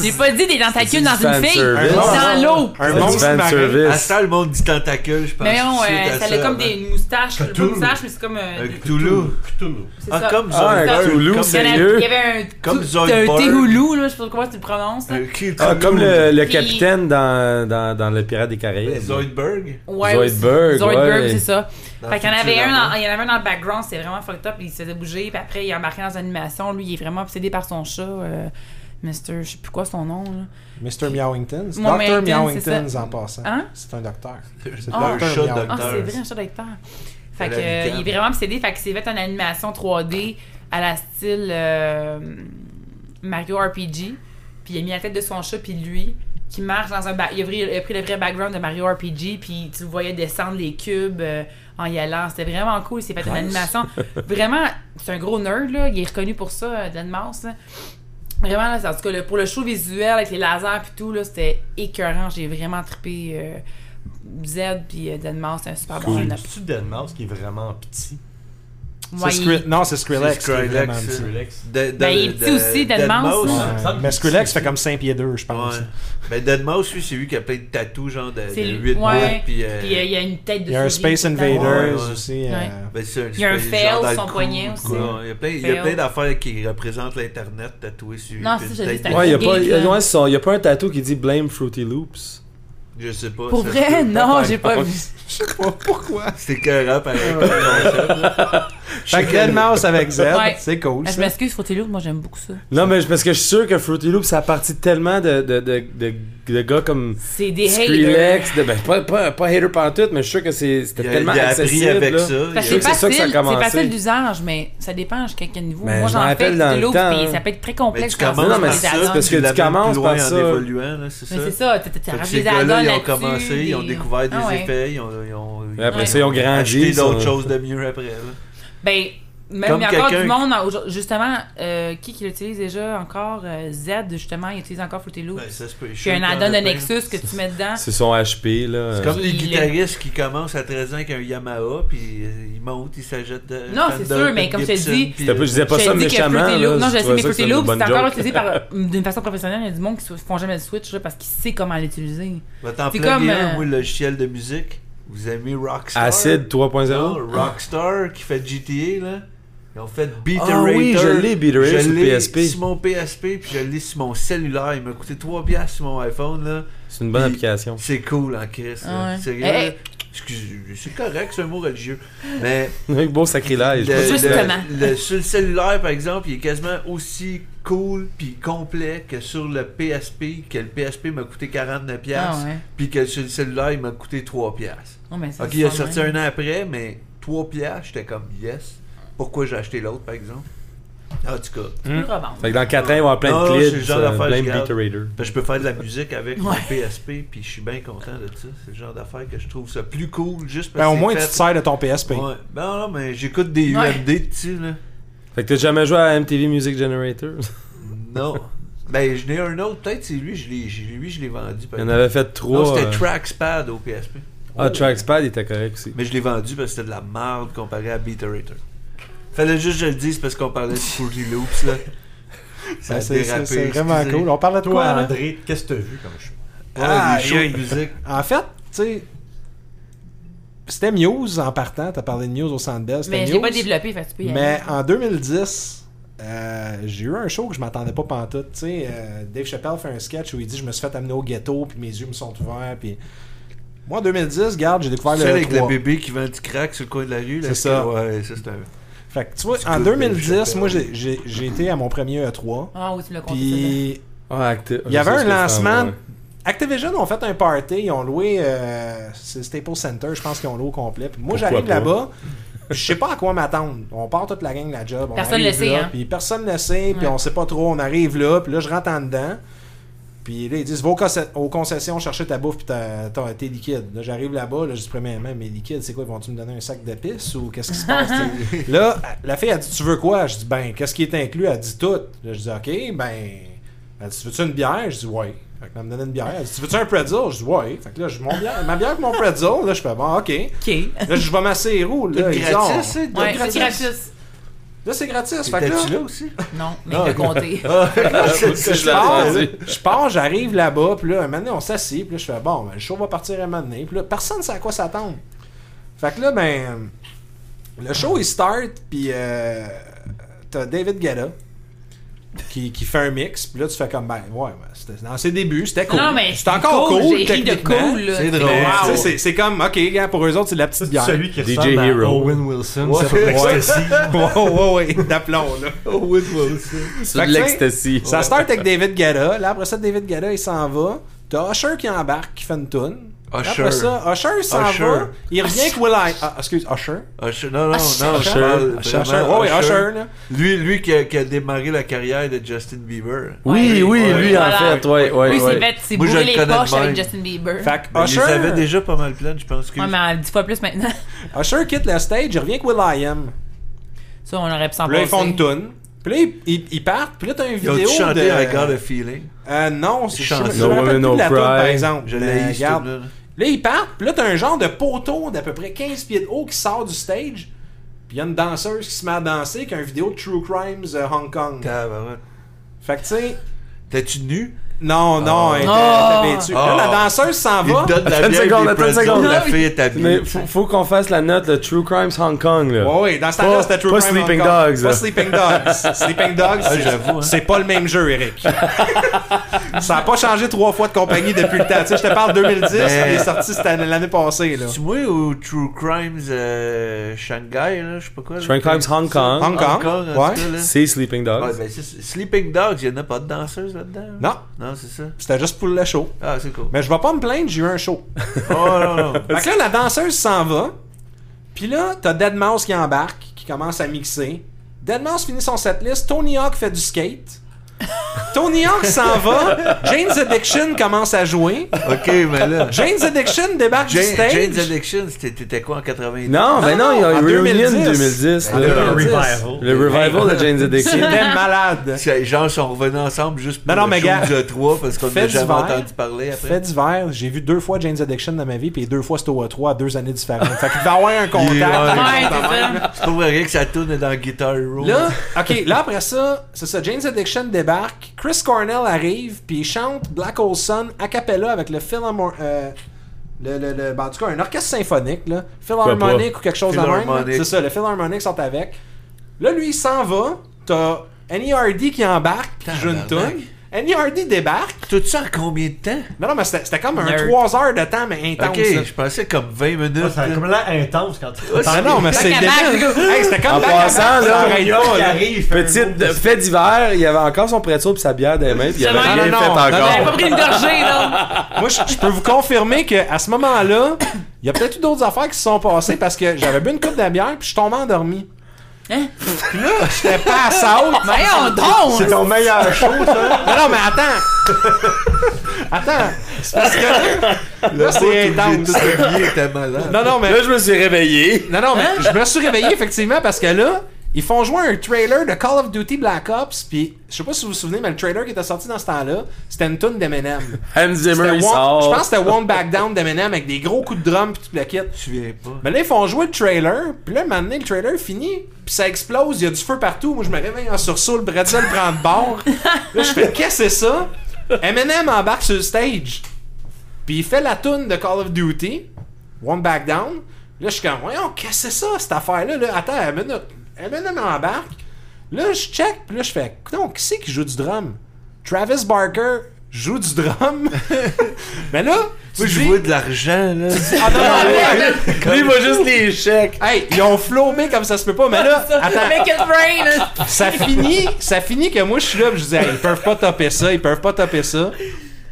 Speaker 3: J'ai pas dit des tentacules dans
Speaker 4: fan
Speaker 3: une fille!
Speaker 4: service. Ah,
Speaker 3: Dans l'eau!
Speaker 1: un
Speaker 4: C'est du
Speaker 1: monstre
Speaker 4: fan
Speaker 1: marin.
Speaker 4: service.
Speaker 2: À ça, le monde dit tentacule, je pense.
Speaker 3: Mais non,
Speaker 2: tout de suite
Speaker 3: euh,
Speaker 2: à
Speaker 3: ça a comme
Speaker 2: avant.
Speaker 3: des moustaches, pas
Speaker 5: Cthulhu.
Speaker 3: une moustache, mais c'est comme euh,
Speaker 2: Un
Speaker 3: des-
Speaker 2: Cthulhu.
Speaker 5: Cthulhu.
Speaker 3: c'est
Speaker 2: Ah,
Speaker 3: ça.
Speaker 2: comme
Speaker 4: Ah, un
Speaker 2: Zoidberg.
Speaker 4: Cthulhu,
Speaker 2: Comme-
Speaker 3: Il y en a-
Speaker 4: Sérieux?
Speaker 3: Il y avait un
Speaker 2: Comme
Speaker 3: tu-
Speaker 2: Zoidberg.
Speaker 3: un Téhoulou, là, je sais pas comment tu le prononces. là.
Speaker 2: Un Euh, Cthulhu.
Speaker 4: Ah, comme le, le
Speaker 3: Puis-
Speaker 4: capitaine dans, dans, dans Le Pirate des
Speaker 2: Mais
Speaker 4: Caraïbes.
Speaker 2: Zoidberg.
Speaker 3: Ouais,
Speaker 4: Zoidberg,
Speaker 3: aussi. Zoidberg,
Speaker 4: ouais.
Speaker 3: c'est ça.
Speaker 2: Dans
Speaker 3: fait qu'il y en
Speaker 2: Futurama.
Speaker 3: avait un, dans, il y en avait un dans le background, c'était vraiment fucked up, il se faisait bouger, puis après il est embarqué dans une animation, lui il est vraiment obsédé par son chat, euh, Mr. je sais plus quoi son nom, là.
Speaker 1: Mr. Meowington.
Speaker 3: Mon
Speaker 1: Dr.
Speaker 3: Meowington, c'est
Speaker 1: Meowington en passant.
Speaker 3: Hein?
Speaker 1: C'est un docteur. C'est
Speaker 3: Ah.
Speaker 2: Un chat
Speaker 1: Meowington.
Speaker 3: Ah,
Speaker 2: Docteur.
Speaker 3: c'est vrai, un chat d'acteur. Fait
Speaker 2: C'est
Speaker 3: que,
Speaker 2: la
Speaker 3: euh,
Speaker 2: lucarne.
Speaker 3: il est vraiment obsédé. Fait que s'est fait une animation 3D à la style euh, Mario RPG. Puis il a mis la tête de son chat, puis lui, qui marche dans un. ba- Il a, pris, il a pris le vrai background de Mario RPG, puis tu le voyais descendre les cubes euh, en y allant. C'était vraiment cool. Il s'est fait une animation. Vraiment, c'est un gros nerd, là. Il est reconnu pour ça, euh, Dan Mouse. là. Vraiment, là, c'est- en tout cas, le- pour le show visuel avec les lasers puis tout, là, c'était écœurant. J'ai vraiment trippé euh, Z puis euh, Dan Mouse, c'est un super bon line-up.
Speaker 5: C'est-tu Denmark qui est vraiment petit?
Speaker 1: C'est
Speaker 3: Ouais,
Speaker 1: Skri-
Speaker 3: il-
Speaker 1: Non, c'est Skrillex.
Speaker 2: C'est
Speaker 1: qui est
Speaker 2: Skrillex,
Speaker 1: vraiment
Speaker 2: c'est-
Speaker 1: petit.
Speaker 5: Relax.
Speaker 2: De- de-
Speaker 3: Ben, il est
Speaker 2: de-
Speaker 3: petit aussi,
Speaker 2: Dead
Speaker 3: Deadmau,
Speaker 2: Mouse.
Speaker 3: ça.
Speaker 1: Ouais. Mais Skrillex fait comme 5 pieds 2, je pense.
Speaker 2: Ouais. Mais Deadmau, lui, c'est lui qui a plein de tatous, genre de,
Speaker 3: C'est
Speaker 2: de
Speaker 3: lui.
Speaker 2: 8
Speaker 3: Ouais.
Speaker 2: mois. Puis, euh,
Speaker 3: Puis euh, il y a une tête de
Speaker 1: Il y a un
Speaker 3: souris
Speaker 1: Space
Speaker 3: tout le temps.
Speaker 1: Invaders
Speaker 2: Ouais, ouais.
Speaker 1: aussi. euh,
Speaker 3: Ouais.
Speaker 2: ben, c'est
Speaker 3: il y a un
Speaker 2: espèce
Speaker 3: fail
Speaker 2: genre
Speaker 3: sur son
Speaker 2: d'alcool,
Speaker 3: poignet aussi.
Speaker 2: quoi. Il y a plein, il y a
Speaker 3: Fail.
Speaker 2: plein d'affaires qui représentent l'Internet tatoué sur
Speaker 3: Non,
Speaker 2: une
Speaker 3: ça, je l'ai
Speaker 2: tête
Speaker 3: vu,
Speaker 2: de-
Speaker 4: Ouais, y a
Speaker 3: Gay,
Speaker 4: pas, y a,
Speaker 3: là.
Speaker 4: ouais, c'est ça, y a pas un tatou qui dit Blame Fruity Loops.
Speaker 2: Je sais pas.
Speaker 3: Pour
Speaker 2: ça,
Speaker 3: vrai,
Speaker 2: c'est-
Speaker 3: non, j'ai pas
Speaker 1: euh,
Speaker 3: vu.
Speaker 1: Pourquoi?
Speaker 2: C'est écœurant, pareil. comme concept, là. Je
Speaker 1: Fait
Speaker 2: sais
Speaker 1: que
Speaker 2: que-
Speaker 1: Dead Mouse avec Z,
Speaker 3: Ouais.
Speaker 1: c'est cool.
Speaker 3: Ah, Je
Speaker 1: ça.
Speaker 3: m'excuse, faut t'es lourd, moi j'aime beaucoup ça.
Speaker 4: Non, mais je- parce que je suis sûr que Fruity Loops, ça a parti tellement de, de, de, de, de gars comme
Speaker 3: C'est des haters.
Speaker 4: Skrillex, de, ben, pas, pas, pas hater pantoute, mais je suis sûr que c'est- c'était
Speaker 2: Il a,
Speaker 4: tellement
Speaker 2: il a appris
Speaker 4: accessible.
Speaker 2: avec
Speaker 4: là.
Speaker 2: ça.
Speaker 3: Parce
Speaker 2: Il
Speaker 3: que
Speaker 2: a-
Speaker 3: c'est
Speaker 4: C'est ça que ça a
Speaker 3: facile, c'est
Speaker 4: commencé.
Speaker 3: facile d'usage, mais ça dépend jusqu'à quel niveau.
Speaker 4: Mais
Speaker 3: Moi
Speaker 4: je
Speaker 3: j'en
Speaker 4: m'en
Speaker 3: fais
Speaker 4: rappelle
Speaker 3: du
Speaker 4: dans le
Speaker 3: lourd,
Speaker 4: temps,
Speaker 3: puis
Speaker 4: hein.
Speaker 3: ça peut être très
Speaker 2: Mais
Speaker 3: complexe.
Speaker 2: tu commences
Speaker 3: quand
Speaker 4: Non,
Speaker 3: on
Speaker 4: mais
Speaker 2: par
Speaker 3: fait
Speaker 4: c'est
Speaker 2: ça,
Speaker 3: des add-ons.
Speaker 4: parce que
Speaker 2: tu
Speaker 4: tu
Speaker 2: l'amènes
Speaker 4: commences
Speaker 2: plus loin
Speaker 4: par
Speaker 2: en
Speaker 4: ça.
Speaker 2: évoluant, là, c'est
Speaker 3: Mais
Speaker 2: ça.
Speaker 3: c'est ça, t'as- t'as
Speaker 2: Fait
Speaker 3: t'as
Speaker 2: que
Speaker 3: rajouté
Speaker 2: ces
Speaker 3: des add-ons
Speaker 2: gars-là, ils ont
Speaker 3: là-dessus,
Speaker 2: commencé, ils ont
Speaker 3: des-
Speaker 2: découvert des
Speaker 3: Ah ouais.
Speaker 2: effets, ils ont, ils ont,
Speaker 4: Et après
Speaker 3: Ouais.
Speaker 4: ça, ils ont grandi.
Speaker 2: acheté
Speaker 4: ils sont-
Speaker 2: d'autres choses de mieux après. là.
Speaker 3: Ben, même
Speaker 2: Comme
Speaker 3: il y a encore
Speaker 2: quelqu'un
Speaker 3: du monde, en- aujourd'hui- justement, euh, qui qui l'utilise déjà encore euh, Z, justement, il utilise encore Fruity Loops.
Speaker 2: Ben, ça se peut, je
Speaker 3: Puis
Speaker 2: suis
Speaker 3: un
Speaker 2: sûr qu'il y en
Speaker 3: add-on
Speaker 2: a
Speaker 3: de
Speaker 2: plein.
Speaker 3: Nexus que tu mets dedans.
Speaker 4: C'est son HP, là.
Speaker 2: C'est comme
Speaker 3: Puis
Speaker 2: les
Speaker 3: il est-
Speaker 2: guitaristes qui commencent à 13 ans avec un Yamaha, puis euh, ils montent, ils s'achètent de.
Speaker 3: Non, c'est
Speaker 2: Fender,
Speaker 3: sûr, mais
Speaker 2: puis
Speaker 3: comme je te
Speaker 2: Gibson,
Speaker 3: dis-
Speaker 2: puis, euh,
Speaker 4: C'était pas- je disais pas
Speaker 3: Je t'ai
Speaker 4: ça
Speaker 3: dit que
Speaker 4: méchamment.
Speaker 3: Fruity
Speaker 4: là,
Speaker 3: Loops- non, je
Speaker 4: je
Speaker 3: sais,
Speaker 4: trouvais
Speaker 3: mais
Speaker 4: ça que
Speaker 3: Fruity
Speaker 4: c'était une
Speaker 3: Loops,
Speaker 4: bonne
Speaker 3: c'est encore
Speaker 4: joke.
Speaker 3: utilisé par- euh, d'une façon professionnelle. Il y a du monde qui ne font jamais de switch là, parce qu'ils savent comment l'utiliser.
Speaker 2: Va t'en
Speaker 3: C'est
Speaker 2: plugger
Speaker 3: comme,
Speaker 2: un,
Speaker 3: euh,
Speaker 2: moi, le logiciel de musique. Vous aimez Rockstar.
Speaker 4: Euh, Acid 3.0.
Speaker 2: Non, Rockstar qui fait GTA, là. Ils ont fait Beat
Speaker 4: Ah oui, je l'ai, Beat Eraser sur PSP.
Speaker 2: sur mon PSP, puis je l'ai sur mon cellulaire. Il m'a coûté 3 piastres sur mon iPhone, là.
Speaker 4: C'est une bonne
Speaker 2: Puis-
Speaker 4: application.
Speaker 2: C'est cool, en Chris. là.
Speaker 3: Ah ouais.
Speaker 2: Sérieux,
Speaker 3: Hey, hey.
Speaker 2: là. Excuse- c'est correct, c'est un mot religieux. Mais
Speaker 4: Un beau sacrilège.
Speaker 2: le-
Speaker 3: Justement.
Speaker 2: le- le- sur le cellulaire, par exemple, il est quasiment aussi cool puis complet que sur le PSP, que le PSP m'a coûté 49$,
Speaker 3: Ah
Speaker 2: piastres,
Speaker 3: ouais.
Speaker 2: puis que sur le cellulaire, il m'a coûté 3$. piastres.
Speaker 3: Oh, mais ça,
Speaker 2: Ok,
Speaker 3: c'est
Speaker 2: il a
Speaker 3: pas
Speaker 2: sorti
Speaker 3: mal.
Speaker 2: un an après, mais 3$, piastres, j'étais comme yes. Pourquoi j'ai acheté l'autre, par exemple En tout cas,
Speaker 3: Tu peux le revendre.
Speaker 4: Fait que dans 4 ans, il va y avoir plein
Speaker 2: Non,
Speaker 4: de
Speaker 2: c'est le
Speaker 4: clips.
Speaker 2: genre
Speaker 4: euh,
Speaker 2: d'affaire que
Speaker 4: Plein
Speaker 2: je
Speaker 4: de
Speaker 2: garde.
Speaker 4: Beat Raider.
Speaker 2: ben, je peux faire de la musique avec mon
Speaker 3: Ouais.
Speaker 2: PSP, puis je suis bien content de ça. C'est le genre d'affaire que je trouve ça plus cool, juste parce
Speaker 1: Ben, au
Speaker 2: que
Speaker 1: moins,
Speaker 2: c'est
Speaker 1: tu te
Speaker 2: fait-
Speaker 1: sers de ton PSP.
Speaker 2: Ouais. Ben non, mais j'écoute des
Speaker 3: Ouais.
Speaker 2: UMD dessus, là.
Speaker 4: Fait que t'as jamais joué à MTV Music Generator?
Speaker 2: Non. ben, je n'ai un autre, peut-être c'est lui, je l'ai, je- lui, je l'ai vendu.
Speaker 4: Il
Speaker 2: peut-être.
Speaker 4: en avait fait
Speaker 2: Non,
Speaker 4: 3.
Speaker 1: euh.
Speaker 2: c'était Traxpad au PSP.
Speaker 4: Ah, Traxpad il était correct aussi.
Speaker 2: Mais je l'ai vendu parce que c'était de la merde comparé à Beat Rater. Fallait juste que je le dise parce qu'on parlait de Fruity Loops, là. Ça a
Speaker 1: Ben, c'est-
Speaker 2: dérapé,
Speaker 1: c'est c'est vraiment
Speaker 2: excusez.
Speaker 1: cool. On parle de
Speaker 5: Toi,
Speaker 1: quoi, hein?
Speaker 5: André, qu'est-ce que t'as vu comme show?
Speaker 2: Ah,
Speaker 1: Ah,
Speaker 2: les
Speaker 1: aïe,
Speaker 2: shows
Speaker 1: aïe.
Speaker 2: de musique.
Speaker 1: En fait, tu sais, c'était Muse en partant. T'as parlé de Muse au Centre Bell. c'était
Speaker 3: Mais je l'ai pas
Speaker 1: Muse.
Speaker 3: développé, hein. fait que tu peux y
Speaker 1: Mais
Speaker 3: aller.
Speaker 1: en 2010, euh, j'ai eu un show que je m'attendais pas pantoute. Tu sais, euh, Dave Chappelle fait un sketch où il dit Je me suis fait amener au ghetto, puis mes yeux me sont ouverts. Puis... Moi, en 2010, garde, j'ai découvert
Speaker 2: C'est celle
Speaker 1: le. E
Speaker 2: avec le
Speaker 1: 3.
Speaker 2: bébé qui vend du crack sur le coin de la rue. là.
Speaker 1: C'est ça.
Speaker 2: Ouais, ça c'est un.
Speaker 1: Fait que tu vois,
Speaker 2: C'est
Speaker 1: en
Speaker 4: euh,
Speaker 2: cool,
Speaker 1: 2010,
Speaker 2: Dave
Speaker 1: moi,
Speaker 2: Chappelle.
Speaker 1: j'ai- j'ai j'ai été à mon premier E3.
Speaker 3: Ah oui, tu me l'as conté. celle-là.
Speaker 1: Puis.
Speaker 4: Ah, acti-
Speaker 1: Il
Speaker 4: je
Speaker 1: y avait
Speaker 4: sais ce
Speaker 1: un
Speaker 4: que tu parles,
Speaker 1: lancement.
Speaker 4: ouais.
Speaker 1: Activision ont fait un party, ils ont loué euh, c'est Staples Center, je pense qu'ils ont loué au complet. Puis moi
Speaker 4: Pourquoi
Speaker 1: j'arrive
Speaker 4: pas?
Speaker 1: là-bas, puis je sais pas à quoi m'attendre. On part toute la gang de la job, on
Speaker 3: Personne
Speaker 1: arrive
Speaker 3: le sait,
Speaker 1: là,
Speaker 3: hein?
Speaker 1: puis personne ne sait, puis
Speaker 3: Ouais.
Speaker 1: on sait pas trop, on arrive là, puis là je rentre en dedans. Puis là, ils disent, va aux conce- aux concessions chercher ta bouffe puis ta- ta- tes liquides. Là, j'arrive là-bas, là, je dis, premièrement, mes liquides, c'est quoi? Ils vont-tu me donner un sac de pisse ou qu'est-ce qui se passe? tu sais? là, la fille, a dit, tu veux quoi? Je dis, ben, qu'est-ce qui est inclus? Elle dit, tout. Là, je dis, OK, ben, elle dit, tu veux-tu une bière? Je dis, ouais. Fait qu'elle me donne une bière. Elle dit, tu veux-tu un pretzel? Je dis, ouais. Fait que là, je mon bière, ma bière avec mon pretzel, là, je fais, bon, OK.
Speaker 3: Ok.
Speaker 1: Là, je vais masser les roues. Là,
Speaker 2: Tout
Speaker 1: ils ont-
Speaker 2: gratis, ça, tout
Speaker 3: Ouais,
Speaker 1: gratis.
Speaker 3: c'est gratis.
Speaker 1: Là, c'est gratis. Fait que là,
Speaker 2: T'étais-tu là aussi?
Speaker 3: Non, mais il l'a compté.
Speaker 2: Ah,
Speaker 4: C'est ce que je
Speaker 1: je pars,
Speaker 4: l'attendais.
Speaker 1: je pars, j'arrive là-bas, puis là, un moment donné, on s'assied, puis là, je fais, bon, ben, le show va partir un moment donné, puis là, personne sait à quoi s'attendre. Fait que là, ben, le show, il start, puis euh, t'as David Guetta qui, qui fait un mix, puis là, tu fais comme, ben, ouais, ben, c'était dans ses débuts, c'était cool.
Speaker 3: Non, mais
Speaker 1: c'était encore cool,
Speaker 3: j'ai ri de
Speaker 1: techniquement.
Speaker 3: cool. là.
Speaker 2: C'est drôle.
Speaker 1: Mais, tu sais,
Speaker 2: Wow.
Speaker 1: c'est- C'est comme, ok, gars, pour eux autres, c'est de la petite bière.
Speaker 5: Celui qui
Speaker 4: DJ
Speaker 5: ressemble à
Speaker 4: Hero.
Speaker 5: Owen Wilson.
Speaker 2: Ouais.
Speaker 5: ça fait
Speaker 1: Ouais.
Speaker 5: ecstasy.
Speaker 1: ouais, ouais, ouais, d'aplomb, là.
Speaker 2: Oh, oui, toi aussi.
Speaker 4: C'est
Speaker 1: Fait
Speaker 4: de
Speaker 1: que,
Speaker 4: l'ecstasy.
Speaker 1: Ça start avec David Guetta. Là, après ça, David Guetta, il s'en va. T'as Usher qui embarque, qui fait une toune.
Speaker 2: Usher.
Speaker 1: Après ça, Usher, il s'en
Speaker 2: Usher.
Speaker 1: va. Il revient avec Will I... Ah, excuse, Usher.
Speaker 2: Usher- Non, non, non.
Speaker 3: Usher.
Speaker 2: je parle
Speaker 4: Usher. Oh,
Speaker 1: Usher, Usher.
Speaker 2: vraiment
Speaker 1: Ouais, ouais,
Speaker 2: Usher.
Speaker 1: Usher, là.
Speaker 2: Lui, lui qui, a, qui a démarré la carrière de Justin Bieber.
Speaker 4: Oui, oui, lui, en
Speaker 3: Voilà.
Speaker 4: fait, ouais, ouais,
Speaker 3: Lui, c'est
Speaker 4: ouais.
Speaker 3: bête, c'est
Speaker 2: Moi, je
Speaker 3: bourrer
Speaker 2: le
Speaker 3: les
Speaker 2: connais de
Speaker 3: poches
Speaker 2: même.
Speaker 3: avec Justin Bieber.
Speaker 1: Fait que
Speaker 2: Mais Ben, il
Speaker 1: Usher,
Speaker 2: les avait déjà pas mal plein, je pense. Que...
Speaker 3: Ouais, mais en dix fois plus maintenant.
Speaker 1: Usher quitte le stage, il revient avec Will I Am.
Speaker 3: Ça, on aurait pu s'en
Speaker 1: Puis là, ils
Speaker 3: passer.
Speaker 1: font une toune. Puis là, ils, ils- ils partent. Puis là, t'as une
Speaker 2: Ils ont
Speaker 1: vidéo
Speaker 2: dû chanter
Speaker 1: de...
Speaker 2: I Got a Feeling.
Speaker 1: Euh, non, c'est
Speaker 2: Chanson.
Speaker 1: je me
Speaker 4: No
Speaker 1: rappelle
Speaker 4: Women,
Speaker 1: plus de
Speaker 4: No
Speaker 1: la toune, par
Speaker 4: Cry.
Speaker 1: exemple.
Speaker 2: Je
Speaker 4: Ben,
Speaker 1: Mais
Speaker 2: l'ai eu, cette
Speaker 1: regarde.
Speaker 2: tune-là.
Speaker 1: Là, ils partent, puis là, t'as un genre de poteau d'à peu près 15 pieds de haut qui sort du stage. Puis il y a une danseuse qui se met à danser avec un vidéo de True Crimes euh, Hong Kong.
Speaker 2: Tabarouette.
Speaker 1: Fait que, tu sais,
Speaker 2: T'es-tu nu?
Speaker 4: Ah,
Speaker 1: non, non, elle était-
Speaker 3: Ah.
Speaker 1: elle était vêtue. Là, la
Speaker 2: Ah.
Speaker 1: danseuse s'en
Speaker 2: Il
Speaker 1: va.
Speaker 2: te donne la
Speaker 4: Attends une
Speaker 2: bière des
Speaker 4: seconde, attends une
Speaker 2: pretzels,
Speaker 4: seconde.
Speaker 2: la fille est habillée.
Speaker 4: Mais faut, faut qu'on fasse la note, le True Crimes Hong Kong, là.
Speaker 1: Ouais, ouais, dans ce
Speaker 4: Pas-
Speaker 1: temps-là, c'était True
Speaker 4: pas
Speaker 1: Crime
Speaker 4: Sleeping
Speaker 1: Hong Kong.
Speaker 4: Dogs,
Speaker 1: Pas
Speaker 4: là.
Speaker 1: Sleeping Dogs. Sleeping Dogs, c'est-
Speaker 2: j'avoue, hein.
Speaker 1: c'est pas le même jeu, Eric. Ça a pas changé trois fois de compagnie depuis le temps. Tu sais, je te parle 2010,
Speaker 2: Mais-
Speaker 1: elle est sortie cette année- l'année passée, là.
Speaker 2: Tu moi ou True Crimes euh, Shanghai, là, je sais pas quoi. là.
Speaker 4: True Crimes Hong Kong.
Speaker 1: Hong Kong,
Speaker 2: Kong, en
Speaker 1: ouais.
Speaker 2: tout cas, là.
Speaker 4: C'est Sleeping
Speaker 2: Ouais,
Speaker 4: Dogs.
Speaker 2: ben, c'est- Sleeping Dogs, il n'y en a pas de danseuse là-dedans?
Speaker 1: Non,
Speaker 2: Non, c'est ça.
Speaker 1: c'était juste pour le show.
Speaker 2: Ah, c'est cool.
Speaker 1: Mais je vais pas me plaindre, j'ai eu un show.
Speaker 2: Oh non, non.
Speaker 1: Fait que là, la danseuse s'en va. Puis là, t'as Deadmau5 qui embarque, qui commence à mixer. Deadmau5 finit son setlist. Tony Hawk fait du skate. Tony Hawk s'en va. Jane's Addiction commence à jouer.
Speaker 2: ok, mais là.
Speaker 1: Jane's Addiction débarque du
Speaker 2: Jane,
Speaker 1: stage.
Speaker 2: Jane's Addiction, c'était- t'étais quoi en 90?
Speaker 4: Non, ben non, il y a
Speaker 1: en
Speaker 4: eu Reunion
Speaker 1: 2010.
Speaker 4: 2010.
Speaker 1: En
Speaker 4: là.
Speaker 5: Ah, Le
Speaker 1: 2010.
Speaker 5: revival.
Speaker 4: Le revival de Jane's Addiction.
Speaker 1: C'était malade.
Speaker 2: C'est- Les gens sont revenus ensemble juste pour
Speaker 1: Non, non,
Speaker 2: le
Speaker 1: mais
Speaker 2: show
Speaker 1: gars,
Speaker 2: de 3 parce qu'on n'a
Speaker 1: faites
Speaker 2: jamais
Speaker 1: du verre,
Speaker 2: entendu parler après.
Speaker 1: Fait d'hiver, j'ai vu deux fois Jane's Addiction dans ma vie, puis deux fois Stoa 3 à deux années différentes. Fait qu'il devait avoir un contact.
Speaker 2: Il est-
Speaker 1: quelque chose
Speaker 3: Ouais,
Speaker 1: de même.
Speaker 3: c'est ça.
Speaker 2: Je trouve rien que ça tourne dans Guitar Hero.
Speaker 1: Là, ok, là après ça, c'est ça, Jane's Addiction débarque, Chris Cornell arrive, puis il chante Black Hole Sun a cappella avec le Philharmonic, le, le, le- ben, en tout cas, un orchestre symphonique, là, Philharmonic
Speaker 4: pas?
Speaker 1: ou quelque chose de même. là.
Speaker 2: Philharmonic.
Speaker 1: C'est ça, le Philharmonic sort avec. Là, lui, il s'en va, t'as N.E.R.D. qui embarque, puis qui joue une
Speaker 2: Tabarnak.
Speaker 1: tongue. N.E.R.D. débarque.
Speaker 2: tout ça en combien de temps?
Speaker 1: Non, non, mais c'était c'était comme un
Speaker 3: Nerd.
Speaker 1: 3 heures de temps, mais intense.
Speaker 2: Ok,
Speaker 1: là.
Speaker 2: je pensais comme 20 minutes.
Speaker 5: Ah, Ça a
Speaker 2: là.
Speaker 5: comme l'air intense quand tu
Speaker 1: Ah non, mais c'est
Speaker 3: Back à back,
Speaker 1: débile.
Speaker 3: c'est comme-
Speaker 1: Hey, c'était comme
Speaker 4: En
Speaker 1: back à back,
Speaker 4: passant,
Speaker 1: ça
Speaker 4: là,
Speaker 1: arrête
Speaker 4: Yo,
Speaker 1: pas,
Speaker 4: il
Speaker 1: là.
Speaker 5: arrive.
Speaker 4: Petite de- fait d'hiver, il y avait encore son pretzel pis sa bière dans les mains, pis il avait
Speaker 3: Non,
Speaker 4: rien
Speaker 1: non,
Speaker 4: fait
Speaker 1: non, non,
Speaker 4: encore.
Speaker 3: J'avais pas pris une gorgée, là.
Speaker 1: Moi, je, je peux vous confirmer qu'à ce moment-là, il y a peut-être eu d'autres affaires qui se sont passées parce que j'avais bu une coupe de bière puis je suis tombé endormi.
Speaker 3: Hein?
Speaker 1: Puis là, j'étais pas à saute.
Speaker 3: Mais on donc!
Speaker 5: C'est ton meilleur show, ça.
Speaker 1: Non, non, mais attends! Attends! C'est parce que là, c'est intense.
Speaker 2: Tout le vieil était malade.
Speaker 1: Non, non, mais,
Speaker 4: Là, je me suis réveillé.
Speaker 1: non, non, mais je me suis réveillé effectivement parce que là, Ils font jouer un trailer de Call of Duty Black Ops, puis je sais pas si vous vous souvenez, mais le trailer qui était sorti dans ce temps-là, c'était une tune d'Eminem.
Speaker 4: Hans Zimmer,
Speaker 1: C'était
Speaker 4: il
Speaker 1: Won't-
Speaker 4: sort.
Speaker 1: Je pense que c'était One Back Down d'Eminem avec des gros coups de drum puis toute la kit.
Speaker 2: Je me souviens pas.
Speaker 1: Mais là, ils font jouer le trailer, puis là, un moment donné, le trailer finit, puis ça explose, il y a du feu partout. Moi, je me réveille en sursaut, le bretzel prend de bord. Là, je fais, qu'est-ce que c'est ça? Eminem embarque sur le stage, puis il fait la tune de Call of Duty, One Back Down. Là, je suis comme, voyons, qu'est-ce que c'est ça, cette affaire-là? Là, attends, une minute. Eminem embarque. Là, je check, puis là, je fais, non, qui c'est qui joue du drum? Travis Barker joue du drum. Mais là, tu
Speaker 2: Moi, je
Speaker 1: dis-
Speaker 2: vois de l'argent, là.
Speaker 1: Ah non, non, non, non.
Speaker 4: Lui, il va juste les chèques.
Speaker 1: Hey, ils ont flomé comme ça se peut pas, mais là, attends,
Speaker 3: Make it rain! hein. là.
Speaker 1: ça finit, ça finit que moi je suis là, pis je disais, ils peuvent pas taper ça, ils peuvent pas taper ça.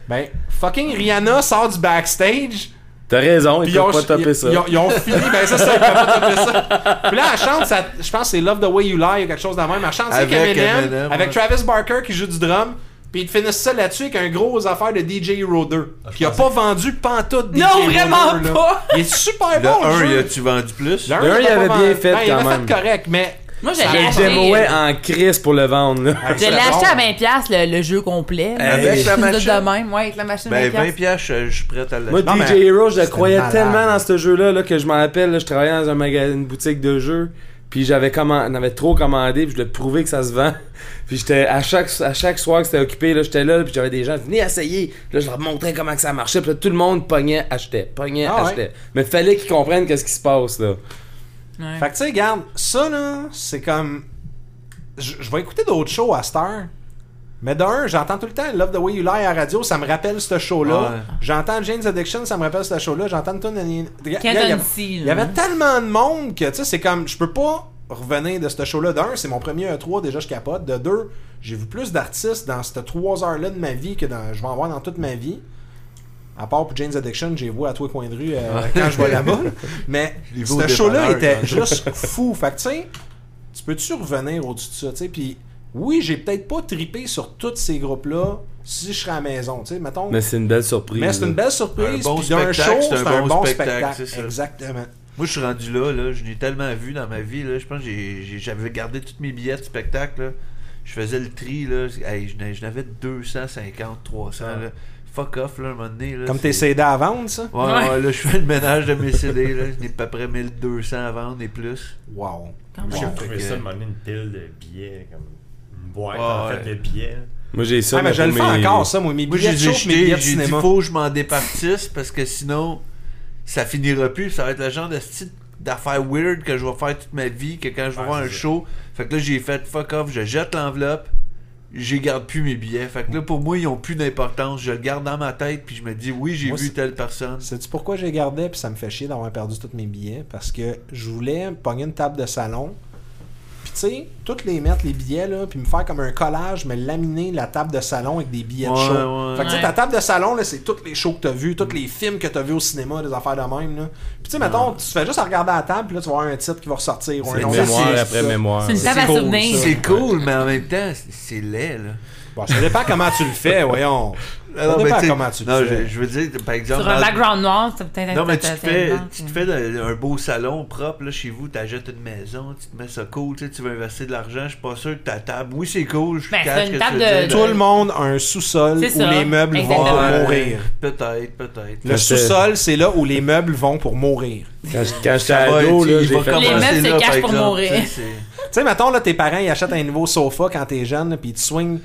Speaker 1: Ben, fucking Rihanna sort du backstage,
Speaker 4: T'as raison,
Speaker 1: pis
Speaker 4: il
Speaker 1: ils ont,
Speaker 4: peut pas taper
Speaker 1: ils-
Speaker 4: ça.
Speaker 1: ils ont- ils ont fini, ben ça, ça, ils peuvent pas taper ça. Puis là, elle chante, ça- je pense que c'est Love the Way You Lie ou quelque chose de même, elle chante ça avec
Speaker 2: Avec
Speaker 1: Eminem,
Speaker 2: Eminem,
Speaker 1: avec
Speaker 2: ouais.
Speaker 1: Travis Barker qui joue du drum. Puis ils finissent ça là-dessus avec un gros affaire de DJ Hero 2. Puis il a pas vendu pantoute DJ
Speaker 3: Non,
Speaker 1: Hero 2.
Speaker 3: vraiment
Speaker 1: là.
Speaker 3: pas.
Speaker 1: Il est super
Speaker 2: Le
Speaker 1: bon, le
Speaker 2: 1,
Speaker 1: jeu.
Speaker 2: il a-tu vendu plus?
Speaker 1: Le un,
Speaker 4: Le un,
Speaker 1: il
Speaker 4: il
Speaker 1: a
Speaker 4: avait
Speaker 1: pas
Speaker 4: bien
Speaker 1: vendu.
Speaker 4: fait
Speaker 1: Ben,
Speaker 4: quand
Speaker 1: Il avait
Speaker 4: même.
Speaker 1: fait correct, mais
Speaker 3: Moi, je
Speaker 1: Ça
Speaker 3: l'ai
Speaker 1: a
Speaker 4: Il
Speaker 3: acheté.
Speaker 4: démoait en crise pour le vendre. Là.
Speaker 3: Je l'ai
Speaker 1: C'est
Speaker 3: acheté
Speaker 1: bon.
Speaker 3: à 20$ piastres, le, le jeu complet. là.
Speaker 2: Avec
Speaker 3: C'est
Speaker 2: la
Speaker 3: tout
Speaker 2: machine?
Speaker 3: de même, ouais, avec la machine
Speaker 2: Ben, 20
Speaker 3: 20$.
Speaker 2: piastres, je, je suis prêt à le...
Speaker 4: Moi,
Speaker 1: Non,
Speaker 4: DJ
Speaker 1: mais
Speaker 4: Hero, je le
Speaker 1: c'était
Speaker 4: croyais
Speaker 1: malade.
Speaker 4: tellement dans ce jeu-là là, que je m'en rappelle, là, je travaillais dans un magasin, une boutique de jeux, puis j'avais commen- j'en avais trop commandé, puis je le prouvais que ça se vend. Puis j'étais à chaque à chaque soir que c'était occupé, là, j'étais là, puis j'avais des gens venez essayer. Puis là, je leur montrais comment que ça marchait, puis là, tout le monde pognait, achetait, pognait,
Speaker 1: Ah ouais?
Speaker 4: achetait. Mais fallait qu'ils comprennent qu'est-ce qui se passe là.
Speaker 3: Ouais.
Speaker 1: Fait que tu sais, regarde, ça là, c'est comme. Je je vais écouter d'autres shows à cette heure. Mais d'un, j'entends tout le temps Love the Way You Lie à la radio, ça me rappelle ce show-là.
Speaker 2: Ouais.
Speaker 1: J'entends Jane's Addiction, ça me rappelle ce show-là. J'entends tout. Il y,
Speaker 3: Can't
Speaker 1: avait-
Speaker 3: unsee,
Speaker 1: il y
Speaker 3: là.
Speaker 1: avait tellement de monde que, tu sais, c'est comme, je peux pas revenir de ce show-là. D'un, c'est mon premier E3, déjà je capote. De deux, j'ai vu plus d'artistes dans cette 3 heures-là de ma vie que dans, je vais en voir dans toute ma vie. À part pour Jane's Addiction, j'ai vu à tous les coins de rue euh, quand je vais là-bas. Mais
Speaker 2: Je l'ai vu au
Speaker 1: ce show-là
Speaker 2: dépanneur,
Speaker 1: était
Speaker 2: quand-
Speaker 1: juste fou. Fait que, tu sais, tu peux-tu revenir au-dessus de ça, tu sais? Puis oui, j'ai peut-être pas tripé sur tous ces groupes-là si je serais à la maison, tu sais, mettons.
Speaker 4: Mais c'est une belle surprise.
Speaker 1: Mais c'est une
Speaker 4: là.
Speaker 1: belle surprise.
Speaker 2: Un bon
Speaker 1: puis d'un show,
Speaker 2: spectacle,
Speaker 1: c'est un, bon, spectacle.
Speaker 2: c'est ça.
Speaker 1: Exactement.
Speaker 2: Moi, je suis rendu là, là. Je l'ai tellement vu dans ma vie, là. Je pense que j'ai- j'ai- j'avais gardé tous mes billets de spectacle, là. Je faisais le tri, là. Hey, je n'ai- je n'avais 250, 300, là. Fuck off, là, un moment donné, là.
Speaker 1: Comme
Speaker 2: C'est-
Speaker 1: t'es cédé à vendre, ça?
Speaker 2: Ouais,
Speaker 3: Ouais.
Speaker 2: ouais, là, je fais le ménage de mes CD, là. Je n'ai pas près 1200 à vendre et plus.
Speaker 1: Wow.
Speaker 3: Quand même.
Speaker 5: J'ai
Speaker 2: Wow.
Speaker 5: trouvé
Speaker 2: Fait
Speaker 5: ça
Speaker 2: que-
Speaker 5: de m'emmener une pile de billets, comme une boîte
Speaker 2: Ouais,
Speaker 5: en
Speaker 2: ouais.
Speaker 5: fait de billets.
Speaker 4: Moi j'ai ça.
Speaker 1: Ah, mais je
Speaker 4: pour
Speaker 1: le fais
Speaker 4: mes-
Speaker 1: encore, ça, moi. Mes
Speaker 2: Moi,
Speaker 1: billets
Speaker 2: j'ai
Speaker 1: de show,
Speaker 2: j'ai
Speaker 1: puis mes billets
Speaker 2: jeté,
Speaker 1: de
Speaker 2: j'ai dit,
Speaker 1: cinéma.
Speaker 2: faut que je m'en départisse parce que sinon, ça finira plus. Ça va être le genre de style d'affaire weird que je vais faire toute ma vie, que quand je vais
Speaker 5: Ouais,
Speaker 2: voir un
Speaker 5: c'est ça.
Speaker 2: show, fait que là, j'ai fait fuck off, je jette l'enveloppe, j'y garde plus mes billets. Fait que là, pour moi, ils ont plus d'importance. Je le garde dans ma tête, puis je me dis, oui, j'ai
Speaker 1: Moi,
Speaker 2: vu
Speaker 1: c'est-
Speaker 2: telle personne.
Speaker 1: Sais-tu pourquoi j'ai gardé puis ça me fait chier d'avoir perdu tous mes billets? Parce que je voulais pogner une table de salon, puis tu sais, toutes les mettre, les billets, là, puis me faire comme un collage, me laminer la table de salon avec des billets de
Speaker 2: Ouais,
Speaker 1: show.
Speaker 2: ouais.
Speaker 1: Fait que tu sais,
Speaker 3: Ouais.
Speaker 1: ta table de salon, là, c'est tous les shows que t'as vus, tous les films que t'as vus au cinéma, des affaires de même, là. Puis tu sais, mettons, tu te fais juste à regarder la table, puis là, tu vas avoir un titre qui va ressortir. ou un
Speaker 4: C'est
Speaker 1: nom
Speaker 4: mémoire
Speaker 1: d'artiste,
Speaker 4: après
Speaker 1: ça.
Speaker 4: mémoire.
Speaker 3: C'est une table à
Speaker 1: cool,
Speaker 3: souvenirs.
Speaker 1: ça.
Speaker 2: C'est cool, mais en même temps, c'est- c'est laid, là.
Speaker 1: Bon, ça dépend comment tu le fais, voyons. Ça
Speaker 2: Non,
Speaker 1: dépend
Speaker 2: mais Ah, ben, tu sais-
Speaker 1: comment tu le
Speaker 2: non,
Speaker 1: fais.
Speaker 2: je, je veux dire, par exemple.
Speaker 3: Sur un
Speaker 2: dans-
Speaker 3: background noir, ça peut-être
Speaker 2: Non, mais tu
Speaker 3: ça-
Speaker 2: te
Speaker 3: ça-
Speaker 2: fais,
Speaker 3: ça-
Speaker 2: tu te fais de- un beau salon propre là, chez vous, t'achètes une maison, tu te mets ça cool, tu sais, tu veux investir de l'argent, je suis pas sûr que ta table. Oui, c'est cool, je
Speaker 3: Ben,
Speaker 2: cache
Speaker 3: c'est une
Speaker 2: que
Speaker 3: table
Speaker 2: tu veux
Speaker 3: de-
Speaker 2: dire.
Speaker 1: Tout le monde a un sous-sol
Speaker 3: C'est
Speaker 1: où
Speaker 3: ça,
Speaker 1: les meubles vont
Speaker 3: exactement.
Speaker 1: pour mourir.
Speaker 2: Peut-être, peut-être.
Speaker 1: Le
Speaker 4: Parce que-
Speaker 1: sous-sol, c'est là où les meubles vont pour mourir.
Speaker 4: Quand j- quand j'étais
Speaker 2: Ça va,
Speaker 4: ado,
Speaker 2: tu-
Speaker 4: là,
Speaker 2: il
Speaker 4: j'ai
Speaker 2: va
Speaker 4: fait
Speaker 2: commencer
Speaker 3: Les meufs se
Speaker 2: là, par
Speaker 3: cachent pour
Speaker 2: exemple,
Speaker 3: mourir.
Speaker 2: tu sais, c'est-
Speaker 1: Tu sais, mettons, là, tes parents, ils achètent un nouveau sofa quand t'es jeune, puis ils te swingent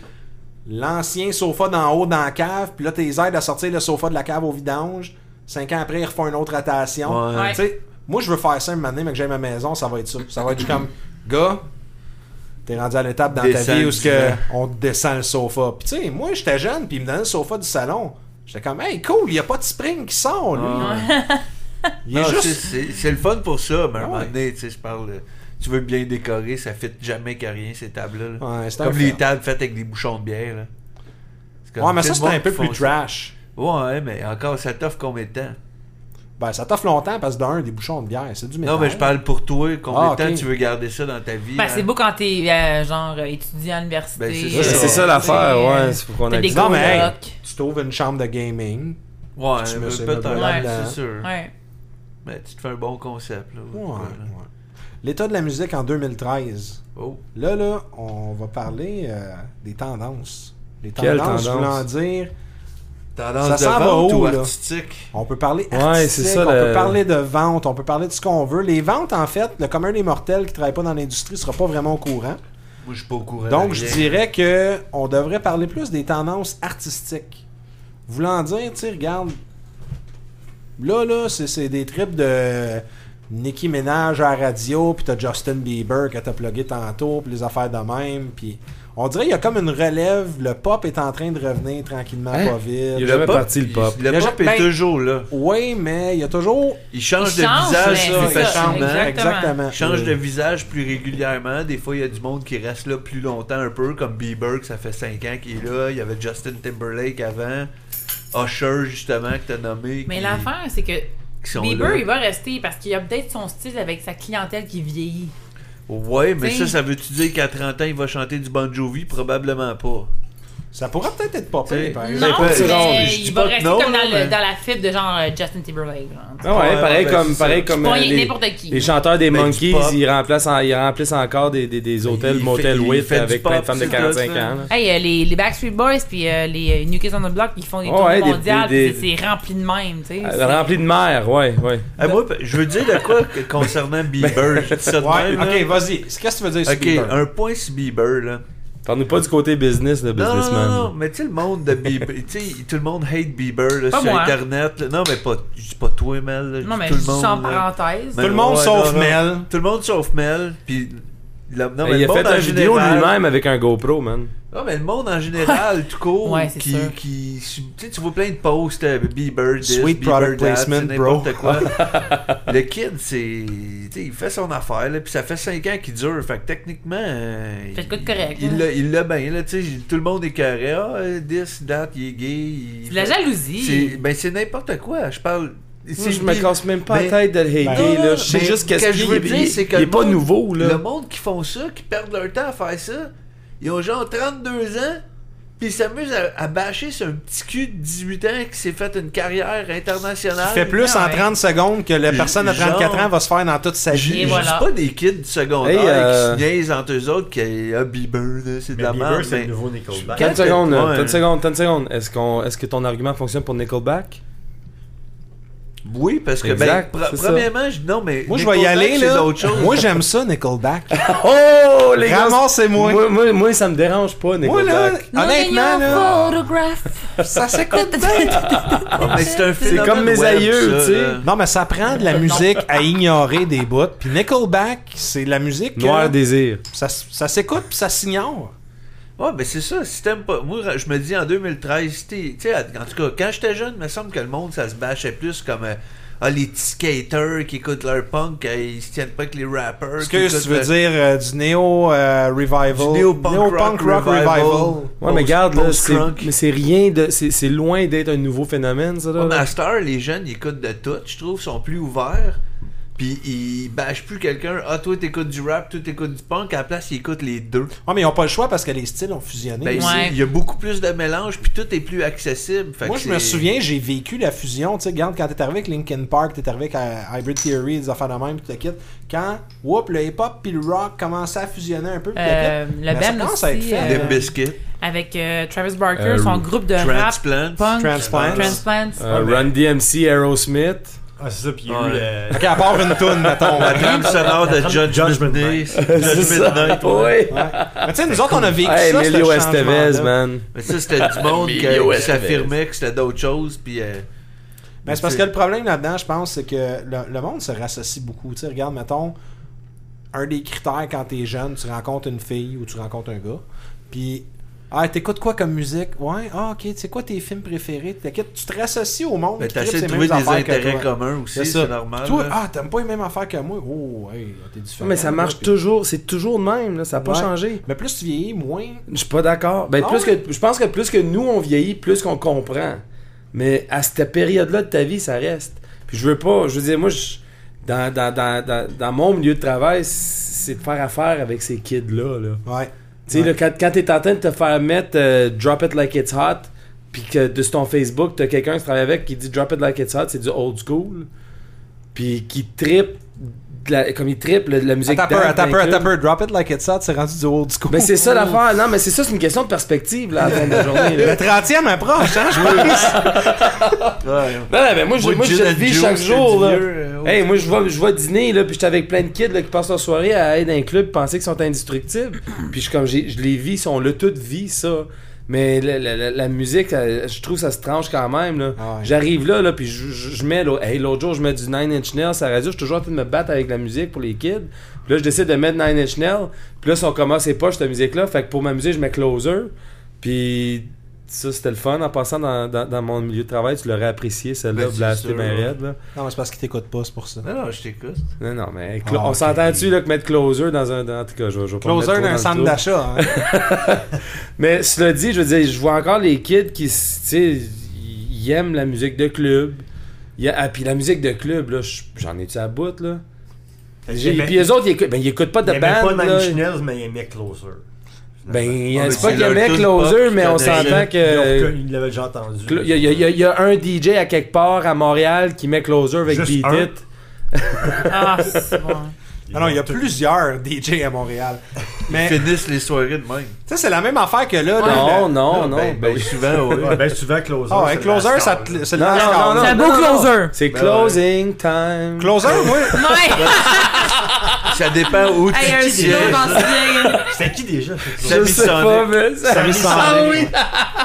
Speaker 1: l'ancien sofa d'en haut dans la cave, puis là, t'es aides à sortir le sofa de la cave au vidange. Cinq ans après, ils refont une autre rotation.
Speaker 2: Ouais.
Speaker 3: Ouais.
Speaker 1: Tu sais, moi, je veux faire ça un moment donné, mais que j'aille à ma maison, ça va être ça. Ça va être comme, gars, t'es rendu à l'étape dans ta
Speaker 2: Descends
Speaker 1: vie où
Speaker 2: le
Speaker 1: ce que
Speaker 2: divan.
Speaker 1: on te descend le sofa. Puis tu sais, moi, j'étais jeune, puis ils me donnaient le sofa du salon. J'étais comme, hey, cool, il a pas de spring qui sort, lui.
Speaker 2: Ouais.
Speaker 1: Il est
Speaker 2: Non, c'est-
Speaker 1: juste... Ah
Speaker 2: C'est c'est le fun pour ça, mais à un
Speaker 1: Ouais.
Speaker 2: moment donné, tu sais, je parle. euh, Tu veux bien décorer, ça fit jamais qu'à rien ces tables-là. là.
Speaker 1: Ouais, c'est un
Speaker 2: Comme les
Speaker 1: fait.
Speaker 2: tables faites avec des bouchons de bière. là. C'est comme
Speaker 1: Ouais, mais
Speaker 2: tout
Speaker 1: ça,
Speaker 2: le
Speaker 1: c'était un
Speaker 2: monde
Speaker 1: peu
Speaker 2: qui
Speaker 1: plus
Speaker 2: font ça.
Speaker 1: trash.
Speaker 2: Ouais, mais encore, ça t'offre combien de temps?
Speaker 1: Ben, ça t'offre longtemps parce que d'un, des bouchons de bière, c'est du métal.
Speaker 2: Non, mais je parle pour toi. Combien
Speaker 1: Ah,
Speaker 2: de temps
Speaker 1: ok.
Speaker 2: tu veux garder ça dans ta vie?
Speaker 3: Ben,
Speaker 2: hein?
Speaker 3: c'est beau quand t'es, euh, genre, euh, étudiant à l'université. euh,
Speaker 2: Ben, c'est
Speaker 4: Ouais,
Speaker 2: ça.
Speaker 4: C'est ça l'affaire, ouais. C'est pour qu'on
Speaker 3: T'as
Speaker 4: ait
Speaker 3: des
Speaker 1: Non, mais hey,
Speaker 3: colocs.
Speaker 1: tu trouves une chambre de gaming.
Speaker 2: Ouais,
Speaker 1: Tu mets
Speaker 2: ben,
Speaker 1: ces
Speaker 2: peut-être,
Speaker 1: meubles-là
Speaker 2: c'est
Speaker 1: dedans.
Speaker 2: sûr.
Speaker 3: Ouais.
Speaker 2: Mais tu te fais un bon concept. Là,
Speaker 1: Ouais,
Speaker 2: voilà.
Speaker 1: ouais. L'état de la musique en 2013.
Speaker 2: Oh.
Speaker 1: Là, là, on va parler euh, des tendances. Les
Speaker 4: Quelle
Speaker 1: tendances, voulant
Speaker 4: tendance?
Speaker 1: dire,
Speaker 2: Tendance
Speaker 1: Ça
Speaker 2: de
Speaker 1: s'en va
Speaker 2: vente
Speaker 1: où,
Speaker 2: ou
Speaker 1: là?
Speaker 2: artistique.
Speaker 1: on peut parler
Speaker 4: Ouais,
Speaker 1: artistique,
Speaker 4: c'est ça,
Speaker 1: on
Speaker 4: le-
Speaker 1: peut parler de vente, on peut parler de ce qu'on veut. Les ventes, en fait, le commun des mortels qui ne travaille pas dans l'industrie sera pas vraiment au courant.
Speaker 2: Moi, je suis pas au courant.
Speaker 1: Donc,
Speaker 2: de
Speaker 1: je
Speaker 2: rien.
Speaker 1: dirais que on devrait parler plus des tendances artistiques. Voulant dire, tu sais, regarde, là, là, c'est c'est des trips de Nicki Minaj à la radio, puis t'as Justin Bieber que t'as plugué tantôt, puis les affaires de même, puis... On dirait qu'il y a comme une relève, le pop est en train de revenir tranquillement,
Speaker 4: Hein?
Speaker 1: pas vite.
Speaker 4: Il est jamais parti, le pop.
Speaker 2: Le
Speaker 1: Le
Speaker 2: pop
Speaker 1: ja-
Speaker 2: est
Speaker 1: ben-
Speaker 2: toujours là.
Speaker 1: Oui, mais il y a toujours...
Speaker 2: Il change
Speaker 3: Il
Speaker 2: de
Speaker 3: change,
Speaker 2: visage
Speaker 3: mais
Speaker 2: plus
Speaker 3: c'est ça,
Speaker 2: facilement.
Speaker 3: exact. Exactement.
Speaker 2: Il change de visage plus régulièrement. Des fois, il y a du monde qui reste là plus longtemps un peu, comme Bieber, que ça fait 5 ans qu'il est là. Il y avait Justin Timberlake avant. Usher, justement, que t'as nommé.
Speaker 3: Mais
Speaker 2: qui-
Speaker 3: l'affaire, c'est que
Speaker 2: qui sont
Speaker 3: Bieber,
Speaker 2: là.
Speaker 3: il va rester parce qu'il a peut-être son style avec sa clientèle qui vieillit.
Speaker 2: Ouais, mais
Speaker 3: T'sais.
Speaker 2: ça, ça veut-tu dire qu'à 30 ans, il va chanter du Bon Jovi? Probablement pas.
Speaker 1: Ça pourrait peut-être être pas
Speaker 2: Tu sais,
Speaker 1: pire, par
Speaker 3: Non,
Speaker 1: exemple.
Speaker 2: pas si rare,
Speaker 3: mais
Speaker 2: je dis
Speaker 3: il
Speaker 2: pas
Speaker 3: va
Speaker 2: que
Speaker 3: rester
Speaker 2: non,
Speaker 3: comme
Speaker 2: là,
Speaker 3: dans,
Speaker 2: mais-
Speaker 3: le, dans la fibre de genre euh, Justin Timberlake. genre.
Speaker 4: Ah ouais,
Speaker 2: Ouais,
Speaker 4: pareil
Speaker 2: ben,
Speaker 4: comme,
Speaker 2: c'est
Speaker 4: pareil
Speaker 2: ça.
Speaker 4: comme
Speaker 3: Pas
Speaker 4: euh, les,
Speaker 3: n'importe qui.
Speaker 4: les chanteurs des
Speaker 2: Ben, du
Speaker 4: Monkeys,
Speaker 2: pop. Ben,
Speaker 4: ils remplacent, en- ils remplacent encore des, des, des hôtels
Speaker 2: il
Speaker 4: motel
Speaker 2: fait- il
Speaker 4: 8
Speaker 2: fait du
Speaker 4: avec
Speaker 2: pop,
Speaker 4: plein de femmes de
Speaker 2: c'est
Speaker 4: 45 ans.
Speaker 2: ça.
Speaker 4: là.
Speaker 3: Hey, euh, les, les Backstreet Boys puis euh, les euh, New Kids on the Block, ils font des
Speaker 2: Oh,
Speaker 3: tournées
Speaker 4: Ouais, des- des-
Speaker 3: mondiales,
Speaker 4: des-
Speaker 3: puis c'est c'est rempli de même, tu sais.
Speaker 2: Ah,
Speaker 4: Euh,
Speaker 3: C'est-
Speaker 4: Rempli de mer, ouais, ouais.
Speaker 3: Ben-
Speaker 2: Eh, moi, je veux dire de quoi que- concernant Bieber. Je dis ça de
Speaker 1: Ouais,
Speaker 2: même, là.
Speaker 1: ok, vas-y. Qu'est-ce que tu veux dire sur
Speaker 2: Ok,
Speaker 1: Bieber?
Speaker 2: un point sur Bieber, là.
Speaker 4: Parle-nous pas du côté business de
Speaker 2: Non, non,
Speaker 4: businessman.
Speaker 2: non, non, mais tu sais, le monde de Bieber, tu sais, tout le monde hate Bieber là,
Speaker 3: Pas
Speaker 2: sur
Speaker 3: moi.
Speaker 2: Internet. là. Non, mais pas, je dis pas toi, Mel. là, je
Speaker 3: Non,
Speaker 2: dis
Speaker 3: mais
Speaker 2: tout
Speaker 3: je
Speaker 2: le
Speaker 3: dis
Speaker 2: monde.
Speaker 3: ça en
Speaker 2: là.
Speaker 3: parenthèse.
Speaker 2: Mais
Speaker 1: Tout le monde
Speaker 2: ouais,
Speaker 1: sauf
Speaker 2: non, non.
Speaker 1: Mel.
Speaker 2: Tout le monde sauf Mel, puis... la- non,
Speaker 4: Ben,
Speaker 2: mais
Speaker 4: il
Speaker 2: le
Speaker 4: a fait
Speaker 2: monde en
Speaker 4: la vidéo
Speaker 2: général-
Speaker 4: lui-même avec un GoPro, man.
Speaker 2: Non, mais le monde en général, tout court,
Speaker 3: Ouais, c'est
Speaker 2: qui,
Speaker 3: sûr.
Speaker 2: qui- tu sais, tu vois plein de posts, euh, Bieber, this,
Speaker 1: Sweet
Speaker 2: Bieber,
Speaker 1: product
Speaker 2: that,
Speaker 1: placement,
Speaker 2: c'est n'importe quoi. le kid, c'est, tu sais, il fait son affaire, là, puis ça fait 5 ans qu'il dure, fait que techniquement, euh,
Speaker 3: Fait de quoi de
Speaker 2: il-
Speaker 3: correct,
Speaker 2: il
Speaker 3: hein.
Speaker 2: l'a- il l'a bien, là, tu sais, tout le monde est carré, ah, euh, this, that, il est gay. il-
Speaker 3: C'est de la jalousie.
Speaker 2: C'est, ben c'est n'importe quoi, je parle.
Speaker 4: Moi,
Speaker 2: c'est
Speaker 4: je me
Speaker 2: Bi-
Speaker 4: casse même pas
Speaker 2: Ben,
Speaker 4: la tête de le hater,
Speaker 2: non,
Speaker 4: là.
Speaker 2: non,
Speaker 4: Je sais
Speaker 2: mais
Speaker 4: juste
Speaker 2: ce que
Speaker 4: qu'est-ce
Speaker 2: je
Speaker 4: qu'il
Speaker 2: veux
Speaker 4: est.
Speaker 2: dire,
Speaker 4: il-
Speaker 2: c'est que
Speaker 4: Il est
Speaker 2: le
Speaker 4: pas
Speaker 2: monde-
Speaker 4: nouveau,
Speaker 2: Le
Speaker 4: là.
Speaker 2: monde qui font ça, qui perdent leur temps à faire ça, ils ont genre 32 ans, puis ils s'amusent à, à bâcher sur un petit cul de 18 ans qui s'est fait une carrière internationale.
Speaker 1: Tu fais plus en
Speaker 5: Ah
Speaker 3: ouais.
Speaker 1: 30 secondes que la
Speaker 2: J-
Speaker 1: personne de 34
Speaker 2: genre-
Speaker 1: ans va se faire dans toute sa
Speaker 2: Je
Speaker 1: vie.
Speaker 3: Et
Speaker 2: je
Speaker 3: voilà.
Speaker 2: dis pas des kids secondaires
Speaker 4: Hey, euh,
Speaker 2: qui se niaisent entre eux autres qui ah, Bieber, là, c'est de
Speaker 5: Mais
Speaker 2: la
Speaker 5: Bieber,
Speaker 2: merde.
Speaker 5: c'est
Speaker 2: Mais...
Speaker 5: le nouveau Nickelback.
Speaker 2: Quand-
Speaker 4: 30 secondes,
Speaker 2: Ouais.
Speaker 4: 30 secondes, 30 secondes. Est-ce qu'on, est-ce que ton argument fonctionne pour Nickelback?
Speaker 2: Oui, parce que
Speaker 4: Exact,
Speaker 2: ben, pre-
Speaker 4: c'est ça.
Speaker 2: premièrement, je dis non, mais
Speaker 1: Moi, je vais y
Speaker 2: Nickelback,
Speaker 1: aller,
Speaker 2: c'est
Speaker 1: là.
Speaker 2: d'autres choses.
Speaker 1: Moi, j'aime ça, Nickelback.
Speaker 4: Oh, les gars!
Speaker 1: Ramassez-moi.
Speaker 4: Moi, moi, moi, ça me dérange pas,
Speaker 1: Moi, là,
Speaker 4: Nickelback.
Speaker 1: honnêtement, là, ça s'écoute bien.
Speaker 2: Ah, mais c'est un phénomène
Speaker 4: comme mes
Speaker 2: web,
Speaker 4: aïeux,
Speaker 2: ça,
Speaker 4: tu sais.
Speaker 2: là.
Speaker 1: Non, mais ça prend de la
Speaker 3: Non.
Speaker 1: musique à ignorer des bouts. Puis Nickelback, c'est de la musique que
Speaker 4: Noir désir.
Speaker 1: ça, s- ça s'écoute puis ça s'ignore.
Speaker 2: Ouais, ben c'est ça, si t'aimes pas. Moi, je me dis en 2013, si t'es- tu sais, en tout cas, quand j'étais jeune, il me semble que le monde, ça se bâchait plus comme euh, ah, les petits skaters qui écoutent leur punk, euh, ils se tiennent pas avec les rappers.
Speaker 1: Est-ce que
Speaker 2: qui écoutent
Speaker 1: tu veux
Speaker 2: le-
Speaker 1: dire euh, du néo euh, revival,
Speaker 2: Du néo-punk rock revival. Oh.
Speaker 4: Ouais, mais regarde, là, c'est,
Speaker 2: Post-crunk.
Speaker 4: mais c'est rien de, c'est, c'est loin d'être un nouveau phénomène, ça, là.
Speaker 2: Ouais, mais à cette heure, les jeunes, ils écoutent de tout, je trouve, sont plus ouverts. Puis ils bâchent plus quelqu'un. Ah, toi, t'écoutes du rap, toi, t'écoutes du punk. À la place, ils écoutent les deux.
Speaker 1: Ah, mais ils n'ont pas le choix parce que les styles ont fusionné.
Speaker 2: Ben,
Speaker 3: Ouais.
Speaker 2: c'est- il y a beaucoup plus de mélange, puis tout est plus accessible. Fait
Speaker 1: Moi,
Speaker 2: que
Speaker 1: je me
Speaker 2: c'est-
Speaker 1: souviens, j'ai vécu la fusion. Tu sais, regarde, quand t'es arrivé avec Linkin Park, t'es arrivé avec euh, Hybrid Theory, des affaires de même, puis tout le kit. Quand, whoop, le hip-hop puis le rock commençaient à fusionner un peu, puis tout le kit.
Speaker 3: Euh, le
Speaker 1: Mais ça
Speaker 3: band
Speaker 1: commence à être
Speaker 3: aussi,
Speaker 1: fait.
Speaker 2: Limp
Speaker 3: euh,
Speaker 2: Bizkit,
Speaker 3: avec euh, Travis Barker,
Speaker 4: Euh,
Speaker 3: son groupe de rap,
Speaker 2: Transplants.
Speaker 3: punk,
Speaker 1: Transplants.
Speaker 3: Transplants.
Speaker 4: Euh,
Speaker 5: Ouais, mais-
Speaker 4: Run DMC, Aerosmith.
Speaker 5: Ah, c'est ça, puis il y a
Speaker 2: Ouais.
Speaker 5: eu le.
Speaker 1: Ok, à part une toune, mettons.
Speaker 2: La trame sonore de Judgment
Speaker 5: Judgment
Speaker 2: Day.
Speaker 5: Night.
Speaker 2: Judgment Night.
Speaker 4: Ouais.
Speaker 1: Mais tu sais, nous autres, on a vécu
Speaker 4: Hey,
Speaker 1: ça,
Speaker 4: Emilio
Speaker 1: ce
Speaker 4: Estevez,
Speaker 1: changement-là.
Speaker 4: man.
Speaker 2: Mais ça, c'était du monde que- qui s'affirmait que c'était d'autres choses. Puis, euh,
Speaker 1: Mais c'est parce que le problème là-dedans, je pense, c'est que le, le monde se rassocie beaucoup. Tu sais, regarde, mettons, un des critères quand t'es jeune, tu rencontres une fille ou tu rencontres un gars, puis ah, t'écoutes quoi comme musique? Ouais, ah, ok, tu sais quoi tes films préférés? T'inquiète, tu te rassocies au monde.
Speaker 2: ben,
Speaker 1: qui tripe
Speaker 2: t'essaies
Speaker 1: ces
Speaker 2: de trouver
Speaker 1: mêmes
Speaker 2: des
Speaker 1: affaires que
Speaker 2: intérêts
Speaker 1: toi.
Speaker 2: communs aussi, c'est normal.
Speaker 1: Toi,
Speaker 2: là.
Speaker 1: ah, t'aimes pas les mêmes affaires que moi? Oh, hey, t'es différent.
Speaker 4: Mais ça marche
Speaker 1: Puis-
Speaker 4: toujours, c'est toujours le même, là. Ça a pas
Speaker 1: Ouais.
Speaker 4: changé.
Speaker 1: Mais plus tu vieillis, moins.
Speaker 4: Je suis pas d'accord. Ben,
Speaker 1: Ah
Speaker 4: plus
Speaker 1: ouais?
Speaker 4: que, je pense que plus que nous, on vieillit, plus qu'on comprend. Mais à cette période-là de ta vie, ça reste. Puis je veux pas, je veux dire, moi, je- dans, dans, dans, dans, dans mon milieu de travail, c'est de faire affaire avec ces kids-là. Là.
Speaker 1: Ouais.
Speaker 4: Tu sais, là, quand, quand t'es en train de te faire mettre euh, Drop It Like It's Hot, puis que de sur ton Facebook, t'as quelqu'un qui travaille avec qui dit Drop It Like It's Hot, c'est du old school, puis qui tripe de la- comme il triple de la musique.
Speaker 1: Attends un peu,
Speaker 4: dark
Speaker 1: attends un peu,
Speaker 4: d'inclus.
Speaker 1: attends un peu. Drop it like it's hot, c'est rendu du old school.
Speaker 4: Mais Ben, c'est ça l'affaire. Non, mais c'est ça, c'est une question de perspective, là, à la fin de la journée.
Speaker 1: Le
Speaker 4: Là.
Speaker 1: 30e approche, hein, je pense.
Speaker 2: Ouais.
Speaker 4: Non, non, mais Ben, moi, je,
Speaker 2: Moi,
Speaker 4: moi, je
Speaker 2: Gin and
Speaker 4: vis
Speaker 2: Juice,
Speaker 4: chaque
Speaker 2: c'est
Speaker 4: jour,
Speaker 2: du
Speaker 4: là.
Speaker 2: vieux, euh,
Speaker 4: Hey, moi, je vais, je vais dîner, là, puis j'étais avec plein de kids, là, qui passent leur soirée à aller dans un club, penser qu'ils sont indestructibles. Puis je, comme, j'ai- je les vis, ils sont là, toute vie, ça. Mais la, la- la- la musique, elle, je trouve ça se tranche quand même, là.
Speaker 1: Ah ouais.
Speaker 4: J'arrive là, là, puis je, je- je mets, là, hey, l'autre jour, je mets du Nine Inch Nails à la radio, je suis toujours en train de me battre avec la musique pour les kids. Puis là, je décide de mettre Nine Inch Nails, puis là, ils sont comme, Ah, c'est pas cette musique-là, fait que pour m'amuser, je mets Closer. Puis ça, c'était le fun. En passant dans, dans, dans mon milieu de travail, tu l'aurais apprécié, celle-là,
Speaker 2: Ben, c'est
Speaker 4: Blaster
Speaker 2: sûr,
Speaker 4: ma
Speaker 2: ouais.
Speaker 4: raide, là.
Speaker 1: Non, mais c'est parce qu'il t'écoute pas, c'est pour ça.
Speaker 2: Non, non, je t'écoute.
Speaker 4: Non, non, mais
Speaker 1: Ah,
Speaker 4: clo- on
Speaker 1: ok.
Speaker 4: s'entend-tu là, que mettre Closer dans un. dans- En tout cas, je, vais- je vais pas me
Speaker 1: Closer
Speaker 4: mettre trop dans
Speaker 1: d'un
Speaker 4: le
Speaker 1: centre
Speaker 4: trouble.
Speaker 1: d'achat. hein.
Speaker 4: Mais cela dit, je veux dire, je vois encore les kids qui, s- tu sais, ils aiment la musique de club. Il y a- ah, puis la musique de club, là, je- j'en ai-tu à bout, là? J'ai- Puis les autres, ils écoutent, ben, ils écoutent pas de
Speaker 5: Il y
Speaker 4: band,
Speaker 5: avait pas
Speaker 4: là.
Speaker 5: Nine Channels, mais il aimait Closer.
Speaker 2: Ah,
Speaker 4: Ben, c'est
Speaker 2: mais
Speaker 4: pas
Speaker 2: c'est
Speaker 4: qu'il
Speaker 2: leur
Speaker 4: aimait
Speaker 2: tune
Speaker 4: Closer,
Speaker 2: pop
Speaker 4: mais
Speaker 2: qu'ils
Speaker 4: on
Speaker 2: connaissent.
Speaker 4: s'entend
Speaker 5: Ils l'ont
Speaker 4: que...
Speaker 5: reconnu, Il l'avait déjà entendu.
Speaker 4: Clo- Il y, a- il y a- il y a un DJ à quelque part à Montréal qui met Closer avec
Speaker 5: Juste
Speaker 4: Beat
Speaker 5: un.
Speaker 4: It.
Speaker 3: Ah, c'est bon.
Speaker 1: Non, non, il y a plusieurs DJ à Montréal. Mais
Speaker 2: Ils finissent les soirées de même.
Speaker 1: ça, c'est la même affaire que là. là,
Speaker 4: Non,
Speaker 1: le-
Speaker 4: non, non.
Speaker 2: ben, ben,
Speaker 4: ben oui.
Speaker 2: souvent, oui.
Speaker 5: Ouais, ben souvent Closer.
Speaker 1: Ah, ouais,
Speaker 5: c'est
Speaker 1: Closer,
Speaker 5: la
Speaker 1: ça
Speaker 5: star,
Speaker 1: te-
Speaker 5: là.
Speaker 1: c'est le
Speaker 4: Non,
Speaker 1: last
Speaker 4: non,
Speaker 2: Oh,
Speaker 1: call.
Speaker 4: non,
Speaker 3: C'est un
Speaker 4: non,
Speaker 3: beau
Speaker 4: non.
Speaker 3: closer.
Speaker 4: C'est
Speaker 2: Ben
Speaker 4: closing time.
Speaker 1: Closer, oui.
Speaker 3: Ouais!
Speaker 2: Ça dépend où tu
Speaker 3: Hey, un
Speaker 2: te
Speaker 3: slow
Speaker 2: tiens.
Speaker 3: dans ce game.
Speaker 5: C'était qui déjà cette
Speaker 4: Je
Speaker 2: Sammy
Speaker 5: Closer?
Speaker 4: sais pas,
Speaker 2: Sonic.
Speaker 4: mais ça-
Speaker 2: Sammy
Speaker 4: Ah
Speaker 2: Sonic.
Speaker 4: oui!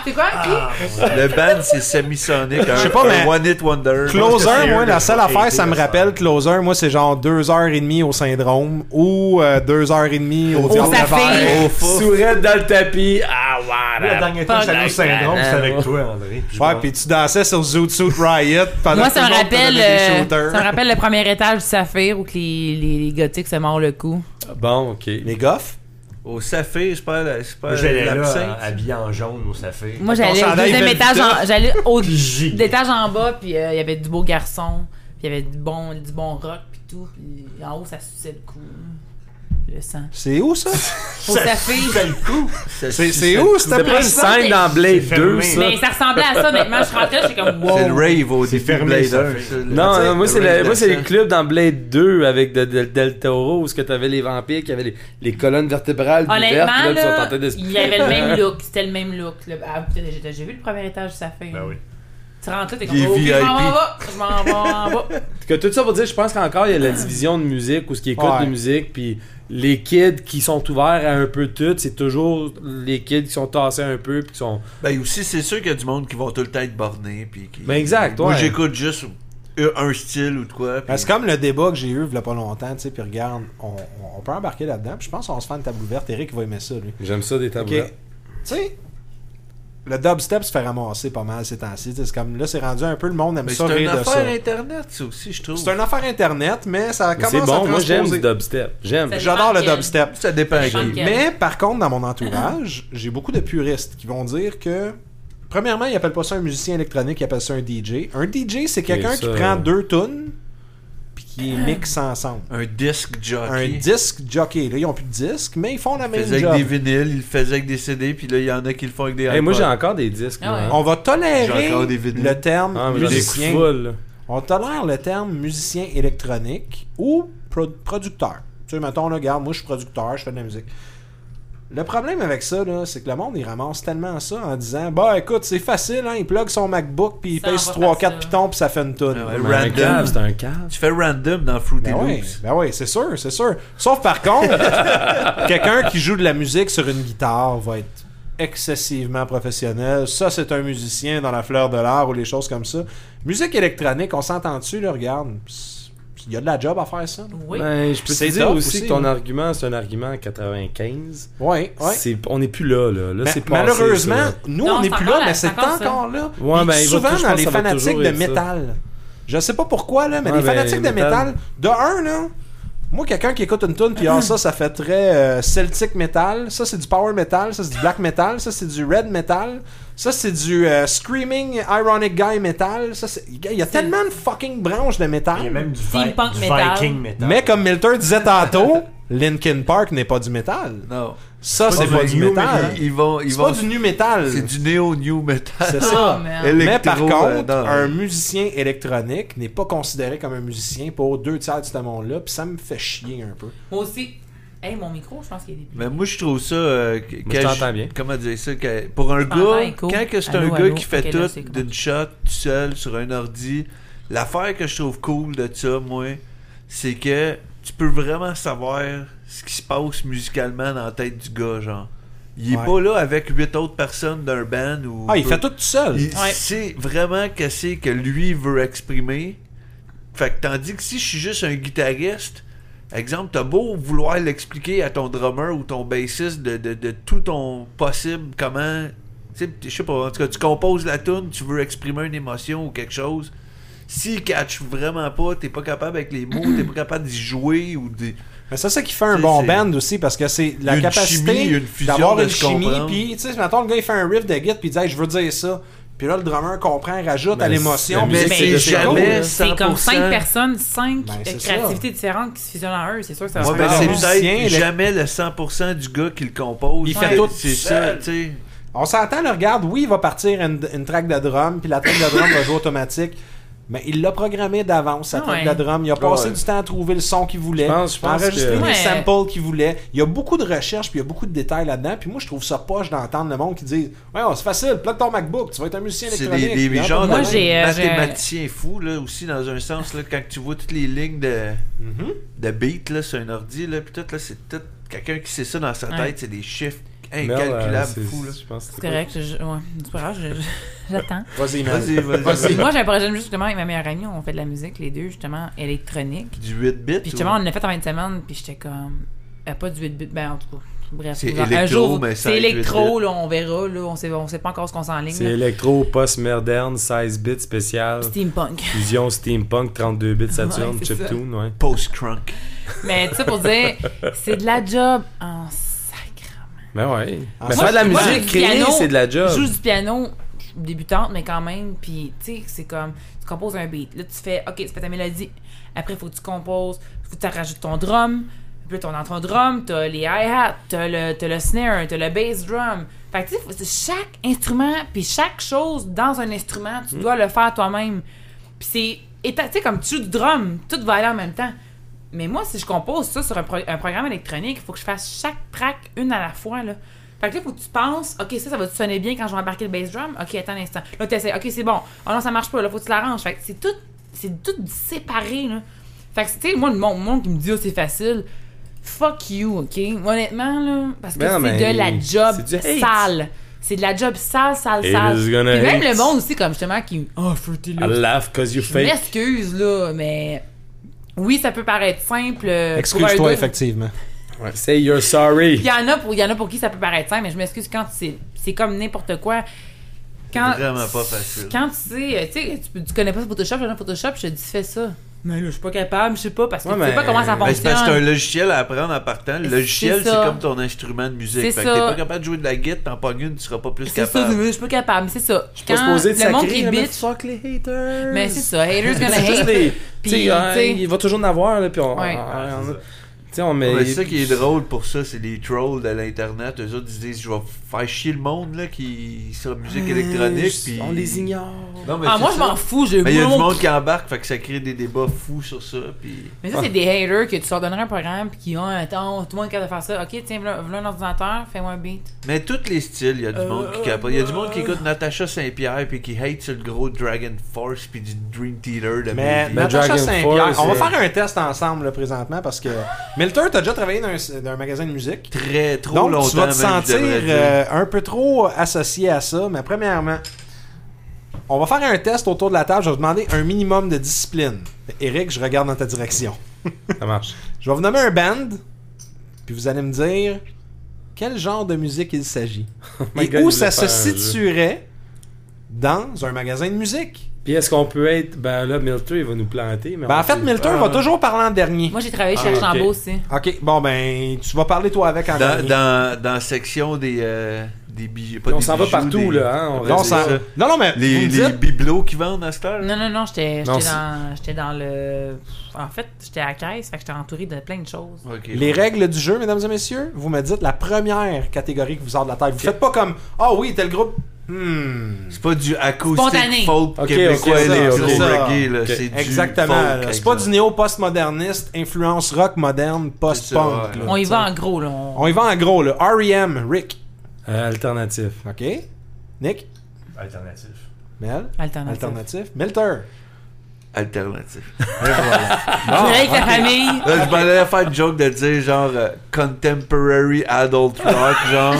Speaker 3: C'est quoi? Qui?
Speaker 2: Le band, c'est Semi-Sonic. Je
Speaker 1: sais pas, mais-
Speaker 2: One Hit Wonder.
Speaker 1: Closer, moi, la seule
Speaker 5: j'ai été
Speaker 1: affaire, ça me
Speaker 5: le
Speaker 1: rappelle Closer. Moi, c'est genre 2h30 au syndrome ou euh, 2h30 au Diable
Speaker 3: Safir.
Speaker 1: Vert.
Speaker 2: Au fou.
Speaker 4: Sourette dans le tapis. Ah, ouais.
Speaker 5: Le dernier temps, j'allais au syndrome, c'est avec toi, André.
Speaker 1: Ouais, pis tu dansais sur Zoot Suit Riot pendant
Speaker 3: Moi,
Speaker 1: que
Speaker 3: ça
Speaker 1: tout
Speaker 3: me
Speaker 1: le monde
Speaker 3: rappelle,
Speaker 1: donnait des
Speaker 3: euh,
Speaker 1: shooters.
Speaker 3: ça me rappelle le premier étage du Saphir où que les, les, les gothiques se mordent le cou.
Speaker 4: Bon, ok.
Speaker 1: Les goffs?
Speaker 2: Au Saphir, je parle à- je
Speaker 5: Moi,
Speaker 2: parle
Speaker 5: J'allais
Speaker 2: à
Speaker 5: là,
Speaker 2: l'absinthe.
Speaker 5: euh, habillé en jaune au safé.
Speaker 3: Moi,
Speaker 1: Ton
Speaker 3: j'allais au
Speaker 1: chandail
Speaker 3: deuxième
Speaker 1: Velveeta.
Speaker 3: étage, en- j'allais au
Speaker 5: Puis j'y-
Speaker 3: d'étage en bas, puis euh, il y avait du beau garçon, puis il y avait du bon, du bon rock, puis tout, puis en haut, ça suçait le cou. Le sang.
Speaker 1: C'est où ça?
Speaker 3: Au Saphir.
Speaker 5: le coup.
Speaker 2: Ça
Speaker 1: C'est
Speaker 2: suce
Speaker 1: c'est
Speaker 2: le
Speaker 1: où
Speaker 2: cou.
Speaker 1: cette
Speaker 4: C'était pas une
Speaker 1: place?
Speaker 4: scène dans Blade
Speaker 5: C'est
Speaker 4: 2,
Speaker 5: fermé.
Speaker 4: ça.
Speaker 3: Mais ça ressemblait à ça, maintenant, je rentrais, j'étais comme wow.
Speaker 2: C'est le rave au début de
Speaker 5: fermé, ça
Speaker 2: Blader.
Speaker 5: fait.
Speaker 2: ça, le-
Speaker 4: Non,
Speaker 2: tu sais,
Speaker 4: non, moi, c'est le,
Speaker 2: rave
Speaker 4: moi, c'est le
Speaker 2: d'absinthe.
Speaker 4: club dans Blade 2 avec de, de- Del Toro où ce que t'avais les vampires qui avaient les, les colonnes vertébrales ouvertes.
Speaker 3: Honnêtement,
Speaker 4: puis là,
Speaker 3: là,
Speaker 4: ils sont en train de se-
Speaker 3: il y avait le même look, c'était le même look. Le- ah, putain, j'ai j'ai vu le premier étage du Saphir.
Speaker 5: Ben oui.
Speaker 3: Tu rentres là, t'es
Speaker 2: Il est
Speaker 3: comme, oh, OK, je m'en vais en
Speaker 2: VIP.
Speaker 3: bas, je m'en vais en bas.
Speaker 4: que tout ça pour dire, je pense qu'encore il y a la
Speaker 3: Ah.
Speaker 4: division de musique ou ce qui écoute
Speaker 1: Ouais.
Speaker 4: de musique, puis les kids qui sont ouverts à un peu tout, c'est toujours les kids qui sont tassés un peu, puis qui sont.
Speaker 2: Ben aussi, c'est sûr qu'il y a du monde qui vont tout le temps être borné. Puis qui...
Speaker 4: Ben, exact,
Speaker 2: Moi,
Speaker 4: ouais.
Speaker 2: j'écoute juste un style ou de quoi. puis-
Speaker 1: Ben, c'est comme le débat que j'ai eu il y a pas longtemps, tu sais, puis regarde, on, on- on peut embarquer là-dedans, puis je pense qu'on va se fait une table ouverte. Eric va aimer ça, lui.
Speaker 4: J'aime ça des
Speaker 1: Ok.
Speaker 4: tableaux.
Speaker 1: Tu sais, le dubstep se fait ramasser pas mal ces temps-ci. Tu sais, C'est comme là, c'est rendu un peu le monde aime
Speaker 2: Mais c'est
Speaker 1: ça
Speaker 2: une
Speaker 1: rire de ça.
Speaker 2: affaire Internet, ça aussi, je trouve.
Speaker 1: C'est une affaire internet, mais ça
Speaker 4: Mais C'est
Speaker 1: commence
Speaker 4: bon,
Speaker 1: à
Speaker 4: moi j'aime
Speaker 1: transposer.
Speaker 4: du dubstep. J'aime.
Speaker 3: Ça-
Speaker 1: J'adore le
Speaker 3: Lequel?
Speaker 1: dubstep.
Speaker 2: Ça dépend à
Speaker 3: Lequel?
Speaker 2: qui.
Speaker 1: Mais par contre, dans mon entourage, j'ai beaucoup de puristes qui vont dire que. Premièrement, ils appellent pas ça un musicien électronique, ils appellent ça un DJ. Un DJ, c'est quelqu'un qui
Speaker 4: ça-
Speaker 1: prend deux tunes puis qui les mixe ensemble.
Speaker 2: Un disque jockey.
Speaker 1: Un disque jockey. Là, ils ont plus de disque, mais ils font la
Speaker 2: Il
Speaker 1: même
Speaker 2: faisait
Speaker 1: job.
Speaker 2: avec des vinyles, il le faisait avec des CD, puis là, il y en a qui le font avec des
Speaker 4: Hey, moi j'ai
Speaker 2: iPods.
Speaker 4: encore des disques.
Speaker 3: Ah
Speaker 4: moi,
Speaker 3: ouais.
Speaker 4: hein.
Speaker 1: On va tolérer
Speaker 2: J'ai encore des vinyles.
Speaker 1: le terme
Speaker 4: Ah, mais j'en ai
Speaker 1: musicien.
Speaker 4: full, là.
Speaker 1: On tolère le terme musicien électronique ou pro- producteur. Tu sais, mettons, là, regarde, moi je suis producteur, je fais de la musique. Le problème avec ça, là, c'est que le monde, il ramasse tellement ça en disant Bah écoute, c'est facile, hein, il plug son MacBook, puis il
Speaker 3: Ça
Speaker 1: pèse
Speaker 3: va
Speaker 1: 3-4
Speaker 3: faire ça.
Speaker 1: pitons, puis ça fait une toune.
Speaker 2: Ah ouais,
Speaker 4: Mais un
Speaker 2: Random.
Speaker 4: cave, c'est un cave.
Speaker 2: Tu fais random dans Fruity
Speaker 1: Ben oui,
Speaker 2: Loops.
Speaker 1: ben oui, c'est sûr, c'est sûr. Sauf par contre, quelqu'un qui joue de la musique sur une guitare va être excessivement professionnel. Ça, c'est un musicien dans la fleur de l'art ou les choses comme ça. Musique électronique, on s'entend-tu, là, regarde. Il y a de la job à faire ça.
Speaker 3: Oui.
Speaker 4: Ben, je peux
Speaker 1: Puis
Speaker 4: te
Speaker 1: c'est
Speaker 4: dire
Speaker 1: top
Speaker 4: aussi
Speaker 1: aussi,
Speaker 4: que ton
Speaker 1: là.
Speaker 4: argument, c'est un argument à 95.
Speaker 1: Oui, oui.
Speaker 4: C'est- On n'est plus là, là. Là,
Speaker 1: Ma-
Speaker 4: c'est passé,
Speaker 1: Ben, malheureusement,
Speaker 4: ça.
Speaker 1: nous,
Speaker 3: Non,
Speaker 1: on n'est
Speaker 3: c'est
Speaker 1: plus
Speaker 3: encore
Speaker 1: là,
Speaker 3: la-
Speaker 1: mais
Speaker 3: c'est
Speaker 1: c'est
Speaker 3: encore ça.
Speaker 1: encore là.
Speaker 4: Ouais,
Speaker 1: Puis
Speaker 4: ben, il va
Speaker 1: souvent
Speaker 4: tout- je
Speaker 1: dans
Speaker 4: pense
Speaker 1: les
Speaker 4: que ça va
Speaker 1: fanatiques
Speaker 4: toujours
Speaker 1: de
Speaker 4: être ça.
Speaker 1: métal. Je sais pas pourquoi, là, mais
Speaker 4: Ouais,
Speaker 1: les
Speaker 4: ben,
Speaker 1: fanatiques de
Speaker 4: métal.
Speaker 1: métal, de un, là, moi, quelqu'un qui écoute une tune puis ah, ça, ça fait très euh, Celtic metal. Ça, c'est du power metal. Ça, c'est du black metal. Ça, c'est du red metal. Ça, c'est du euh, screaming ironic guy metal. Ça, c'est- il y a tellement de fucking branches de métal.
Speaker 5: Il y a même du, vi-
Speaker 3: Steampunk
Speaker 5: du
Speaker 3: metal.
Speaker 5: Viking metal.
Speaker 1: Mais comme Milton disait tantôt, Linkin Park n'est pas du métal.
Speaker 2: Non.
Speaker 1: Ça, c'est pas, du
Speaker 2: new
Speaker 1: métal.
Speaker 2: metal. Ils vont, ils
Speaker 1: C'est
Speaker 2: vont.
Speaker 1: pas du nu métal.
Speaker 2: C'est du néo-new metal.
Speaker 1: C'est
Speaker 3: Oh,
Speaker 1: ça.
Speaker 3: man.
Speaker 1: Mais
Speaker 2: Électro,
Speaker 1: par contre,
Speaker 2: euh, non.
Speaker 1: un musicien électronique n'est pas considéré comme un musicien pour deux tiers de ce monde-là, puis ça me fait chier un peu.
Speaker 3: Moi aussi. Hey, mon micro, je pense qu'il est débile.
Speaker 2: Mais moi, je trouve ça. euh, que-
Speaker 4: je
Speaker 2: que-
Speaker 4: t'entends bien.
Speaker 2: Comment dire ça que Pour un
Speaker 3: t'entends,
Speaker 2: gars,
Speaker 3: écho.
Speaker 2: quand que c'est
Speaker 3: Ah, ben, Allô,
Speaker 2: un gars
Speaker 3: allô.
Speaker 2: qui fait
Speaker 3: Ok, là, c'est
Speaker 2: tout d'une shot, tout seul, sur un ordi, l'affaire que je trouve cool de ça, moi, c'est que tu peux vraiment savoir ce qui se passe musicalement dans la tête du gars, genre. Il est
Speaker 1: Ouais.
Speaker 2: pas là avec huit autres personnes d'un band ou.
Speaker 1: Ah, il
Speaker 2: peu-
Speaker 1: fait tout tout seul.
Speaker 2: Il
Speaker 3: Ouais.
Speaker 2: sait vraiment qu'est-ce que lui veut exprimer. Fait que tandis que si je suis juste un guitariste, exemple, t'as beau vouloir l'expliquer à ton drummer ou ton bassiste de, de- de tout ton possible, comment. Tu sais, je sais pas, en tout cas, tu composes la tune, tu veux exprimer une émotion ou quelque chose. S'il catch vraiment pas, t'es pas capable avec les mots, t'es pas capable d'y jouer ou de.
Speaker 1: Mais c'est ça qui fait un
Speaker 2: C'est-
Speaker 1: bon
Speaker 2: c'est-
Speaker 1: band aussi, parce que c'est la
Speaker 2: Il y a une
Speaker 1: capacité
Speaker 2: chimie, il y a une fusion
Speaker 1: d'avoir
Speaker 2: de
Speaker 1: une
Speaker 2: se
Speaker 1: chimie.
Speaker 2: comprendre.
Speaker 1: Puis, tu sais, mettons, le gars, il fait un riff de guide, puis il dit, Hey, je veux dire ça. Puis là, le drummer comprend, rajoute
Speaker 4: Mais
Speaker 1: à
Speaker 4: la
Speaker 1: l'émotion. puis
Speaker 2: Ben, musique,
Speaker 1: c'est-
Speaker 2: c'est
Speaker 1: c'est
Speaker 2: jamais-
Speaker 1: cool.
Speaker 2: là.
Speaker 3: C'est comme
Speaker 2: 100%.
Speaker 3: cinq personnes, cinq
Speaker 1: Ben, c'est
Speaker 3: créativités différentes qui se fusionnent en eux. C'est sûr que ça va
Speaker 2: Ouais,
Speaker 1: ben,
Speaker 2: mais
Speaker 3: faire
Speaker 2: c'est
Speaker 1: le
Speaker 3: bon.
Speaker 1: musicien,
Speaker 2: peut-être
Speaker 1: le-
Speaker 2: jamais le 100% du gars qui le compose.
Speaker 1: Il fait tout
Speaker 2: C'est ça,
Speaker 1: seul.
Speaker 2: tu sais.
Speaker 1: On s'entend, le regarde, oui, il va partir une, une track de drum, puis la track de drum va jouer automatique. Mais il l'a programmé d'avance, sa track
Speaker 3: Ouais.
Speaker 1: de drum. Il a passé
Speaker 2: Ouais.
Speaker 1: du temps à trouver le son qu'il voulait,
Speaker 4: Je pense- je pense
Speaker 1: enregistrer
Speaker 4: que-
Speaker 1: les
Speaker 3: Ouais.
Speaker 1: samples qu'il voulait. Il y a beaucoup de recherches, puis il y a beaucoup de détails là-dedans. Puis moi, je trouve ça poche d'entendre le monde qui dit Ouais, oh, c'est facile, plug ton MacBook, tu vas être un musicien
Speaker 2: C'est
Speaker 1: électronique.
Speaker 2: des, des,
Speaker 1: Puis,
Speaker 2: des
Speaker 1: ah,
Speaker 2: genres
Speaker 3: Moi,
Speaker 2: de
Speaker 3: j'ai, euh, j'ai-
Speaker 2: mathématiciens fous, là, aussi, dans un sens, là, quand tu vois toutes les lignes de, de beat, là, sur un ordi, là, puis tout, là, c'est tout... Quelqu'un qui sait ça dans sa tête,
Speaker 3: Ouais.
Speaker 2: c'est des chiffres
Speaker 4: Mel, euh,
Speaker 2: incalculables,
Speaker 4: c'est-
Speaker 2: fous, là.
Speaker 4: Je pense que
Speaker 3: C'est
Speaker 4: c'est
Speaker 3: correct, je- je- ouais, c'est pas grave, je- je- j'attends.
Speaker 1: Vas-y, man.
Speaker 2: Vas-y, vas-y.
Speaker 3: Moi, j'ai un projet justement avec ma meilleure amie, on fait de la musique, les deux, justement, électronique.
Speaker 2: Du 8 bits.
Speaker 3: Puis justement,
Speaker 2: ou-
Speaker 3: on l'a fait en 20 semaines, puis j'étais comme. euh, pas du 8 bits, ben en tout cas. Bref,
Speaker 2: C'est
Speaker 3: genre, un
Speaker 2: électro,
Speaker 3: jour,
Speaker 2: mais ça
Speaker 3: c'est
Speaker 2: avec 8
Speaker 3: électro, là, on verra, là, on sait, on sait pas encore ce qu'on s'en ligne.
Speaker 4: C'est électro, post-moderne, 16 bits spécial,
Speaker 3: Steampunk.
Speaker 4: fusion steampunk, 32 bits Saturn,
Speaker 3: Ouais, c'est
Speaker 4: chip
Speaker 3: ça.
Speaker 4: tune, ouais.
Speaker 2: Post-crunk.
Speaker 3: Mais tu sais, pour dire, c'est de la job Oh, en sacrament.
Speaker 4: Mais ouais.
Speaker 1: Ah,
Speaker 4: Mais
Speaker 1: moi,
Speaker 4: faire de la
Speaker 1: je-
Speaker 3: moi,
Speaker 4: musique,
Speaker 3: je-
Speaker 4: créer,
Speaker 3: piano,
Speaker 4: c'est de la job.
Speaker 3: Je joue du piano, je suis débutante, mais quand même, puis tu sais, c'est comme, tu composes un beat, là, tu fais, ok, tu fais ta mélodie, après, faut que tu composes, faut que tu rajoutes ton drum, puis là, t'as- dans ton drum, t'as les hi-hats, t'as le, t'as le snare, t'as le bass drum. Fait que tu sais, faut- c'est chaque instrument, puis chaque chose dans un instrument, tu dois le faire toi-même. Puis c'est, et t'as- tu sais, comme tu joues du drum, tout va aller en même temps. Mais moi, si je compose ça sur un, pro- un programme électronique, il faut que je fasse chaque track une à la fois. Là. Fait que là, faut que tu penses, OK, ça, ça va sonner bien quand je vais embarquer le bass drum? OK, attends un instant. Là, tu OK, c'est bon. Ah non, ça marche pas. Là, faut que tu l'arranges. Fait que c'est tout, c'est tout séparé. Là. Fait que, tu sais, moi, le monde, le monde qui me dit, oh, c'est facile. Fuck you, OK? Honnêtement, là, parce que
Speaker 4: Ben, mais
Speaker 3: c'est de la job
Speaker 4: c'est du hate.
Speaker 3: sale. C'est de la job sale, sale,
Speaker 4: It
Speaker 3: sale.
Speaker 4: is
Speaker 3: Puis
Speaker 4: gonna
Speaker 3: même
Speaker 4: hate.
Speaker 3: le monde aussi, comme justement, qui. Oh, fruity
Speaker 4: I
Speaker 3: loops.
Speaker 4: laugh cause you
Speaker 3: Je
Speaker 4: fake.
Speaker 3: m'excuse, là, mais. Oui, ça peut paraître simple. euh, pour un
Speaker 1: Excuse-toi,
Speaker 3: gars.
Speaker 1: effectivement.
Speaker 4: Say you're sorry.
Speaker 3: Il y, en a pour, il y en a pour qui ça peut paraître simple, mais je m'excuse quand c'est, c'est comme n'importe quoi. Quand,
Speaker 2: Vraiment pas facile.
Speaker 3: Quand tu sais, euh, tu sais, tu, peux- tu connais pas Photoshop, je dans Photoshop, je te dis fais ça. Mais là, je suis pas capable, je sais pas, parce que
Speaker 4: Ouais,
Speaker 3: tu
Speaker 4: mais-
Speaker 3: sais pas comment ça
Speaker 2: Ben, c'est parce que c'est un
Speaker 3: fonctionne.
Speaker 2: logiciel à apprendre en partant. Le
Speaker 3: C'est
Speaker 2: logiciel, c'est
Speaker 3: ça.
Speaker 2: comme ton instrument de musique.
Speaker 3: C'est
Speaker 2: Fait que
Speaker 3: ça.
Speaker 2: t'es pas capable de jouer de la guitare, t'en pognes une, tu seras pas plus
Speaker 3: C'est ça,
Speaker 2: capable.
Speaker 3: je suis pas capable, mais c'est ça. Je
Speaker 4: Pas supposé de
Speaker 3: le monde
Speaker 4: sacrer,
Speaker 3: qui
Speaker 4: là, mais
Speaker 3: bitch,
Speaker 4: fuck les haters.
Speaker 3: mais c'est ça, haters gonna
Speaker 4: C'est juste
Speaker 3: hate.
Speaker 4: des-
Speaker 3: Ben, Puis,
Speaker 4: t'sais, hein,
Speaker 3: tu sais-
Speaker 4: il va toujours en avoir, là, puis on...
Speaker 3: Ouais.
Speaker 4: on- on-
Speaker 2: c'est ça.
Speaker 4: t'sais, on met...
Speaker 2: Ouais, C'est ça qui est drôle pour ça, c'est les trolls de l'internet. Eux autres ils disent je vais faire chier le monde là qui sur la musique électronique. puis-
Speaker 4: On les ignore.
Speaker 2: Non, mais
Speaker 3: Ah,
Speaker 2: c'est
Speaker 3: moi, je
Speaker 2: ça.
Speaker 3: m'en fous, je
Speaker 2: Mais il y a du
Speaker 3: monte.
Speaker 2: monde qui embarque, fait que ça crée des débats fous sur ça. Puis
Speaker 3: Mais ça, c'est des haters que tu leur donnerais un programme puis qui ont un temps, tout le monde est capable de faire ça. Ok, tiens, voilà voilà un ordinateur, fais-moi un beat.
Speaker 2: mais tous les styles, il y a du
Speaker 3: Euh,
Speaker 2: monde qui capote. Il y a du monde qui écoute Natasha Saint-Pierre puis qui hate sur le gros Dragon Force puis du Dream Theater de
Speaker 1: Mais
Speaker 2: Baby.
Speaker 1: Natacha
Speaker 4: Dragon
Speaker 1: Saint-Pierre,
Speaker 4: Force,
Speaker 1: on va
Speaker 4: euh,
Speaker 1: faire un test ensemble là, présentement parce que Milter, t'as déjà travaillé dans un, dans un magasin de musique.
Speaker 2: très trop
Speaker 1: Donc,
Speaker 2: longtemps.
Speaker 1: tu vas te
Speaker 2: même, je
Speaker 1: sentir
Speaker 2: devrais dire.
Speaker 1: euh, un peu trop associé à ça, mais premièrement, on va faire un test autour de la table. Je vais vous demander un minimum de discipline. Eric, je regarde dans ta direction.
Speaker 4: Ça marche.
Speaker 1: Je vais vous nommer un band, puis vous allez me dire quel genre de musique il s'agit.
Speaker 4: my
Speaker 1: et
Speaker 4: God, il
Speaker 1: où
Speaker 4: voulait
Speaker 1: ça se
Speaker 4: faire un jeu.
Speaker 1: situerait dans un magasin de musique.
Speaker 4: Puis est-ce qu'on peut être... Ben là, Milton, il va nous planter, mais...
Speaker 1: Ben,
Speaker 4: on
Speaker 1: en fait,
Speaker 4: sait
Speaker 1: Milter
Speaker 4: pas.
Speaker 1: va toujours parler en dernier.
Speaker 3: Moi, j'ai travaillé chez
Speaker 4: Ah, ok.
Speaker 3: Archambault aussi.
Speaker 1: Ok, bon ben, tu vas parler toi avec en
Speaker 2: dans,
Speaker 1: dernier.
Speaker 2: dans, dans la section des, euh, des billets.
Speaker 4: Puis on s'en va partout, là. Hein? on
Speaker 1: Non,
Speaker 4: reste-
Speaker 1: ça- non, non, mais
Speaker 2: Les,
Speaker 1: vous me
Speaker 2: les
Speaker 1: dites-
Speaker 2: bibelots qui vendent à cette heure.
Speaker 3: Non, non, non, j'étais
Speaker 4: Non,
Speaker 3: j'étais
Speaker 4: c'est-
Speaker 3: dans, j'étais dans le. En fait, j'étais à la caisse, fait que j'étais entouré de plein de choses.
Speaker 2: Ok.
Speaker 1: les règles du jeu, mesdames et messieurs, vous me dites la première catégorie qui vous sort de la tête. Vous faites pas comme Ah oui, tel groupe. Hmm.
Speaker 2: C'est pas du
Speaker 3: Spontané.
Speaker 2: acoustic folk
Speaker 4: Ok,
Speaker 2: québécois
Speaker 4: ok, c'est ça,
Speaker 2: électro
Speaker 1: c'est ça.
Speaker 2: reggae, là.
Speaker 4: Ok.
Speaker 2: C'est du
Speaker 1: Exactement.
Speaker 2: folk,
Speaker 1: là. C'est pas du
Speaker 2: exemple.
Speaker 1: néo-postmoderniste, influence rock moderne, post-punk.
Speaker 2: C'est ça,
Speaker 1: là.
Speaker 2: ouais.
Speaker 3: On y va en gros, là. On-
Speaker 1: On y va en gros, le REM, Rick.
Speaker 4: Euh, alternatif.
Speaker 1: OK? Nick?
Speaker 5: Alternatif.
Speaker 1: Mel?
Speaker 3: Alternatif.
Speaker 1: Alternatif. Melter.
Speaker 2: Alternatif.
Speaker 3: Je dirais
Speaker 4: Ah,
Speaker 3: que la famille.
Speaker 2: Là, je m'en allais faire une joke de dire genre euh, contemporary adult rock, genre.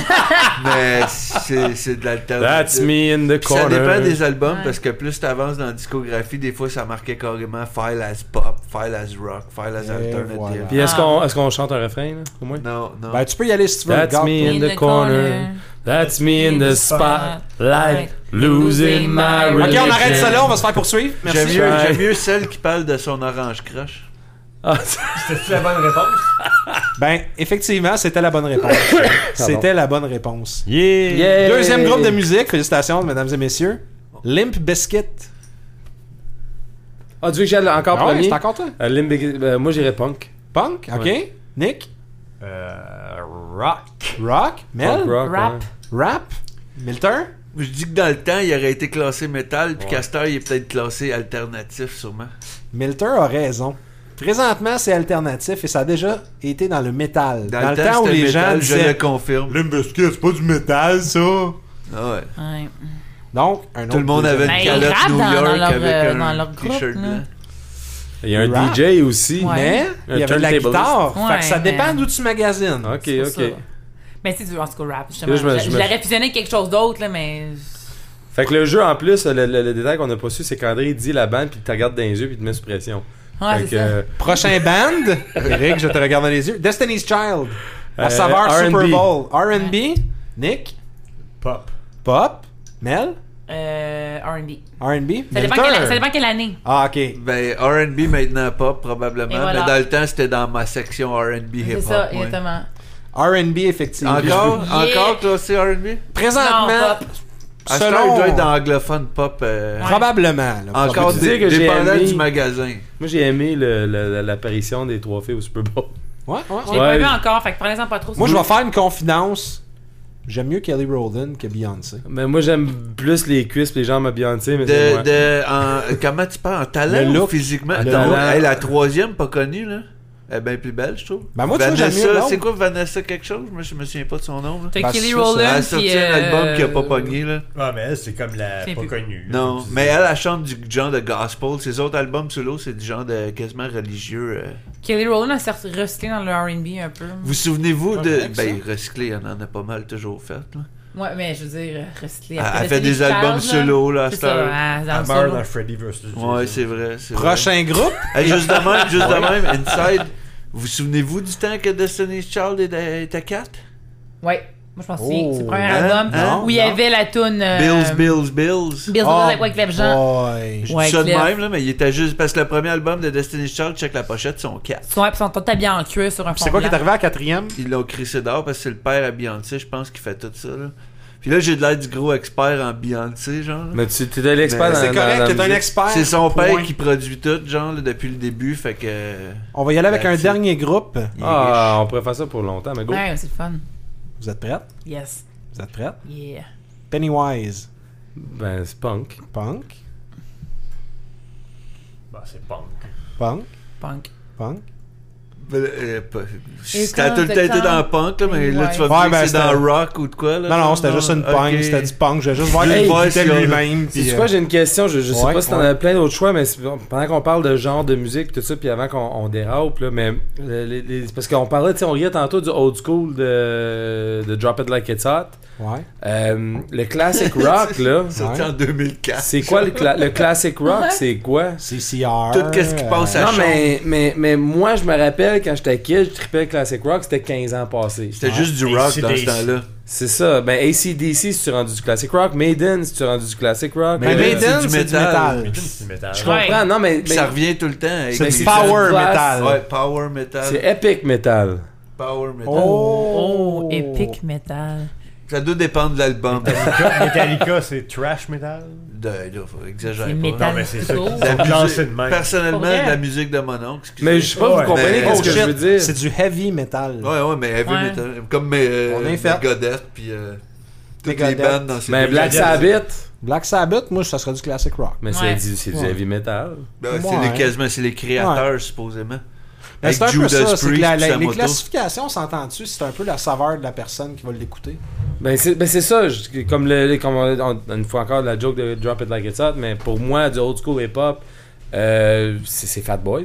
Speaker 2: Mais c'est c'est de l'alternatif.
Speaker 4: That's me in the
Speaker 2: Puis Ça
Speaker 4: corner.
Speaker 2: dépend des albums
Speaker 3: Ouais.
Speaker 2: parce que plus t'avances dans la discographie, des fois ça marquait carrément file as pop, file as rock, file as
Speaker 1: Et
Speaker 2: alternative.
Speaker 1: voilà.
Speaker 4: Puis est-ce
Speaker 3: Ah.
Speaker 4: qu'on est-ce qu'on chante un refrain, là, au moins?
Speaker 2: Non, non.
Speaker 1: Ben, tu peux y aller si tu veux.
Speaker 4: That's
Speaker 1: regarde,
Speaker 4: me.
Speaker 1: toi.
Speaker 4: In the corner. That's me in the spotlight, losing my
Speaker 3: Ok,
Speaker 1: OK,
Speaker 4: religion.
Speaker 1: on arrête ça là, on va se faire poursuivre.
Speaker 2: J'aime
Speaker 1: Merci.
Speaker 2: mieux,
Speaker 4: Bye.
Speaker 2: j'aime mieux celle qui parle de son orange crush.
Speaker 4: Ah,
Speaker 5: C'était-tu la bonne réponse?
Speaker 1: Ben, effectivement, c'était la bonne réponse. c'était la bonne réponse.
Speaker 5: Yeah!
Speaker 4: Yeah.
Speaker 1: Deuxième groupe de musique, félicitations, mesdames et messieurs. Limp Biscuit.
Speaker 4: Ah, tu veux que j'aille encore
Speaker 1: Ah ouais,
Speaker 4: premier?
Speaker 1: c'est encore toi.
Speaker 4: Euh, Limp- euh, moi, j'irais punk.
Speaker 1: Punk, OK?
Speaker 4: Ouais.
Speaker 1: Nick?
Speaker 5: Euh, rock.
Speaker 1: Rock? Mel?
Speaker 4: Punk rock, hein.
Speaker 3: Rap.
Speaker 4: ouais.
Speaker 1: Rap? Milter?
Speaker 2: Je dis que dans le temps, il aurait été classé métal, puis Castor, il est peut-être classé alternatif, sûrement.
Speaker 1: Milter a raison. Présentement, c'est alternatif et ça a déjà été dans le métal. Dans, le temps, où
Speaker 2: c'était
Speaker 1: les gens
Speaker 2: métal, je le
Speaker 1: disaient
Speaker 2: confirme.
Speaker 1: Biscuit, c'est pas du métal, ça.
Speaker 2: Ah ouais.
Speaker 3: Ouais.
Speaker 1: Donc, un autre
Speaker 2: Tout le monde avait
Speaker 3: Ben,
Speaker 2: une
Speaker 3: ils
Speaker 2: calotte
Speaker 3: rappent
Speaker 2: New
Speaker 3: dans- dans
Speaker 2: York
Speaker 3: leur,
Speaker 2: avec
Speaker 3: euh, dans
Speaker 2: un
Speaker 3: leur groupe,
Speaker 2: t-shirt
Speaker 3: là.
Speaker 2: blanc.
Speaker 4: Il y a un
Speaker 1: Rap.
Speaker 4: DJ aussi.
Speaker 3: Ouais.
Speaker 1: Mais il y avait de
Speaker 4: Un
Speaker 1: la
Speaker 4: turntabliste.
Speaker 1: guitare. Fait que ça
Speaker 3: Ouais,
Speaker 1: dépend
Speaker 3: mais-
Speaker 1: d'où tu magasines.
Speaker 4: Ok,
Speaker 3: C'est pour
Speaker 4: ok.
Speaker 3: ça. Mais c'est du en tout cas, rap, justement.
Speaker 4: Là, je me- je
Speaker 3: je
Speaker 4: me-
Speaker 3: l'aurais fusionné avec quelque chose d'autre, là, mais.
Speaker 4: Fait que le jeu, en plus, le, le- le détail qu'on n'a pas su, c'est qu'André dit la bande, puis il te regarde dans les yeux, puis il te met sous pression.
Speaker 3: Ouais,
Speaker 4: fait
Speaker 3: c'est
Speaker 4: que,
Speaker 3: ça.
Speaker 4: euh,
Speaker 1: Prochain band, Eric, je te regarde dans les yeux. Destiny's Child. La
Speaker 4: Euh,
Speaker 1: saveur
Speaker 4: R&B.
Speaker 1: Super Bowl. RB, Nick,
Speaker 5: Pop.
Speaker 1: Pop, Mel,
Speaker 3: Euh, RB.
Speaker 1: RB,
Speaker 3: Ça dépend,
Speaker 1: Milter.
Speaker 3: quelle, ça dépend quelle année.
Speaker 1: Ah, ok.
Speaker 2: Ben, RB maintenant pop, probablement.
Speaker 3: Et voilà.
Speaker 2: Mais dans le temps, c'était dans ma section RB hip-hop.
Speaker 3: C'est ça,
Speaker 2: ouais.
Speaker 3: exactement.
Speaker 1: RB, effectivement.
Speaker 2: Encore
Speaker 3: Yeah.
Speaker 2: Encore classé RB
Speaker 1: Présentement,
Speaker 3: Non, pop.
Speaker 2: À cette heure, il doit être dans anglophone pop. euh,
Speaker 3: Ouais.
Speaker 1: Probablement. là,
Speaker 2: Encore
Speaker 4: On peut dire
Speaker 2: dé-
Speaker 4: que j'ai
Speaker 2: dépendant
Speaker 4: aimé-
Speaker 2: du magasin.
Speaker 4: moi, j'ai aimé le- le- l'apparition des trois filles au Super Bowl.
Speaker 1: Ouais, ouais,
Speaker 3: Je
Speaker 1: ouais.
Speaker 3: l'ai pas
Speaker 4: Ouais.
Speaker 3: vu encore, fait que parlez-en pas trop.
Speaker 1: Moi, je vais faire une confidence. J'aime mieux Kelly Rowland que Beyoncé.
Speaker 4: Mais Ben, moi, j'aime plus les cuisses, puis les jambes à Beyoncé, mais c'est
Speaker 2: De,
Speaker 4: moi.
Speaker 2: de, en- comment tu parles En talent
Speaker 1: Le
Speaker 2: ou
Speaker 1: look.
Speaker 2: physiquement
Speaker 4: Le
Speaker 2: Non,
Speaker 4: talent.
Speaker 2: hey, La troisième, pas connue, là. Elle est bien plus belle, je trouve.
Speaker 1: Ben, moi, tu vois, j'aime mieux
Speaker 2: Vanessa,
Speaker 1: l'autre.
Speaker 2: c'est quoi Vanessa quelque chose Moi, je me souviens pas de son nom. là.
Speaker 3: T'as
Speaker 1: Parce
Speaker 3: Kelly
Speaker 1: que ça, ça-
Speaker 3: Rowland.
Speaker 2: Elle
Speaker 3: puis,
Speaker 2: a sorti un
Speaker 3: euh,
Speaker 2: album qui a pas pogné, là.
Speaker 5: Ah, mais elle, c'est comme la
Speaker 3: Tiens
Speaker 5: pas
Speaker 3: plus.
Speaker 5: connue. là,
Speaker 2: Non,
Speaker 5: comme tu
Speaker 2: mais
Speaker 5: dis.
Speaker 2: elle, elle chante du genre de gospel. Ses autres albums solo, c'est du genre de quasiment religieux. euh.
Speaker 3: Kelly Rowland a certes recyclé dans le RB un peu.
Speaker 2: Vous souvenez-vous
Speaker 1: Ah,
Speaker 2: de.
Speaker 1: correct, ça.
Speaker 2: Ben, recyclé, on en a pas mal toujours fait. là.
Speaker 3: Ouais, mais je veux dire, recyclé.
Speaker 2: Elle-
Speaker 3: Après
Speaker 2: elle fait
Speaker 3: Destiny's
Speaker 2: des albums
Speaker 3: Child, là,
Speaker 2: solo, là, à
Speaker 3: C'est
Speaker 2: cette heure.
Speaker 3: ça, elle- elle
Speaker 5: Elle
Speaker 3: en
Speaker 5: meurt
Speaker 3: solo.
Speaker 5: dans Freddy vs.
Speaker 2: Ouais, c'est vrai. c'est vrai.
Speaker 1: Prochain groupe.
Speaker 2: Hey, juste de même, juste de même, Inside, vous souvenez-vous du temps que Destiny's Child est à- est à 4?
Speaker 3: Ouais, moi je pense que
Speaker 1: Oh,
Speaker 3: c'est c'est le premier
Speaker 2: hein,
Speaker 3: album
Speaker 2: hein,
Speaker 3: où il y
Speaker 1: non.
Speaker 3: avait la toune. euh,
Speaker 2: Bills, Bills, Bills.
Speaker 3: Bills,
Speaker 1: Oh
Speaker 3: avec ouais, Clef Jean.
Speaker 1: boy.
Speaker 2: Je
Speaker 3: Ouais,
Speaker 2: dis ça de
Speaker 3: Clef.
Speaker 2: même, là, mais il était juste... Parce que le premier album de Destiny's Child, check la pochette, sont 4.
Speaker 3: Ils sont, ouais, puis ils sont tous habillés en cuir sur un fond
Speaker 1: C'est quoi qui est
Speaker 3: blanc.
Speaker 1: arrivé à la quatrième?
Speaker 2: Ils l'ont crissé dehors parce que c'est le père à Beyoncé, je pense, qui fait tout ça, là. Puis là, j'ai de l'air du gros expert en Beyoncé, genre. là.
Speaker 4: Mais tu t'es de l'expert
Speaker 2: Mais
Speaker 4: dans
Speaker 1: Ben, C'est
Speaker 4: dans- dans
Speaker 1: correct,
Speaker 4: la
Speaker 1: t'es un
Speaker 4: musique.
Speaker 1: expert.
Speaker 2: C'est son
Speaker 1: Point.
Speaker 2: père qui produit tout, genre, là, depuis le début, fait que... euh,
Speaker 1: On va y aller avec un
Speaker 2: That's it.
Speaker 1: dernier groupe.
Speaker 2: il est
Speaker 4: Ah, on pourrait faire ça pour longtemps, mais go.
Speaker 3: Ouais, c'est le fun.
Speaker 1: Vous êtes prêtes?
Speaker 3: Yes.
Speaker 1: Vous êtes prêtes?
Speaker 3: Yeah.
Speaker 1: Pennywise.
Speaker 4: Ben, c'est punk.
Speaker 1: Punk.
Speaker 5: Bah, c'est punk.
Speaker 1: Punk.
Speaker 3: Punk.
Speaker 1: Punk.
Speaker 2: riche. Euh, pas-
Speaker 3: Et
Speaker 2: T'as
Speaker 3: quand,
Speaker 2: tout le temps été
Speaker 3: quand-
Speaker 2: dans punk, là, mais là, tu vas
Speaker 1: Ouais,
Speaker 2: me
Speaker 1: ben,
Speaker 2: dire que c'est
Speaker 1: c'était-
Speaker 2: dans rock ou de quoi, là?
Speaker 1: Non, non,
Speaker 2: genre,
Speaker 1: c'était juste une
Speaker 2: ok.
Speaker 1: punk. C'était du punk. Je vais juste voir
Speaker 4: Hey,
Speaker 1: qui était
Speaker 2: voici, on a-
Speaker 1: lui-même.
Speaker 4: Si
Speaker 1: puis,
Speaker 4: tu
Speaker 1: euh,
Speaker 4: vois, j'ai une question, je, je sais
Speaker 1: ouais,
Speaker 4: pas si t'en
Speaker 1: ouais.
Speaker 4: as plein d'autres choix, mais c'est- pendant qu'on parle de genre de musique pis tout ça, puis avant qu'on on dérape, là, mais euh, les- les- parce qu'on parlait, tu sais, on riait tantôt du old school de, de Drop It Like It's Hot.
Speaker 1: Ouais.
Speaker 4: Euh, le classic rock, là,
Speaker 2: Sorti
Speaker 1: Ouais.
Speaker 2: en 2004.
Speaker 4: c'est quoi le, cla- le classic rock? C'est quoi?
Speaker 1: CCR.
Speaker 2: Tout qu'est-ce qui passe
Speaker 1: euh,
Speaker 2: à-
Speaker 4: Non,
Speaker 2: change.
Speaker 4: mais, mais, mais moi, je me rappelle quand j'étais kid, je trippais le classic rock, c'était 15 ans passé.
Speaker 2: C'était juste du
Speaker 5: Et
Speaker 2: rock
Speaker 5: c'est
Speaker 2: dans
Speaker 5: des-
Speaker 2: ce temps-là.
Speaker 4: C'est ça. Ben, ACDC, si tu rendu du classic rock. Maiden, si tu rendu du classic rock.
Speaker 1: Mais
Speaker 2: Mais
Speaker 4: Euh,
Speaker 2: c'est
Speaker 1: Maiden, c'est
Speaker 2: du
Speaker 1: du
Speaker 2: métal.
Speaker 1: métal.
Speaker 5: C'est métal.
Speaker 4: Je
Speaker 3: Ouais.
Speaker 4: comprends, non, mais.
Speaker 2: Puis
Speaker 4: mais-
Speaker 2: ça revient tout le temps. avec
Speaker 1: C'est
Speaker 2: les-
Speaker 1: du power
Speaker 4: Glass.
Speaker 1: metal.
Speaker 2: Ouais, power metal.
Speaker 4: C'est epic metal.
Speaker 2: Power metal.
Speaker 1: Oh,
Speaker 3: Oh, épique metal.
Speaker 2: Ça doit dépendre de l'album.
Speaker 5: Metallica, Metallica, c'est trash metal.
Speaker 2: De, là, faut exagérer
Speaker 3: C'est
Speaker 2: pas.
Speaker 3: métal.
Speaker 5: Non, mais c'est ça.
Speaker 3: Oh.
Speaker 5: qu'ils
Speaker 1: Ah,
Speaker 2: La
Speaker 5: sont lancés
Speaker 2: musique-
Speaker 5: de même.
Speaker 2: personnellement,
Speaker 3: Pour vrai? hein.
Speaker 2: la musique de mon oncle. excusez.
Speaker 4: Mais je sais pas, vous
Speaker 5: Ouais,
Speaker 4: comprenez
Speaker 2: mais-
Speaker 4: ce que je veux dire.
Speaker 1: Oh, C'est du heavy metal.
Speaker 2: Ouais, ouais, mais heavy
Speaker 3: Ouais.
Speaker 2: metal. Comme mes, euh,
Speaker 1: On est fait.
Speaker 2: Megadeth, puis euh, toutes les
Speaker 1: Megadeth.
Speaker 2: bandes dans ces
Speaker 4: Mais
Speaker 2: deux-
Speaker 4: Ben, Black Sabbath,
Speaker 1: Black Sabbath, moi, ça serait du classic rock.
Speaker 4: mais
Speaker 3: Ouais.
Speaker 4: c'est du, c'est du
Speaker 1: Ouais.
Speaker 4: heavy metal.
Speaker 2: Ben, c'est
Speaker 1: Ouais.
Speaker 2: les, quasiment, c'est les créateurs, supposément.
Speaker 1: Mais
Speaker 2: Avec
Speaker 1: c'est un peu
Speaker 2: Judas
Speaker 1: ça, c'est que la-
Speaker 2: Priest,
Speaker 1: la- les
Speaker 2: Samoto.
Speaker 1: classifications, s'entend-tu, c'est un peu la saveur de la personne qui va l'écouter.
Speaker 4: Ben c'est ben, c'est ça, je- comme, le, le- comme on- on- une fois encore la joke de Drop It Like It's Hot, mais pour moi, du old school hip hop, euh, c'est c'est Fat Boys.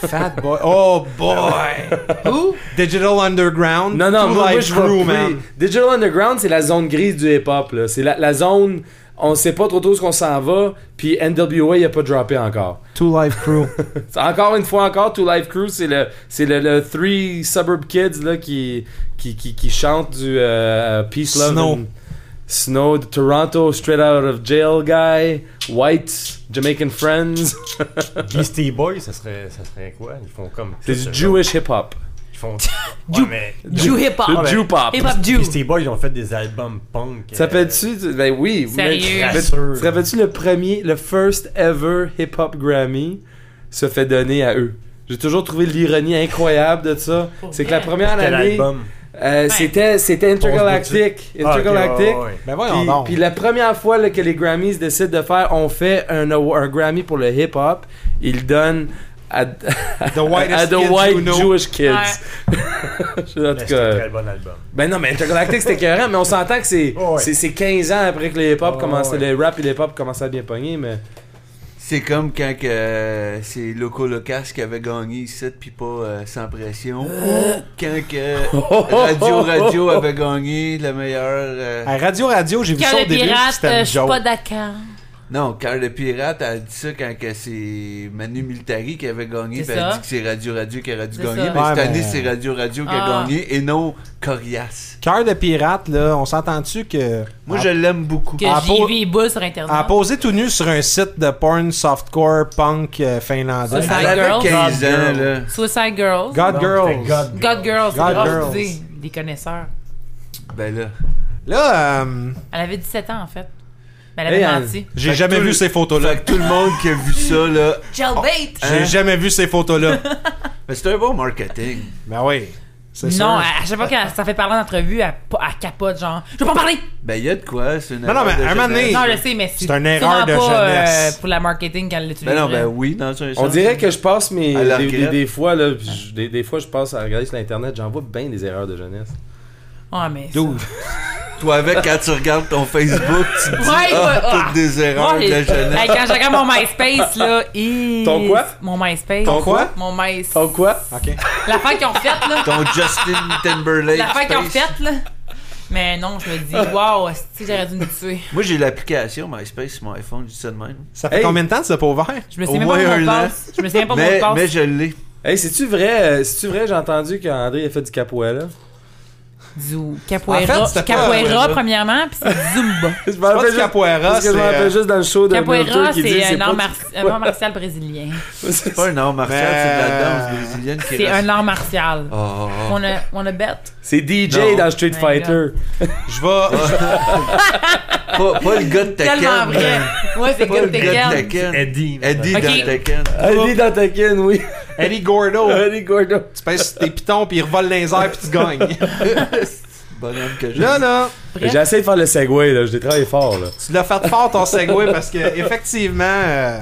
Speaker 1: Fat boy. Oh boy! Who? Digital Underground.
Speaker 4: Non, non,
Speaker 1: Two
Speaker 4: moi, moi,
Speaker 1: Life
Speaker 4: je
Speaker 1: Crew,
Speaker 4: vois
Speaker 1: man.
Speaker 4: Digital Underground, c'est la zone grise du hip-hop. là. C'est la, la zone, on sait pas trop trop où qu'on s'en va, puis NWA, il a pas droppé encore.
Speaker 1: Two Life Crew.
Speaker 4: Encore une fois, encore, Two Life Crew, c'est le, c'est le, le Three Suburb Kids là, qui, qui, qui, qui chantent du euh, Peace, Love,
Speaker 1: Snow.
Speaker 4: and- Snow, de Toronto, Straight Out of Jail Guy, White, Jamaican Friends.
Speaker 5: Beastie Boys, ça serait, ça serait quoi Ils font comme.
Speaker 4: C'est
Speaker 5: ça,
Speaker 4: du Jewish hip-hop.
Speaker 5: Ils font.
Speaker 3: Jew-
Speaker 5: Ouais, mais.
Speaker 3: Jew hip hop.
Speaker 4: Le
Speaker 5: ouais.
Speaker 4: Jew pop.
Speaker 3: Hip hop Jew.
Speaker 5: Beastie Boys, ils ont fait des albums punk. euh,
Speaker 4: Ça s'appelle-tu? Ben oui. mais-
Speaker 3: Sérieux?
Speaker 4: mais-
Speaker 5: Rassure.
Speaker 4: Tu te rappelles-tu le premier, le first ever hip-hop Grammy se fait donner à eux? J'ai toujours trouvé l'ironie incroyable de ça. C'est que la première
Speaker 5: Quel
Speaker 4: année,
Speaker 5: album
Speaker 4: euh, c'était c'était Intergalactic.
Speaker 5: Ah, ok, ouais,
Speaker 4: Intergalactic.
Speaker 5: ouais, ouais.
Speaker 1: Ben
Speaker 4: Puis-
Speaker 1: voyons donc.
Speaker 4: Puis la première fois là, que les Grammys décident de faire, on fait un, awa- un Grammy pour le hip-hop, ils donnent à,
Speaker 1: The Whitest
Speaker 4: à The
Speaker 1: Kids
Speaker 4: White
Speaker 1: You Know.
Speaker 4: Jewish Kids. en
Speaker 5: Mais
Speaker 4: tout
Speaker 5: C'est un
Speaker 4: cas,
Speaker 5: très bon album.
Speaker 4: ben non, mais Intergalactic c'était écœurant, mais on s'entend que c'est
Speaker 5: Oh, ouais.
Speaker 4: c'est- c'est 15 ans après que le hip-hop
Speaker 5: Oh,
Speaker 4: commence,
Speaker 5: ouais.
Speaker 4: le rap et le hip-hop commençaient à bien pogner, mais.
Speaker 2: C'est comme quand que, euh, c'est Loco Locas qui avait gagné ici, puis pas euh, sans pression.
Speaker 1: Euh.
Speaker 2: Quand que Radio Radio avait gagné le meilleur. euh,
Speaker 1: À Radio Radio, j'ai vu
Speaker 3: Cœur
Speaker 1: ça au
Speaker 3: de
Speaker 1: début.
Speaker 3: pirate,
Speaker 1: c'était une
Speaker 3: euh, je suis
Speaker 1: joke.
Speaker 3: pas d'accord.
Speaker 2: Non, Cœur de Pirate a dit ça quand que c'est Manu Militari qui avait gagné. puis
Speaker 3: C'est
Speaker 2: Elle a
Speaker 3: ça.
Speaker 2: dit que c'est Radio Radio qui aurait dû
Speaker 3: C'est
Speaker 2: gagner.
Speaker 3: ça.
Speaker 2: Mais
Speaker 1: Ouais,
Speaker 2: cette année,
Speaker 1: mais-
Speaker 2: c'est Radio Radio qui a
Speaker 3: Ah.
Speaker 2: gagné et non Corias.
Speaker 1: Cœur de pirate, là, on s'entend-tu que.
Speaker 2: Moi,
Speaker 1: à-
Speaker 2: je l'aime beaucoup.
Speaker 3: Que
Speaker 1: Ah,
Speaker 3: j'ai
Speaker 1: pour-
Speaker 3: vu les boules sur Internet.
Speaker 1: à poser tout nu sur un site de porn softcore punk euh, finlandais.
Speaker 3: Ça,
Speaker 2: Elle
Speaker 3: Bad
Speaker 2: avait
Speaker 3: Girls.
Speaker 2: 15
Speaker 5: Bad
Speaker 2: ans,
Speaker 5: Girls.
Speaker 2: là.
Speaker 3: Suicide Girls.
Speaker 1: God
Speaker 5: Non,
Speaker 1: Girls.
Speaker 5: c'était God
Speaker 3: God Girls. c'est
Speaker 1: God
Speaker 3: drôle,
Speaker 1: Girls.
Speaker 3: tu dis, Des connaisseurs.
Speaker 2: Ben là.
Speaker 1: Là, euh,
Speaker 3: Elle avait 17 ans, en fait. Mais elle
Speaker 4: Hey,
Speaker 3: avait
Speaker 4: Anne.
Speaker 3: menti.
Speaker 1: j'ai
Speaker 2: Fait
Speaker 1: jamais
Speaker 2: que
Speaker 1: vu
Speaker 2: tout-
Speaker 1: ces photos-là.
Speaker 2: Fait que tout le monde qui a vu ça, là.
Speaker 3: Jailbait!
Speaker 1: J'ai
Speaker 2: Hein?
Speaker 1: jamais vu ces photos-là.
Speaker 2: Mais c'est un bon marketing.
Speaker 1: ben oui. C'est sûr.
Speaker 3: Non, hein. à à chaque fois que ça fait parler en entrevue, elle, pa- elle capote, genre, je veux pas en parler!
Speaker 2: Ben, il y a de quoi, c'est une.
Speaker 1: Non, non,
Speaker 2: erreur
Speaker 1: mais
Speaker 2: de
Speaker 1: un moment donné-
Speaker 2: jeunesse.
Speaker 3: Non, je sais, mais c'est
Speaker 1: C'est une
Speaker 3: sûrement
Speaker 1: erreur de
Speaker 3: pas, euh,
Speaker 1: jeunesse.
Speaker 3: pour la marketing qu'elle l'utilise.
Speaker 2: Ben non, ben oui, dans un
Speaker 4: On
Speaker 2: sens.
Speaker 4: dirait que je passe mes.
Speaker 2: À la
Speaker 4: Des,
Speaker 2: regrette.
Speaker 4: des- des fois, là, puis je- des, des fois, je passe à regarder sur Internet, j'en vois bien des erreurs de jeunesse.
Speaker 3: Ah, mais. ça-
Speaker 1: Dude.
Speaker 2: Toi, avec, quand tu regardes ton Facebook, tu te dis,
Speaker 3: Ouais,
Speaker 2: ah,
Speaker 3: ouais,
Speaker 2: toutes des erreurs
Speaker 3: Ouais,
Speaker 2: de la jeunesse.
Speaker 3: hey, quand je regarde mon MySpace, là, et...
Speaker 4: Ton quoi?
Speaker 3: Mon MySpace.
Speaker 4: Ton quoi?
Speaker 3: Mon MySpace.
Speaker 4: Oh quoi?
Speaker 1: OK.
Speaker 3: L'affaire qu'ils ont faite, là.
Speaker 2: Ton Justin Timberlake.
Speaker 3: L'affaire qu'ils ont
Speaker 2: Space.
Speaker 3: faite, là. Mais non, je me dis, waouh, si j'aurais dû me tuer.
Speaker 2: Moi, j'ai l'application MySpace sur mon iPhone, je dis ça de même.
Speaker 1: Ça fait
Speaker 4: Hey.
Speaker 1: combien de temps que ça pas ouvert?
Speaker 3: Je
Speaker 2: Au
Speaker 3: me sais même pas
Speaker 2: moins
Speaker 3: mon mot
Speaker 2: un
Speaker 3: de
Speaker 2: an.
Speaker 3: passe. Je me sais même pas mon mot de
Speaker 2: mais,
Speaker 3: passe.
Speaker 2: mais je l'ai.
Speaker 4: Hey, c'est-tu vrai? euh, C'est-tu vrai? J'ai entendu qu'André a fait du capoeira.
Speaker 3: Du
Speaker 1: En
Speaker 3: capoeira,
Speaker 1: fait, c'était pas
Speaker 3: capoeira
Speaker 1: capoeira.
Speaker 3: premièrement, puis c'est Zumba.
Speaker 4: Je me
Speaker 1: C'est pas
Speaker 4: rappelle
Speaker 1: du
Speaker 4: Ah, juste-
Speaker 1: capoeira,
Speaker 2: Ah,
Speaker 4: parce que je me rappelle
Speaker 1: c'est... euh,
Speaker 4: juste dans le show de
Speaker 3: Capoeira,
Speaker 4: Murphy qui dit
Speaker 3: c'est euh, un,
Speaker 4: pas
Speaker 3: art
Speaker 4: du-
Speaker 3: marti- un art martial brésilien.
Speaker 2: C'est pas un art martial, c'est de la
Speaker 1: Mais- euh,
Speaker 2: danse brésilienne qui
Speaker 3: C'est
Speaker 2: reste-
Speaker 3: un art martial.
Speaker 2: Oh, oh,
Speaker 3: On a, on a bet.
Speaker 4: C'est DJ
Speaker 2: Non.
Speaker 4: dans Street Fighter.
Speaker 1: Je vais...
Speaker 2: oh. Pas, pas le gars de Tekken.
Speaker 3: Tellement vrai. Ouais, c'est
Speaker 2: Pas le
Speaker 3: good
Speaker 2: gars de
Speaker 3: Tekken.
Speaker 2: Tekken.
Speaker 5: Eddie.
Speaker 2: Eddie
Speaker 3: Ok.
Speaker 2: dans Tekken.
Speaker 4: Allez dans Tekken, oui.
Speaker 1: euh, Eddie Gordo.
Speaker 4: Allez, Gordo.
Speaker 1: tu pèses sur tes pitons, puis il revole les airs, puis tu gagnes.
Speaker 2: Bonhomme que j'ai.
Speaker 1: Là, là,
Speaker 4: J'ai essayé de faire le segway, là. Je l'ai travaillé fort, là.
Speaker 1: tu l'as fait fort ton segway, parce que effectivement... euh,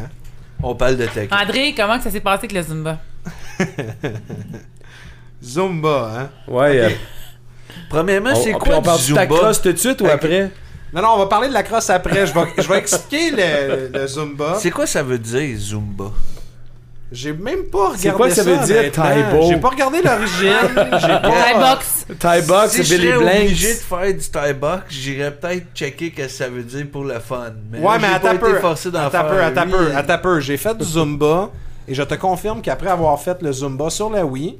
Speaker 2: On parle de Tekken.
Speaker 3: André, comment que ça s'est passé avec le Zumba?
Speaker 1: Zumba, hein?
Speaker 4: Ouais. euh,
Speaker 3: Ah.
Speaker 2: Premièrement, Ah, c'est
Speaker 4: on-
Speaker 2: quoi
Speaker 4: on
Speaker 2: du
Speaker 4: parle de ta
Speaker 2: Zumba?
Speaker 4: crosse tout de suite ou
Speaker 2: Ok.
Speaker 4: après?
Speaker 1: Non, non, on va parler de la crosse après. Je vais, je vais expliquer le, le Zumba.
Speaker 2: C'est quoi ça veut dire, Zumba?
Speaker 1: J'ai même pas regardé
Speaker 4: C'est quoi que ça veut dire,
Speaker 1: honnêtement.
Speaker 4: Taibo?
Speaker 1: J'ai pas regardé l'origine. J'ai pas...
Speaker 3: La box.
Speaker 4: Thai box,
Speaker 2: si
Speaker 4: Billy
Speaker 2: j'étais obligé de
Speaker 4: Blanks.
Speaker 2: faire du Thai box, j'irais peut-être checker ce que ça veut dire pour le fun. Mais
Speaker 1: Ouais,
Speaker 2: là,
Speaker 1: mais
Speaker 2: j'ai
Speaker 1: attends
Speaker 2: pas
Speaker 1: un
Speaker 2: été
Speaker 1: peu.
Speaker 2: forcé d'en
Speaker 1: Attends un
Speaker 2: faire.
Speaker 1: peu, attends un peu,
Speaker 2: huit.
Speaker 1: attends un peu. J'ai fait du Zumba et je te confirme qu'après avoir fait le Zumba sur la Wii,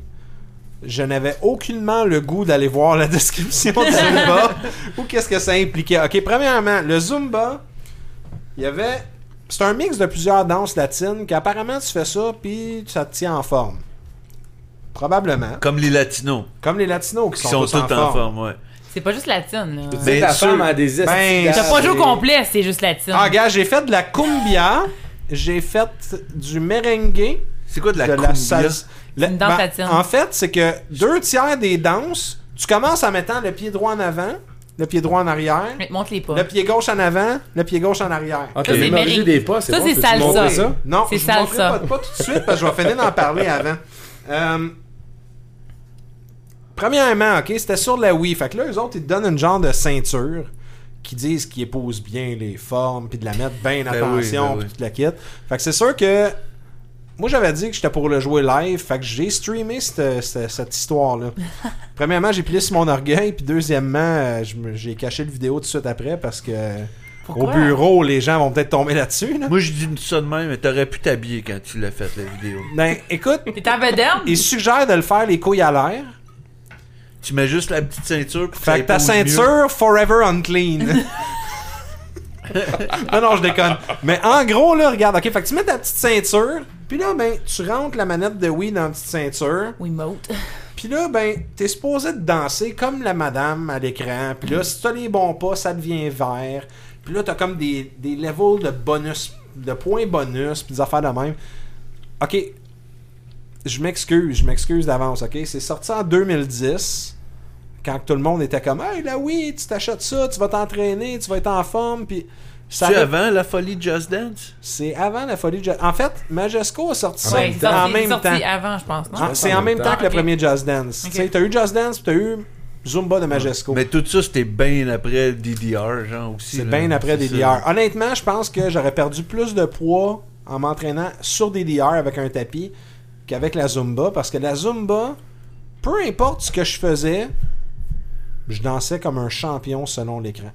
Speaker 1: je n'avais aucunement le goût d'aller voir la description du Zumba ou qu'est-ce que ça impliquait. Ok, premièrement, le Zumba, il y avait. C'est un mix de plusieurs danses latines qu'apparemment tu fais ça puis ça te tient en forme. Probablement.
Speaker 2: Comme les latinos,
Speaker 1: Comme les latinos qui,
Speaker 2: qui sont, tous en forme, ouais.
Speaker 3: C'est pas juste latine, là.
Speaker 4: Tu sais, ta
Speaker 2: Bien sûr.
Speaker 4: femme a des estis
Speaker 1: Ben,
Speaker 4: d'âge
Speaker 1: t'as
Speaker 3: T'as pas
Speaker 4: et-
Speaker 3: joué au complet, c'est juste latine.
Speaker 1: Ah, gars, j'ai fait de la cumbia, j'ai fait du merengue,
Speaker 2: C'est quoi de la
Speaker 1: de
Speaker 2: cumbia?
Speaker 1: la salsa. Le-
Speaker 3: Une danse latine.
Speaker 1: en fait, c'est que deux tiers des danses, tu commences en mettant le pied droit en avant, le pied droit en arrière,
Speaker 3: Mais montre les pas.
Speaker 1: le pied gauche en avant, le pied gauche en arrière.
Speaker 4: Ah,
Speaker 3: Ça,
Speaker 4: t'as
Speaker 3: c'est
Speaker 4: mémoré
Speaker 3: Mary.
Speaker 4: des pas, c'est
Speaker 3: Ça,
Speaker 4: bon,
Speaker 3: c'est
Speaker 4: peux-tu
Speaker 3: salsa.
Speaker 4: montrer
Speaker 3: C'est-
Speaker 4: ça?
Speaker 1: Non,
Speaker 3: C'est
Speaker 1: je vous montrerai
Speaker 3: salsa.
Speaker 1: Pas, pas tout de suite parce que je vais finir d'en parler avant. Euh, premièrement, ok, c'était sur la Wii. Fait que là, eux autres, ils te donnent une genre de ceinture qui disent qu'ils épousent bien les formes puis de la mettre bien
Speaker 2: oui, ben
Speaker 1: attention
Speaker 2: oui.
Speaker 1: puis toute la quitte. Fait que c'est sûr que moi j'avais dit que j'étais pour le jouer live. Fait que j'ai streamé cette, cette- cette histoire là. Premièrement, j'ai plié sur mon orgueil puis deuxièmement, euh, je me- j'ai caché le vidéo tout de suite après parce que
Speaker 3: Pourquoi?
Speaker 1: au bureau, les gens vont peut-être tomber là-dessus. là.
Speaker 2: Moi, je dis ça de même, mais t'aurais pu t'habiller quand tu l'as fait, la vidéo.
Speaker 1: Ben, écoute,
Speaker 3: T'es en vedette?
Speaker 1: il suggère de le faire les couilles à l'air.
Speaker 2: Tu mets juste la petite ceinture pour que ça
Speaker 1: Fait que ta
Speaker 2: épouse mieux.
Speaker 1: ceinture, forever unclean. non, non, je déconne. Mais en gros, là, regarde, ok, fait que tu mets ta petite ceinture, puis là, ben, tu rentres la manette de Wii dans la petite ceinture,
Speaker 3: Oui, mote.
Speaker 1: puis là, ben, t'es supposé de danser comme la madame à l'écran, puis là, si t'as les bons pas, ça devient vert, puis là, t'as comme des, des levels de bonus, de points bonus, puis des affaires de même. Ok, je m'excuse, je m'excuse d'avance, ok? C'est sorti en 2010, quand tout le monde était comme Hey, là oui, tu t'achètes ça, tu vas t'entraîner, tu vas être en forme, puis. ça
Speaker 2: C'est
Speaker 1: aurait-
Speaker 2: avant la folie de Just Dance?
Speaker 1: C'est avant la folie de Jazz- En fait, Majesco a sorti ça
Speaker 3: Ah Ouais, c'est
Speaker 1: en
Speaker 3: sorti-
Speaker 1: même
Speaker 3: sorti
Speaker 1: temps.
Speaker 3: avant, je pense, non?
Speaker 1: Ah, C'est en même temps que le
Speaker 3: Ok.
Speaker 1: premier Jazz Dance.
Speaker 3: Ok.
Speaker 1: Tu sais, t'as eu Jazz Dance, puis t'as eu Zumba de Majesco.
Speaker 2: Mais tout ça, c'était bien après DDR, genre, aussi.
Speaker 1: C'est
Speaker 2: là.
Speaker 1: bien après
Speaker 2: C'est
Speaker 1: DDR.
Speaker 2: ça.
Speaker 1: Honnêtement, je pense que j'aurais perdu plus de poids en m'entraînant sur DDR avec un tapis qu'avec la Zumba. Parce que la Zumba, peu importe ce que je faisais, je dansais comme un champion selon l'écran.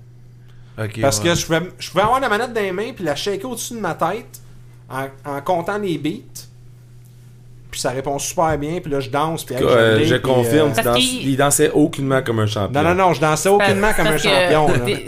Speaker 2: Ok,
Speaker 1: Parce
Speaker 2: ouais.
Speaker 1: que je pouvais, je pouvais avoir la manette dans les mains puis la shaker au-dessus de ma tête en, en comptant les beats. Puis ça répond super bien. Puis là, je danse. Puis hey,
Speaker 4: Euh,
Speaker 1: l'ai,
Speaker 4: je
Speaker 1: puis,
Speaker 4: confirme,
Speaker 1: euh,
Speaker 4: tu
Speaker 3: Parce
Speaker 4: danses-
Speaker 3: qu'il-
Speaker 4: il dansait aucunement comme un champion.
Speaker 1: Non, non, non, je dansais aucunement comme un
Speaker 3: Ben, Parce que
Speaker 1: champion. là.
Speaker 3: t'es-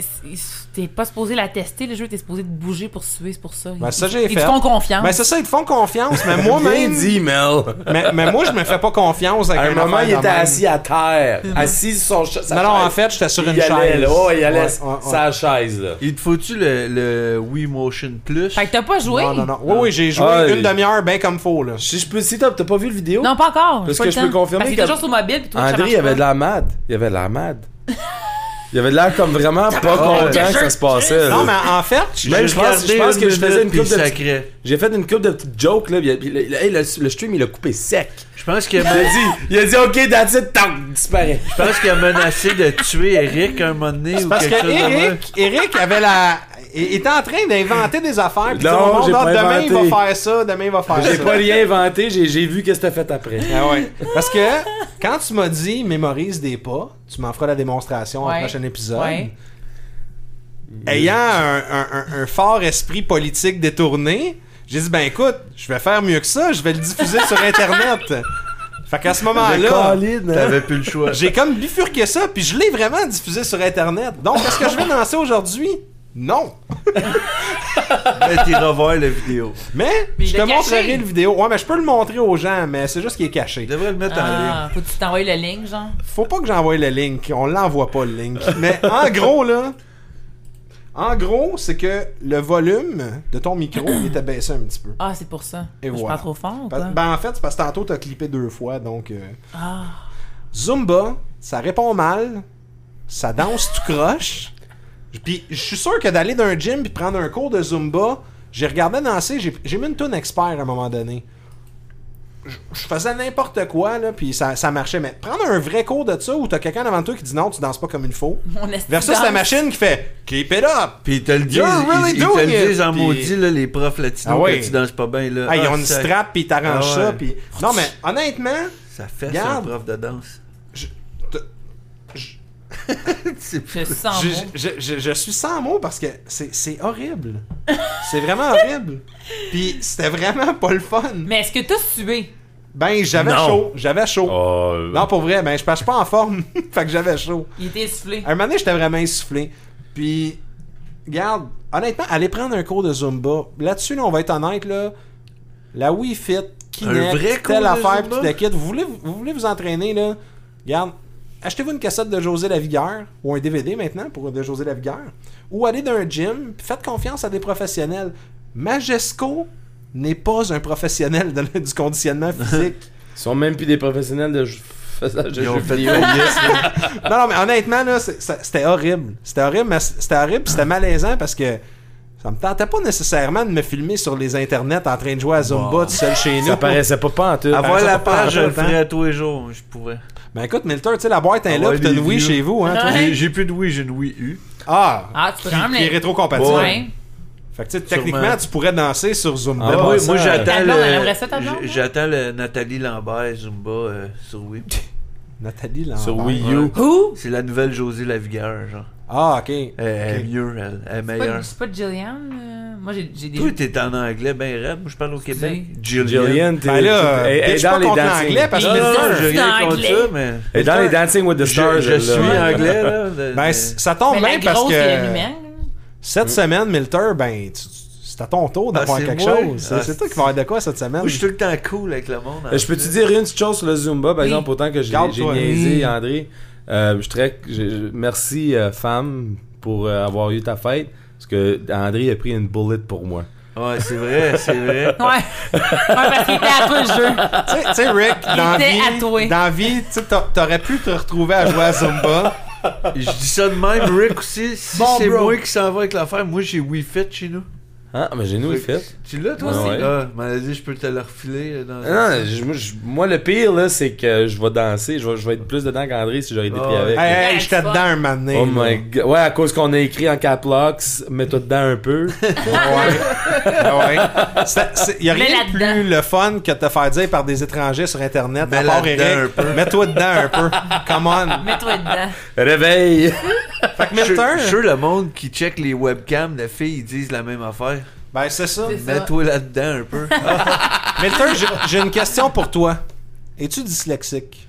Speaker 3: T'es pas supposé la tester, le jeu, t'es supposé de bouger pour suer, c'est pour ça.
Speaker 1: Ben,
Speaker 3: Ils-
Speaker 1: ça, j'ai
Speaker 3: Ils
Speaker 1: fait.
Speaker 3: te font confiance.
Speaker 1: Ben, c'est ça, ils te font confiance, mais
Speaker 4: Bien
Speaker 1: moi-même.
Speaker 4: dit, Mel.
Speaker 1: mais, mais moi, je me fais pas confiance avec
Speaker 4: À un
Speaker 1: une
Speaker 4: moment,
Speaker 1: affaire
Speaker 4: il
Speaker 1: de
Speaker 4: était
Speaker 1: même.
Speaker 4: assis à terre. Assis sur son cha- sa
Speaker 1: Non,
Speaker 4: chaise.
Speaker 1: non, en fait, j'étais sur
Speaker 4: il
Speaker 1: une
Speaker 4: y allait,
Speaker 1: chaise.
Speaker 4: Là. Oh, il allait
Speaker 1: Ouais,
Speaker 4: s-
Speaker 1: ouais, ouais.
Speaker 4: sa chaise, là.
Speaker 2: Il te faut-tu le, le Wii Motion Plus?
Speaker 3: Fait que t'as pas joué?
Speaker 1: Non, non, non. Oui, oui, j'ai joué
Speaker 4: Ah,
Speaker 1: une
Speaker 4: il-
Speaker 1: demi-heure bien comme faux, là.
Speaker 4: Si je peux, si t'as t'as pas vu le vidéo?
Speaker 3: Non, pas encore.
Speaker 4: Parce
Speaker 3: j'ai pas
Speaker 4: que
Speaker 3: le
Speaker 4: je peux
Speaker 3: temps.
Speaker 4: confirmer
Speaker 3: Parce que
Speaker 4: qu'à-
Speaker 3: t'es toujours sur mobile, puis toi, ça
Speaker 4: Ah, André,
Speaker 3: marche
Speaker 4: il avait
Speaker 3: pas.
Speaker 4: de la mad. Il avait de la mad. Il avait de l'air comme vraiment pas
Speaker 2: ouais.
Speaker 4: content que ça se passait. là.
Speaker 1: Non, mais en fait, Ben, je-
Speaker 4: Même, je pense, je pense que je faisais une coupe de petits-
Speaker 2: sacré.
Speaker 4: J'ai fait une coupe de petites jokes, là. puis il- il- hey, le, le stream, il a coupé sec.
Speaker 2: Je pense qu'il
Speaker 4: Il
Speaker 2: a,
Speaker 4: a dit, il a dit, OK, that's it, tank, disparaît.
Speaker 2: je pense qu'il a menacé de tuer Eric un moment donné ou
Speaker 1: parce
Speaker 2: quelque
Speaker 1: que
Speaker 2: chose de même.
Speaker 1: Eric, Eric avait la. il était en train d'inventer des affaires. Puis
Speaker 4: Non,
Speaker 1: tout le monde,
Speaker 4: j'ai
Speaker 1: Ah,
Speaker 4: pas
Speaker 1: demain, il
Speaker 4: inventé.
Speaker 1: va faire ça, demain, il va faire ça.
Speaker 4: J'ai pas rien inventé, j'ai j'ai vu qu'est-ce que t'as fait après.
Speaker 1: Ah ouais. Parce que quand tu m'as dit mémorise des pas, tu m'en feras la démonstration au
Speaker 3: Ouais.
Speaker 1: prochain épisode.
Speaker 3: Ouais.
Speaker 1: Ayant un, un- un- un fort esprit politique détourné, j'ai dit ben écoute, je vais faire mieux que ça, je vais le diffuser sur internet. Fait qu'à ce
Speaker 4: Ah,
Speaker 1: moment-là,
Speaker 4: Colin, hein?
Speaker 2: T'avais plus le choix.
Speaker 1: j'ai comme bifurqué ça, puis je l'ai vraiment diffusé sur internet. Donc est-ce que je vais lancer aujourd'hui Non.
Speaker 2: Là, t'iras voir la vidéo.
Speaker 1: Mais,
Speaker 3: Mais il
Speaker 1: je te
Speaker 3: l'a caché.
Speaker 1: montrerai le vidéo. Ouais, mais je peux le montrer aux gens, mais c'est juste qu'il est caché.
Speaker 2: Tu devrais le mettre en ligne.
Speaker 3: Ah, faut que tu t'envoies le link, genre.
Speaker 1: Faut pas que j'envoie le link. On l'envoie pas le link. Mais en gros, là. En gros, c'est que le volume de ton micro il était baissé un petit peu.
Speaker 3: Ah, c'est pour ça.
Speaker 1: Et
Speaker 3: je suis
Speaker 1: voilà.
Speaker 3: pas trop fort ou
Speaker 1: Pa-
Speaker 3: quoi?
Speaker 1: Ben en fait, c'est parce que tantôt t'as clippé deux fois, donc euh,
Speaker 3: Ah.
Speaker 1: Zumba, ça répond mal, ça danse tout croche. Puis je suis sûr que d'aller d'un gym puis prendre un cours de Zumba, j'ai regardé danser, j'ai j'ai mis une tune expert à un moment donné. Je- Je faisais n'importe quoi, là, puis ça, ça marchait. Mais prendre un vrai cours de ça où t'as quelqu'un devant toi qui dit non, tu danses pas comme il faut,
Speaker 3: Mon
Speaker 1: versus la machine qui fait keep it up.
Speaker 2: Puis ils te le disent,
Speaker 1: You're really
Speaker 2: ils, ils te
Speaker 1: doing
Speaker 2: le
Speaker 1: it.
Speaker 2: disent en
Speaker 1: Puis-
Speaker 2: maudit, là, les profs latinos,
Speaker 1: Ah ouais.
Speaker 2: que tu danses pas bien. Là.
Speaker 1: Ah, ils
Speaker 2: Ah,
Speaker 1: ont une
Speaker 2: ça-
Speaker 1: strap puis ils t'arrangent
Speaker 2: Ah ouais.
Speaker 1: ça. Puis... Non, mais honnêtement,
Speaker 2: Ça fait ça, un
Speaker 1: Garde.
Speaker 2: prof de danse. C'est
Speaker 3: Je sens
Speaker 1: je,
Speaker 3: bon.
Speaker 1: je- je- je suis sans mots parce que c'est c'est horrible. c'est vraiment horrible. Puis c'était vraiment pas le fun.
Speaker 3: Mais est-ce que t'as sué?
Speaker 1: Ben, j'avais
Speaker 4: Non.
Speaker 1: chaud. J'avais chaud.
Speaker 4: Oh,
Speaker 1: Non, pour vrai, ben, je passe pas en forme. fait que j'avais chaud.
Speaker 3: Il était essoufflé.
Speaker 1: Un moment donné, j'étais vraiment essoufflé. Puis, regarde, honnêtement, allez prendre un cours de Zumba. Là-dessus, là, on va être honnête, là, la Wii Fit, Kinect,
Speaker 2: Un vrai cours
Speaker 1: telle
Speaker 2: de
Speaker 1: affaire,
Speaker 2: Zumba?
Speaker 1: puis tout le kit, vous voulez vous, voulez vous entraîner, là, regarde, achetez-vous une cassette de José Lavigueur ou un DVD maintenant pour de José Lavigueur ou allez dans un gym, puis faites confiance à des professionnels. Majesco n'est pas un professionnel de- du conditionnement physique.
Speaker 4: Ils sont même plus des professionnels de jeux- faisage de
Speaker 2: Ils ont
Speaker 4: jeux
Speaker 2: fait
Speaker 4: vidéo. Ah.
Speaker 1: non, non, mais honnêtement, là, c'est- ça- c'était horrible. C'était horrible, mais c- c'était horrible, puis c'était malaisant parce que ça me tentait pas nécessairement de me filmer sur les internets en train de jouer à Zumba
Speaker 2: Wow.
Speaker 1: tout seul chez nous.
Speaker 4: Ça paraissait pas pas en tout.
Speaker 2: Avoir
Speaker 1: ça
Speaker 2: la
Speaker 1: peut pas
Speaker 2: page, je le
Speaker 1: longtemps.
Speaker 2: ferais tous les jours, je pourrais.
Speaker 1: Ben écoute, Milter, tu sais, la boîte est là,
Speaker 2: Ah ouais,
Speaker 1: puis t'as
Speaker 2: des
Speaker 1: une Wii
Speaker 2: vieux.
Speaker 1: chez vous, hein. toi.
Speaker 2: J'ai- J'ai plus de oui, j'ai une Wii U.
Speaker 1: Ah!
Speaker 3: Ah, tu hein? peux quand même
Speaker 1: Qui est
Speaker 3: les-
Speaker 1: rétrocompatible.
Speaker 3: Ouais.
Speaker 1: Fait que, tu sais,
Speaker 2: Sûrement.
Speaker 1: techniquement, tu pourrais danser sur Zumba.
Speaker 4: Ah,
Speaker 2: Ben,
Speaker 4: ouais,
Speaker 2: moi,
Speaker 4: ça,
Speaker 2: moi,
Speaker 4: euh,
Speaker 2: j'attends
Speaker 3: ta blonde, elle aimerait ça, ta
Speaker 2: le,
Speaker 3: blonde,
Speaker 2: j'-
Speaker 3: hein?
Speaker 2: j'attends le Nathalie Lambert Zumba euh, sur Wii.
Speaker 1: Nathalie Lambert.
Speaker 4: Sur Wii U.
Speaker 2: Ah, Ouais.
Speaker 3: Who?
Speaker 2: C'est la nouvelle Josée Lavigueur, genre.
Speaker 1: Ah, ok.
Speaker 2: Elle,
Speaker 4: Euh,
Speaker 2: elle est mieux, elle, elle est
Speaker 3: C'est pas-
Speaker 2: meilleure.
Speaker 3: C'est pas Jillian? euh, Moi, j'ai j'ai des.
Speaker 2: Toi, t'es en anglais ben raide, moi je parle au Québec.
Speaker 4: Jillian, t'es
Speaker 1: Ben là,
Speaker 4: t'es-
Speaker 1: bitch
Speaker 4: elle est
Speaker 1: pas
Speaker 4: dans les
Speaker 1: contre
Speaker 4: dancing. Ah,
Speaker 1: l'anglais, parce que
Speaker 2: Non, Ah,
Speaker 3: Mais
Speaker 2: non,
Speaker 1: Milter-
Speaker 2: non,
Speaker 3: ça,
Speaker 2: j'ai
Speaker 3: c'est
Speaker 2: rien contre
Speaker 3: anglais.
Speaker 2: ça, mais...
Speaker 4: Elle est dans les Dancing with the
Speaker 2: Je,
Speaker 4: Stars.
Speaker 2: je
Speaker 4: elle,
Speaker 2: suis
Speaker 4: là.
Speaker 2: anglais, là. de-
Speaker 1: Ben,
Speaker 2: de-
Speaker 1: c- ça tombe
Speaker 3: Mais la
Speaker 1: bien parce
Speaker 3: grosse, c'est la
Speaker 1: que
Speaker 3: humaine.
Speaker 1: cette semaine, Milter, ben, tu- tu- c'est à ton tour d'avoir
Speaker 2: Mm. Ah, c'est
Speaker 1: quelque
Speaker 2: moi.
Speaker 1: chose. C'est-
Speaker 2: Ah,
Speaker 1: c'est toi
Speaker 2: c'est-
Speaker 1: qui vas avoir de quoi cette semaine?
Speaker 2: Moi, je suis tout le temps cool avec le monde. hein.
Speaker 4: Euh, Je peux-tu dire une petite chose sur le Zumba, par
Speaker 3: Oui.
Speaker 4: exemple, autant que j'ai j'ai
Speaker 1: Garde-toi.
Speaker 3: Mm.
Speaker 4: niaisé André. Euh, je suis très- je- je- merci, euh, femme, pour euh, avoir eu ta fête. Parce que André a pris une bullet pour moi.
Speaker 2: Ouais, c'est vrai, c'est vrai.
Speaker 3: Ouais. ouais, parce qu'il était à toi le jeu.
Speaker 1: Tu sais- tu sais, Rick, dans
Speaker 3: était à
Speaker 1: vie,
Speaker 3: toi.
Speaker 1: dans vie, tu sais, t'a- t'aurais pu te retrouver à jouer à Zumba.
Speaker 2: Je dis ça de même, Rick aussi. Si
Speaker 1: Bon,
Speaker 2: c'est
Speaker 1: bro.
Speaker 2: moi qui s'en va avec l'affaire, moi j'ai Wii Fit chez nous.
Speaker 4: Hein? Mais j'ai nous fait.
Speaker 2: Tu l'as toi
Speaker 4: Ouais,
Speaker 2: aussi?
Speaker 4: ouais.
Speaker 2: Ah, il m'a dit je peux te le refiler euh, dans
Speaker 4: Ah Non, je- moi, je- moi, le pire, là, c'est que je vais danser. Je vais, je vais être plus dedans qu'André si j'aurais été pris
Speaker 2: Ah,
Speaker 4: avec.
Speaker 1: hey,
Speaker 4: là.
Speaker 1: hey, j'étais dedans un moment donné,
Speaker 4: Oh
Speaker 1: là.
Speaker 4: my god. Ouais, à cause qu'on a écrit en cap locks, mets-toi dedans un peu.
Speaker 1: Ah Ouais. C'est- c'est- y a
Speaker 3: Mais
Speaker 1: rien de
Speaker 3: là-dedans.
Speaker 1: plus le fun que de te faire dire par des étrangers sur Internet,
Speaker 2: Mais
Speaker 1: à part
Speaker 2: là-dedans un
Speaker 1: Eric, mets-toi dedans un peu. Come on.
Speaker 3: Mets-toi dedans.
Speaker 4: Réveille!
Speaker 1: Fait que
Speaker 2: Je suis
Speaker 1: Milter,
Speaker 2: je suis sûr le monde qui check les webcams de filles, ils disent la même affaire.
Speaker 1: ben c'est ça.
Speaker 3: C'est ça.
Speaker 2: Mets-toi là-dedans un peu.
Speaker 1: Milter, j'ai- j'ai une question pour toi. Es-tu dyslexique?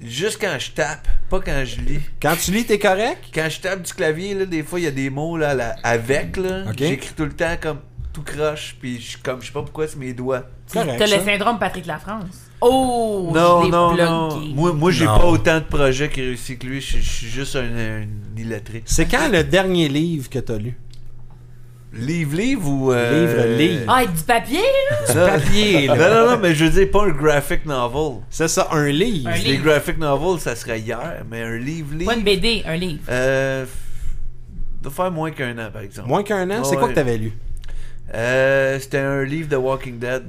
Speaker 2: Juste quand je tape, pas quand je lis.
Speaker 1: Quand tu lis, t'es correct?
Speaker 2: Quand je tape du clavier, là, des fois, il y a des mots là, là, avec. là.
Speaker 1: Ok.
Speaker 2: J'écris tout le temps comme tout croche, puis je, comme, je sais pas pourquoi c'est mes doigts.
Speaker 1: Correct,
Speaker 3: T'as
Speaker 1: ça.
Speaker 3: le syndrome Patrick Lafrance. Oh! je
Speaker 2: Non,
Speaker 3: l'ai
Speaker 2: non, non.
Speaker 3: plugué.
Speaker 2: Moi, moi j'ai
Speaker 4: Non.
Speaker 2: pas autant de projets qui réussissent que lui. Je je suis juste un, un illettré.
Speaker 1: C'est quand le dernier livre que t'as lu?
Speaker 2: Livre, livre ou.
Speaker 1: Livre,
Speaker 2: euh,
Speaker 1: livre.
Speaker 3: Ah, avec du papier, là?
Speaker 2: non.
Speaker 1: Papier,
Speaker 2: Non,
Speaker 1: là.
Speaker 2: non, non, mais je veux dire, pas un graphic novel.
Speaker 1: C'est ça, un livre.
Speaker 3: Un
Speaker 2: Les
Speaker 3: livre.
Speaker 2: graphic novels, ça serait hier, mais un livre, livre.
Speaker 3: Pas une BD, un livre.
Speaker 2: Euh. f- doit faire moins qu'un an, par exemple.
Speaker 1: Moins qu'un an, c'est
Speaker 2: Ouais.
Speaker 1: quoi que t'avais lu?
Speaker 2: Euh, C'était un livre de Walking Dead.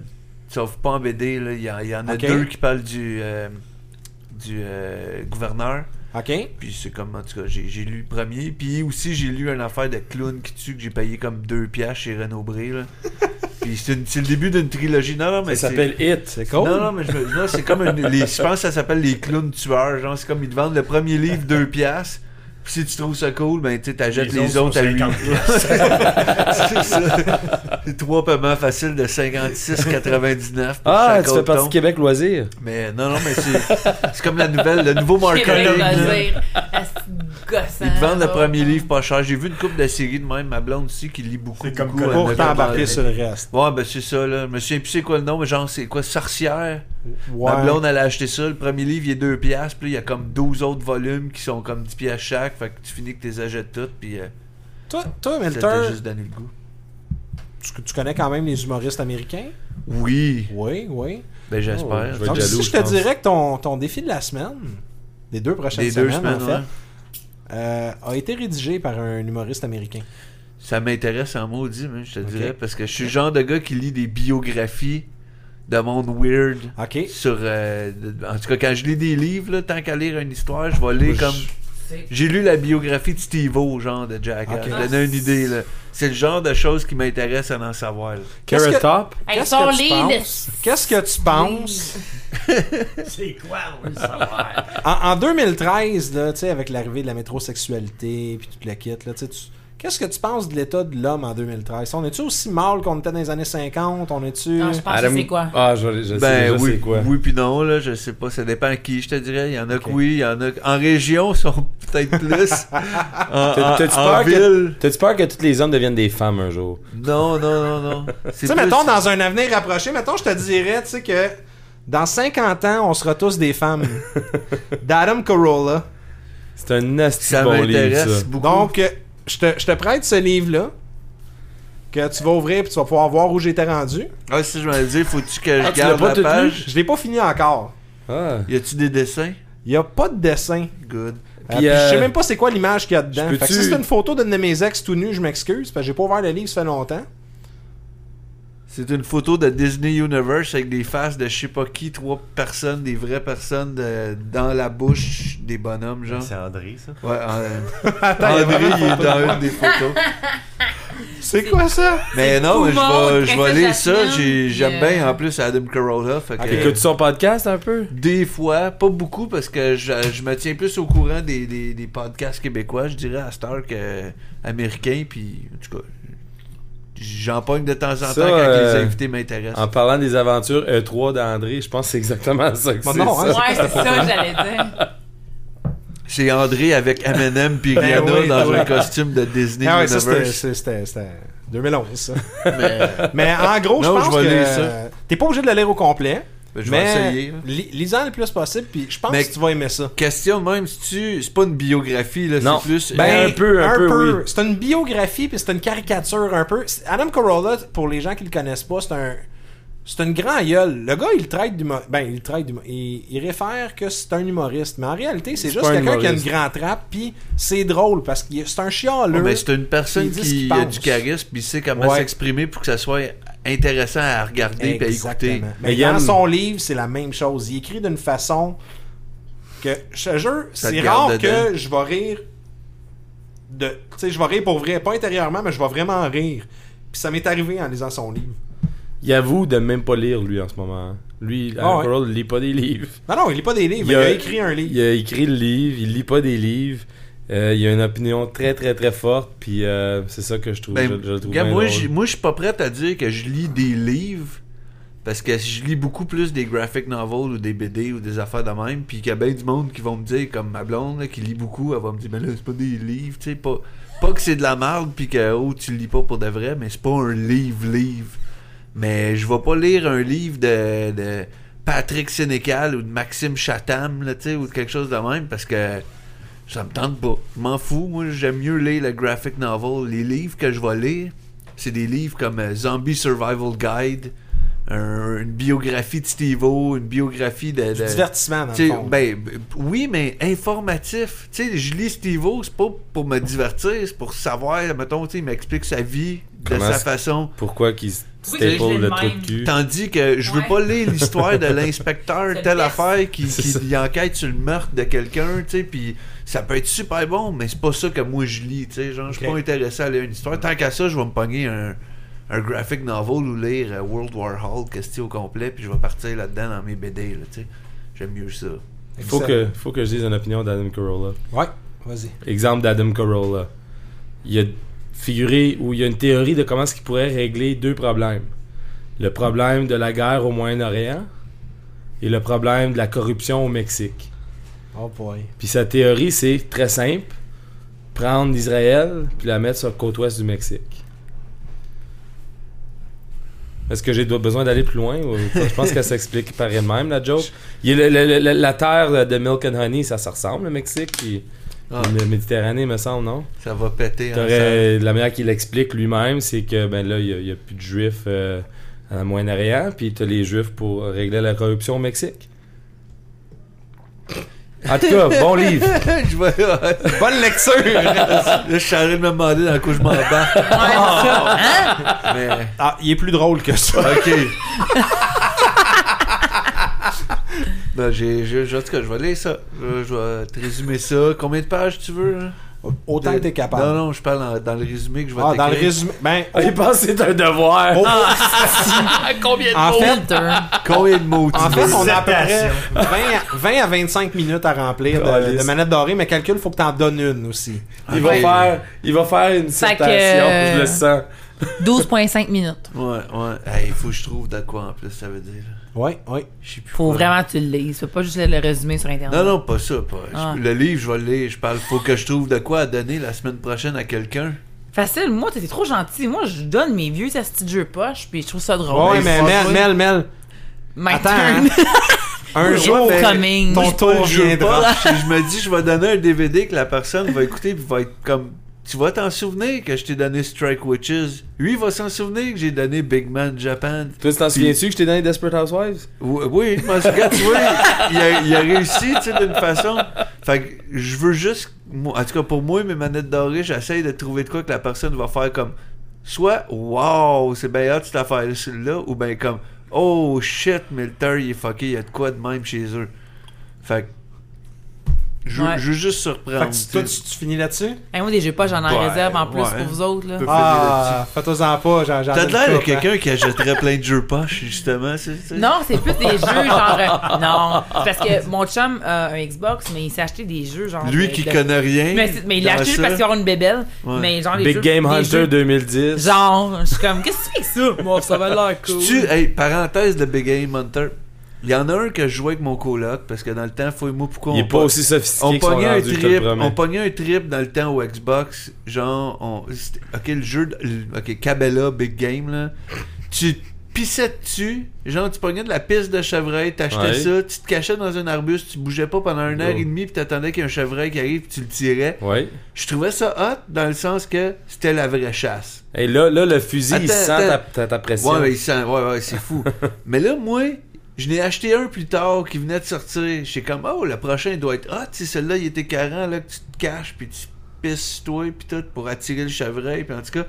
Speaker 2: Sauf pas en BD, là. Il y, en- il y en a
Speaker 1: Ok.
Speaker 2: deux qui parlent du. euh, du euh, gouverneur.
Speaker 1: OK?
Speaker 2: Puis c'est comme, en tout cas, j'ai, j'ai lu le premier. Puis aussi, j'ai lu une affaire de clown qui tue que j'ai payé comme deux piastres chez Renaud Bré, là. Puis c'est, une- c'est le début d'une trilogie. Non, non, mais
Speaker 4: Ça
Speaker 2: c'est-
Speaker 4: s'appelle Hit.
Speaker 1: C'est cool?
Speaker 2: Non, non, mais je, me- non, c'est comme une- les, je pense que ça s'appelle les clowns tueurs. Genre, c'est comme ils te vendent le premier livre, deux piastres. Puis si tu trouves ça cool, ben, tu sais, t'achètes les, autres à 8 C'est ça. C'est Trois paiements faciles de 56,99 pour
Speaker 4: Ah,
Speaker 2: chaque
Speaker 4: tu
Speaker 2: autre
Speaker 4: fais partie
Speaker 2: ton.
Speaker 4: du Québec Loisir.
Speaker 2: Mais non, non, mais c'est, c'est comme la nouvelle, le nouveau
Speaker 3: Québec
Speaker 2: marketing. là.
Speaker 3: loisir. Est-ce gossant,
Speaker 2: Ils te vendent le
Speaker 3: hein, là.
Speaker 2: premier livre pas cher. J'ai vu une coupe de séries de même, ma blonde aussi, qui lit beaucoup.
Speaker 5: C'est comme
Speaker 2: beaucoup,
Speaker 5: Conan.
Speaker 2: elle
Speaker 1: Pour
Speaker 2: me
Speaker 1: t'embarquer
Speaker 2: demandait.
Speaker 1: sur le reste.
Speaker 2: Ouais, ben c'est ça, là. Je me souviens plus c'est quoi le nom, mais genre, c'est quoi, Sorcière?
Speaker 1: Ouais.
Speaker 2: Ma blonde, elle a acheté ça. Le premier livre, il est 2 piastres. Puis là, il y a comme 12 autres volumes qui sont comme 10 piastres chaque. Fait que tu finis que tu les achètes toutes. Puis euh,
Speaker 1: Toi, toi
Speaker 2: ça t'a
Speaker 1: Milter,
Speaker 2: juste donné le goût.
Speaker 1: tu, tu connais quand même les humoristes américains?
Speaker 2: Oui.
Speaker 1: Oui, oui.
Speaker 2: Ben j'espère.
Speaker 4: Oh, je vais
Speaker 1: Donc,
Speaker 4: être jaloux,
Speaker 1: si je
Speaker 4: je
Speaker 1: te
Speaker 4: pense.
Speaker 1: dirais que ton, ton défi de la semaine, des deux prochaines
Speaker 2: Les
Speaker 1: semaines,
Speaker 2: deux semaines,
Speaker 1: en
Speaker 2: ouais.
Speaker 1: fait, euh, a été rédigé par un humoriste américain.
Speaker 2: Ça m'intéresse en maudit, man, je te dirais. Parce que je suis le genre de gars qui lit des biographies de monde weird.
Speaker 1: OK?
Speaker 2: Sur, euh, de- en tout cas, quand je lis des livres, là, tant qu'à lire une histoire, je vais
Speaker 4: Moi,
Speaker 2: lire
Speaker 4: je-
Speaker 2: comme.
Speaker 3: C'est-
Speaker 2: J'ai lu la biographie de Steve O, genre de Jack. euh,
Speaker 1: Ok.
Speaker 2: Je te donnais une idée, là. C'est le genre de choses qui m'intéresse à en savoir. là.
Speaker 1: Qu'est-ce
Speaker 4: Carrot
Speaker 1: que-
Speaker 4: Top.
Speaker 3: Hey,
Speaker 1: Qu'est-ce
Speaker 3: sors
Speaker 1: que tu
Speaker 3: les
Speaker 1: penses? Qu'est-ce que tu penses?
Speaker 5: C'est quoi, on veut savoir?
Speaker 1: En, en 2013, là, tu sais, avec l'arrivée de la métrosexualité puis toute la kit, là, tu sais, tu- qu'est-ce que tu penses de l'état de l'homme en 2013? On est-tu aussi mal qu'on était dans les années 50? On est-tu...
Speaker 3: Non, je pense que c'est quoi?
Speaker 4: Ah, je, je sais
Speaker 2: Ben
Speaker 4: déjà
Speaker 2: oui,
Speaker 4: c'est quoi.
Speaker 2: oui puis non, là, je sais pas, ça dépend à qui, je te dirais. Il y en a que oui, il y en a que- En région, ils sont peut-être plus. en,
Speaker 4: T'as- T'as-tu
Speaker 2: Ah, en- en
Speaker 4: peur, que-
Speaker 2: ville,
Speaker 4: t'as-tu peur que tous les hommes deviennent des femmes un jour?
Speaker 2: non, non, non, non.
Speaker 1: Tu sais, mettons, dans un avenir rapproché, mettons, je te dirais, tu sais, que Dans 50 ans, on sera tous des femmes. D'Adam Corolla.
Speaker 4: C'est un nasty
Speaker 2: Ça
Speaker 4: bon livre,
Speaker 2: m'intéresse
Speaker 4: ça.
Speaker 2: beaucoup.
Speaker 1: Donc, euh, je te, je te prête ce livre-là que tu vas ouvrir et tu vas pouvoir voir où j'étais rendu.
Speaker 2: Ah, si je vais le dire, faut-tu que je
Speaker 4: Ah, tu l'as
Speaker 2: garde
Speaker 4: pas tout
Speaker 2: la
Speaker 4: lu?
Speaker 2: page?
Speaker 1: Je l'ai pas fini encore.
Speaker 4: Ah.
Speaker 2: Y a-tu des dessins?
Speaker 1: Il y a pas de dessin.
Speaker 2: Good.
Speaker 1: Euh,
Speaker 4: Puis,
Speaker 1: puis Je sais
Speaker 4: euh,
Speaker 1: même pas c'est quoi l'image qu'il y a dedans.
Speaker 4: je
Speaker 1: Fait que si
Speaker 4: peux-tu-
Speaker 1: c'est une photo d'un de mes ex tout nu, je m'excuse, parce que j'ai pas ouvert le livre, ça fait longtemps.
Speaker 2: C'est une photo de Disney Universe avec des faces de je sais pas qui, trois personnes, des vraies personnes de- dans la bouche des bonhommes, genre.
Speaker 5: C'est André, ça.
Speaker 2: Ouais, euh, André, il est dans une des photos.
Speaker 1: C'est quoi ça?
Speaker 2: Mais non, mais je vais, je vais lire ça. J'ai- J'aime
Speaker 3: Euh,
Speaker 2: bien en plus Adam Carolla. Fait que,
Speaker 1: Ok.
Speaker 4: Écoutes-tu son podcast un peu?
Speaker 2: Des fois, pas beaucoup, parce que je, je me tiens plus au courant des, des, des podcasts québécois, je dirais, à Star que américain, puis en tout cas, j'en pogne de temps en
Speaker 4: Ça,
Speaker 2: temps quand les
Speaker 4: euh,
Speaker 2: invités m'intéressent.
Speaker 4: En parlant des aventures E3 d'André, je pense que c'est exactement ça que
Speaker 1: Bon,
Speaker 4: c'est.
Speaker 1: non,
Speaker 4: ça.
Speaker 1: hein,
Speaker 3: Ouais, c'est ça que j'allais dire.
Speaker 2: C'est André avec Eminem puis
Speaker 1: Ben
Speaker 2: Rihanna
Speaker 1: oui,
Speaker 2: dans
Speaker 1: ben
Speaker 2: un
Speaker 1: oui.
Speaker 2: costume de Disney
Speaker 1: Ah ouais, ça c'était-
Speaker 2: Universe.
Speaker 1: c'est- c'était c'était 2011, ça.
Speaker 2: mais, euh,
Speaker 1: Mais en gros, je
Speaker 2: Non,
Speaker 1: pense
Speaker 2: je vais lire
Speaker 1: que
Speaker 2: ça.
Speaker 1: euh, t'es pas obligé de le lire au complet.
Speaker 2: ben, je vais
Speaker 1: mais
Speaker 2: essayer. là.
Speaker 1: li- lisant le plus possible, puis je pense
Speaker 2: Mais-
Speaker 1: que tu vas aimer ça.
Speaker 2: Question même, si tu c'est pas une biographie, là,
Speaker 4: Non.
Speaker 2: c'est plus...
Speaker 4: Ben, un peu, un peu, oui.
Speaker 1: C'est une biographie, puis c'est une caricature un peu. C'est- Adam Carolla, pour les gens qui le connaissent pas, c'est un. C'est une grand gueule. Le gars, il traite d'humo- Ben, il traite d'humo- Il, il réfère que c'est un humoriste. Mais en réalité, c'est
Speaker 4: C'est
Speaker 1: juste
Speaker 4: pas un
Speaker 1: quelqu'un qui a une
Speaker 4: humoriste.
Speaker 1: grande trappe, puis c'est drôle, parce que c'est un chialeux.
Speaker 2: Ouais, euh, mais c'est une personne
Speaker 1: Ils disent
Speaker 2: qui
Speaker 1: qu'ils
Speaker 2: a
Speaker 1: pensent.
Speaker 2: du charisme, puis sait comment
Speaker 1: Ouais.
Speaker 2: s'exprimer pour que ça soit intéressant à regarder et à écouter.
Speaker 1: Exactement.
Speaker 4: Mais
Speaker 1: Mais
Speaker 4: il
Speaker 1: dans
Speaker 4: aime-
Speaker 1: son livre, c'est la même chose. Il écrit d'une façon que je te jure,
Speaker 2: Ça te
Speaker 1: c'est
Speaker 2: garde
Speaker 1: rare
Speaker 2: dedans.
Speaker 1: que je vais rire de tu sais je vais rire pour vrai, pas intérieurement, mais je vais vraiment rire. Puis ça m'est arrivé en lisant son livre.
Speaker 4: Il avoue de même pas lire, lui, en ce moment. hein. Lui,
Speaker 1: Ah ouais.
Speaker 4: Adam Carolla, il lit pas des livres.
Speaker 1: Non non, il lit pas des livres, mais il a, écrit un livre.
Speaker 4: Il a écrit le livre, il lit pas des livres. Euh, il a une opinion très, très, très forte. Puis euh, c'est ça que je trouve.
Speaker 2: Ben,
Speaker 4: je, je le trouve
Speaker 2: regarde,
Speaker 4: bien
Speaker 2: moi,
Speaker 4: drôle.
Speaker 2: j'ai- moi, je suis pas prêt à dire que je lis des livres parce que je lis beaucoup plus des graphic novels ou des BD ou des affaires de même. Puis qu'il y a bien du monde qui vont me dire, comme ma blonde là, qui lit beaucoup, elle va me dire, ben là, c'est pas des livres, tu sais, pas, pas que c'est de la merde puis que oh, tu le lis pas pour de vrai, mais c'est pas un livre-livre. Mais je vais pas lire un livre de, de Patrick Sénécal ou de Maxime Chatham, là, tu sais, ou de quelque chose de même parce que. Ça me tente pas. Je m'en fous. Moi, j'aime mieux lire le graphic novel. Les livres que je vais lire, c'est des livres comme euh, Zombie Survival Guide, un- une biographie de Steve-O, une biographie de.
Speaker 1: Du
Speaker 2: de-
Speaker 1: divertissement dans
Speaker 2: tu
Speaker 1: le
Speaker 2: sais,
Speaker 1: fond.
Speaker 2: ben, b- oui, mais informatif. Tu sais, je lis Steve-O, c'est pas pour me divertir, c'est pour savoir, mettons, tu sais, il m'explique sa vie de
Speaker 4: Comment
Speaker 2: sa
Speaker 4: c'est-
Speaker 2: façon.
Speaker 4: Pourquoi qu'il s-
Speaker 3: Oui, je l'ai
Speaker 4: staple
Speaker 3: le
Speaker 4: le truc
Speaker 3: même.
Speaker 4: de cul?
Speaker 2: Tandis que je veux
Speaker 3: Ouais.
Speaker 2: pas lire l'histoire de l'inspecteur
Speaker 3: C'est
Speaker 2: telle
Speaker 3: le
Speaker 2: affaire qui,
Speaker 4: C'est
Speaker 2: qui
Speaker 4: ça.
Speaker 2: y enquête sur le meurtre de quelqu'un, tu sais, puis ça peut être super bon, mais c'est pas ça que moi je lis, tu sais, genre, je suis
Speaker 1: Ok.
Speaker 2: pas intéressé à lire une histoire. Tant qu'à ça, je vais me pogner un, un graphic novel ou lire euh, World War Hulk, question au complet, puis je vais partir là-dedans dans mes BD, là, tu sais. J'aime mieux ça.
Speaker 4: Il faut que, faut que je dise une opinion d'Adam Carolla.
Speaker 1: Ouais, vas-y.
Speaker 4: Exemple d'Adam Carolla. Il a figuré ou il y a une théorie de comment est-ce qu'il pourrait régler deux problèmes. Le problème de la guerre au Moyen-Orient et le problème de la corruption au Mexique.
Speaker 1: Oh boy.
Speaker 4: Puis sa théorie, c'est très simple. Prendre l'Israël puis la mettre sur la côte ouest du Mexique. Est-ce que j'ai besoin d'aller plus loin? ou- Je pense qu'elle s'explique par elle-même, la joke. Il y a le- le- le- la terre de Milk and Honey, ça se ressemble, le Mexique. Puis
Speaker 2: Ah,
Speaker 4: la Méditerranée, me semble, non?
Speaker 2: ça va péter ensemble.
Speaker 4: T'aurais- La manière qu'il l'explique lui-même, c'est que ben là, il n'y a, plus de juifs euh, à Moyen-Orient, puis t'as les juifs pour régler la corruption au Mexique. En tout cas, bon livre.
Speaker 2: je vais...
Speaker 1: Bonne lecture.
Speaker 2: Là, je suis en train de me demander dans quoi je m'embarque.
Speaker 3: hein?
Speaker 2: Mais-
Speaker 1: ah, il est plus drôle que ça.
Speaker 2: Ok. non, j'ai, j'ai, j'ai- en tout cas, je vais lire ça. Je, je vais te résumer ça. Combien de pages tu veux? là?
Speaker 1: Autant que
Speaker 2: De-
Speaker 1: t'es capable.
Speaker 2: Non, non, je parle dans, dans le résumé que je vais
Speaker 1: Ah, dans le
Speaker 2: t'écrire.
Speaker 1: résumé, ben
Speaker 4: Il pense que c'est un devoir.
Speaker 1: oh,
Speaker 3: Combien
Speaker 1: de En mots? fait-
Speaker 2: Combien de mots tu
Speaker 1: En fait,
Speaker 2: veux?
Speaker 1: on a à peu près 20 à, 20 à 25 minutes à remplir de, de manettes dorées, mais calcul, faut que t'en donnes une aussi.
Speaker 4: Il, va
Speaker 2: Ouais.
Speaker 4: faire, il va faire une
Speaker 3: Fait
Speaker 4: citation,
Speaker 3: que-
Speaker 4: je le sens.
Speaker 3: 12,5 minutes.
Speaker 2: Ouais, ouais. Hey, Il faut que je trouve de quoi en plus, ça veut dire.
Speaker 1: Oui, oui.
Speaker 2: Je sais plus
Speaker 3: Faut
Speaker 2: quoi.
Speaker 3: vraiment que tu le lises. Faut pas juste le résumer sur Internet.
Speaker 2: Non, non, pas ça. Pas. je-
Speaker 3: Ah.
Speaker 2: Le livre, je vais le lire. Je parle, faut que je trouve de quoi à donner la semaine prochaine à quelqu'un.
Speaker 3: Facile, moi, t'étais trop gentil. Moi, je donne mes vieux à ce petit jeu poche, puis je trouve ça drôle.
Speaker 1: Ouais,
Speaker 2: mais
Speaker 1: mais
Speaker 2: ben, faut
Speaker 1: Mel,
Speaker 2: pas-
Speaker 1: Mel, Mel,
Speaker 3: My
Speaker 1: Attends,
Speaker 3: turn.
Speaker 1: hein. Un
Speaker 3: Oui,
Speaker 1: jour,
Speaker 3: mais-
Speaker 1: ton
Speaker 3: Coming.
Speaker 2: Moi, je
Speaker 1: tour
Speaker 2: joue
Speaker 1: viendra.
Speaker 2: pas. Je me dis, je vais donner un DVD que la personne va écouter puis va être comme. Tu vas t'en souvenir que je t'ai donné Strike Witches. Lui, il va s'en souvenir que j'ai donné Big Man Japan.
Speaker 4: Toi, tu t'en
Speaker 2: Puis-
Speaker 4: souviens-tu que je t'ai donné Desperate Housewives?
Speaker 2: Oui, oui, je m'en souviens, tu vois, il a, il a réussi, tu sais, d'une façon. Fait que je veux juste, moi, en tout cas pour moi, mes manettes dorées, j'essaye de trouver de quoi que la personne va faire comme soit Wow, c'est bien hot cette affaire-là, ou bien comme Oh shit, Milter, il est fucké, il y a de quoi de même chez eux. Fait que je, veux-
Speaker 3: Ouais.
Speaker 2: je veux juste
Speaker 1: Fait
Speaker 2: surprendre.
Speaker 1: que tu- toi,
Speaker 2: tu sais.
Speaker 1: tu, tu finis là-dessus?
Speaker 3: Hey, moi, des jeux pas, j'en ai en
Speaker 2: Ouais,
Speaker 3: réserve en plus
Speaker 2: ouais.
Speaker 3: pour vous autres. Là.
Speaker 2: Peu-
Speaker 1: Ah, fais-toi-en pas, j'en j'en
Speaker 2: T'as
Speaker 1: ai
Speaker 2: de l'air
Speaker 1: une
Speaker 2: de
Speaker 1: coupe, hein.
Speaker 2: quelqu'un qui achèterait plein de jeux poches, justement, c'est c'est-
Speaker 3: Non, c'est plus des jeux genre. euh, non, parce que mon chum a un Xbox, mais il s'est acheté des jeux genre.
Speaker 2: Lui
Speaker 3: de-
Speaker 2: qui
Speaker 3: de-
Speaker 2: connaît rien.
Speaker 3: Mais, c'est- mais il l'a
Speaker 2: dans
Speaker 3: acheté juste
Speaker 2: ça.
Speaker 3: parce qu'il y aura une bébelle.
Speaker 2: Ouais.
Speaker 3: Mais genre, Ah, les
Speaker 4: Big
Speaker 3: jeux,
Speaker 4: Game
Speaker 3: des
Speaker 4: Hunter
Speaker 3: jeux-
Speaker 4: 2010.
Speaker 3: Genre, je suis comme, qu'est-ce que tu fais avec ça? Moi, ça va l'air cool.
Speaker 2: Tu, hey, parenthèse de Big Game Hunter. Il y en a un que je jouais avec mon coloc parce que dans le temps, fouille-moi pourquoi
Speaker 4: Il est
Speaker 2: on
Speaker 4: pas
Speaker 2: po-
Speaker 4: aussi
Speaker 2: on
Speaker 4: sophistiqué que son
Speaker 2: pognait un
Speaker 4: rendu, je te
Speaker 2: trip,
Speaker 4: le
Speaker 2: on
Speaker 4: promets.
Speaker 2: pognait un trip dans le temps au Xbox, genre on c'était- OK, le jeu de- le- OK, Cabela Big Game là. Tu te pissais dessus, genre tu pognais de la piste de chevreuil, t'achetais
Speaker 4: Ouais.
Speaker 2: ça, tu te cachais dans un arbuste, tu bougeais pas pendant une heure
Speaker 4: Yo.
Speaker 2: et demie, puis t'attendais qu'il y ait un chevreuil qui arrive, puis tu le tirais.
Speaker 4: Ouais.
Speaker 2: Je trouvais ça hot dans le sens que c'était la vraie chasse.
Speaker 4: Et là, là, le fusil, il
Speaker 2: Attends,
Speaker 4: sent
Speaker 2: attends.
Speaker 4: ta, ta- ta pression.
Speaker 2: Ouais, mais il sent- ouais, ouais, c'est fou. mais là, moi, je n'ai acheté un plus tard qui venait de sortir. J'étais comme, oh, le prochain doit être hot. Tu sais, celui-là, il était carrant, là, que tu te caches, puis tu pisses sur toi, puis tout, pour attirer le chevreuil. Puis en tout cas,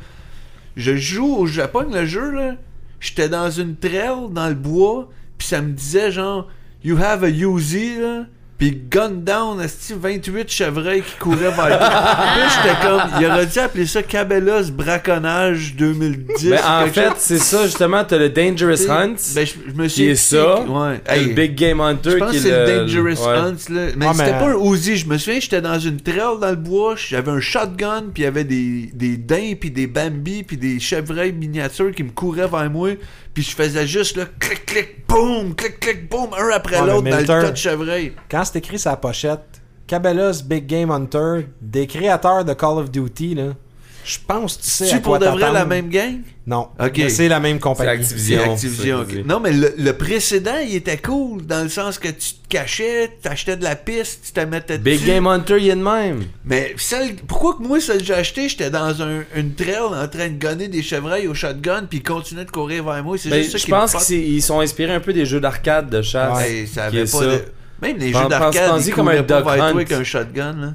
Speaker 2: je joue au Japon, le jeu, là. J'étais dans une trail, dans le bois, puis ça me disait, genre, you have a Uzi, là. Puis gun down, esti, 28 chevreuils qui couraient vers toi. Puis là, j'étais comme, il aurait dû appeler ça Cabela's braconnage 2010.
Speaker 4: Mais Ben, en
Speaker 2: quelque
Speaker 4: fait, c'est ça, justement, t'as le Dangerous Hunt,
Speaker 2: ben, je, je me suis
Speaker 4: qui est
Speaker 2: dit
Speaker 4: ça,
Speaker 2: que- Ouais.
Speaker 4: t'as
Speaker 2: Hey,
Speaker 4: le Big Game Hunter,
Speaker 2: je pense
Speaker 4: qui
Speaker 2: que c'est
Speaker 4: est le...
Speaker 2: le Dangerous
Speaker 4: ouais.
Speaker 2: Hunt. Là. Mais
Speaker 1: Ah,
Speaker 2: c'était
Speaker 1: mais-
Speaker 2: pas un Uzi. Je me souviens, j'étais dans une trail dans le bois. J'avais un shotgun, puis il y avait des, des daims, puis des bambis, puis des chevreuils miniatures qui me couraient vers moi. Puis je faisais juste là, clic, clic, boum, clic, clic, boum, un après
Speaker 1: Ouais, mais
Speaker 2: l'autre dans le
Speaker 1: Milter-
Speaker 2: tas de chevreuils.
Speaker 1: Quand c'est écrit sa pochette, Cabela's Big Game Hunter, des créateurs de Call of Duty, là, je pense que tu sais à
Speaker 2: Tu
Speaker 1: quoi
Speaker 2: pour de vrai
Speaker 1: t'attendre.
Speaker 2: la même gang?
Speaker 1: Non,
Speaker 2: Ok.
Speaker 1: mais c'est la même
Speaker 4: C'est
Speaker 1: compagnie.
Speaker 4: Activision.
Speaker 2: C'est Activision,
Speaker 4: ça qu'il
Speaker 2: ok.
Speaker 4: dit.
Speaker 2: Non, mais le, le précédent, il était cool, dans le sens que tu te cachais, t'achetais de la piste, tu te mettais
Speaker 4: Big
Speaker 2: dessus.
Speaker 4: Game Hunter, il est de même.
Speaker 2: Mais celle, pourquoi que moi, celle que j'ai acheté, j'étais dans un, une trail en train de gonner des chevreuils au shotgun puis ils continuaient de courir vers moi. C'est
Speaker 4: Ben,
Speaker 2: juste ça
Speaker 4: je
Speaker 2: qui me
Speaker 4: pense
Speaker 2: fuck.
Speaker 4: qu'ils sont inspirés un peu des jeux d'arcade de chasse.
Speaker 2: Ouais, ça
Speaker 4: qui
Speaker 2: avait
Speaker 4: est
Speaker 2: pas
Speaker 4: ça. Ben,
Speaker 2: de- Même les
Speaker 4: Pense-
Speaker 2: jeux d'arcade,
Speaker 4: pense-y
Speaker 2: ils
Speaker 4: comme un
Speaker 2: couraient pas
Speaker 4: Duck
Speaker 2: vers toi
Speaker 4: Hunt.
Speaker 2: avec un shotgun. Là.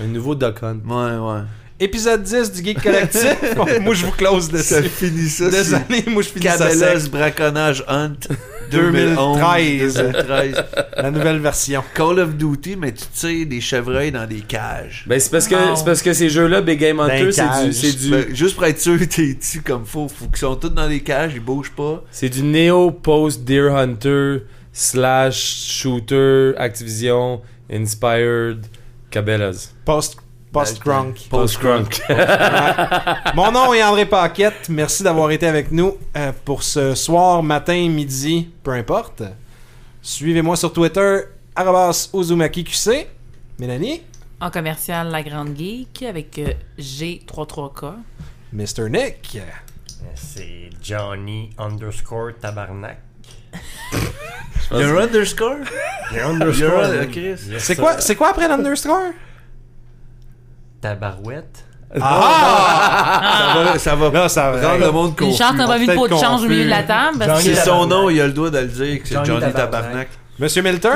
Speaker 4: Un nouveau Duck Hunt.
Speaker 2: Ouais, ouais.
Speaker 1: Épisode 10 du Geek Collectif. moi, je vous close de
Speaker 2: Ça finit ça. c'est
Speaker 1: Désolé, moi, je finis ça sec.
Speaker 2: Cabela's Braconnage Hunt
Speaker 1: 2013.
Speaker 2: 2013.
Speaker 1: La nouvelle version.
Speaker 2: Call of Duty, mais tu tires des chevreuils dans des cages.
Speaker 4: Ben, c'est parce
Speaker 3: Non.
Speaker 4: que, c'est parce que ces jeux-là, Big Game Hunter,
Speaker 1: Ben,
Speaker 4: c'est du,
Speaker 1: cage.
Speaker 4: c'est du,
Speaker 2: Ben, juste pour être sûr, t'es tu comme faut. Faut qu'ils sont tous dans des cages, ils bougent pas.
Speaker 4: c'est du Neo Post Deer Hunter slash Shooter Activision Inspired Cabela's.
Speaker 1: Post- Post-crunk.
Speaker 4: Post-Crunk.
Speaker 1: Mon nom est André Paquette. Merci d'avoir été avec nous euh, pour ce soir, matin, midi, peu importe. Suivez-moi sur Twitter, arrobas QC. Mélanie,
Speaker 3: En commercial, La Grande Geek avec euh, G33K.
Speaker 1: Mr. Nick.
Speaker 5: C'est Johnny underscore tabarnak.
Speaker 2: Il y a un underscore?
Speaker 5: Le underscore.
Speaker 2: You're on,
Speaker 5: là.
Speaker 2: Chris.
Speaker 5: Yes,
Speaker 1: C'est
Speaker 5: sir.
Speaker 1: quoi, c'est quoi après l'underscore?
Speaker 5: Tabarouette.
Speaker 1: Ah!
Speaker 2: Ça va, ah, ça va
Speaker 1: Là, ça
Speaker 2: rendre le monde
Speaker 3: Une
Speaker 2: confus.
Speaker 3: chance, t'as pas vu de
Speaker 1: Peut-être
Speaker 3: pot de change au
Speaker 1: confus.
Speaker 3: milieu de la table. Parce que
Speaker 5: Jean-Guy
Speaker 2: C'est son
Speaker 5: Tabarnak.
Speaker 2: nom, il a le droit de le dire, que c'est
Speaker 5: Johnny
Speaker 2: Johnny Tabarnak.
Speaker 5: Tabarnak.
Speaker 1: Monsieur Milter?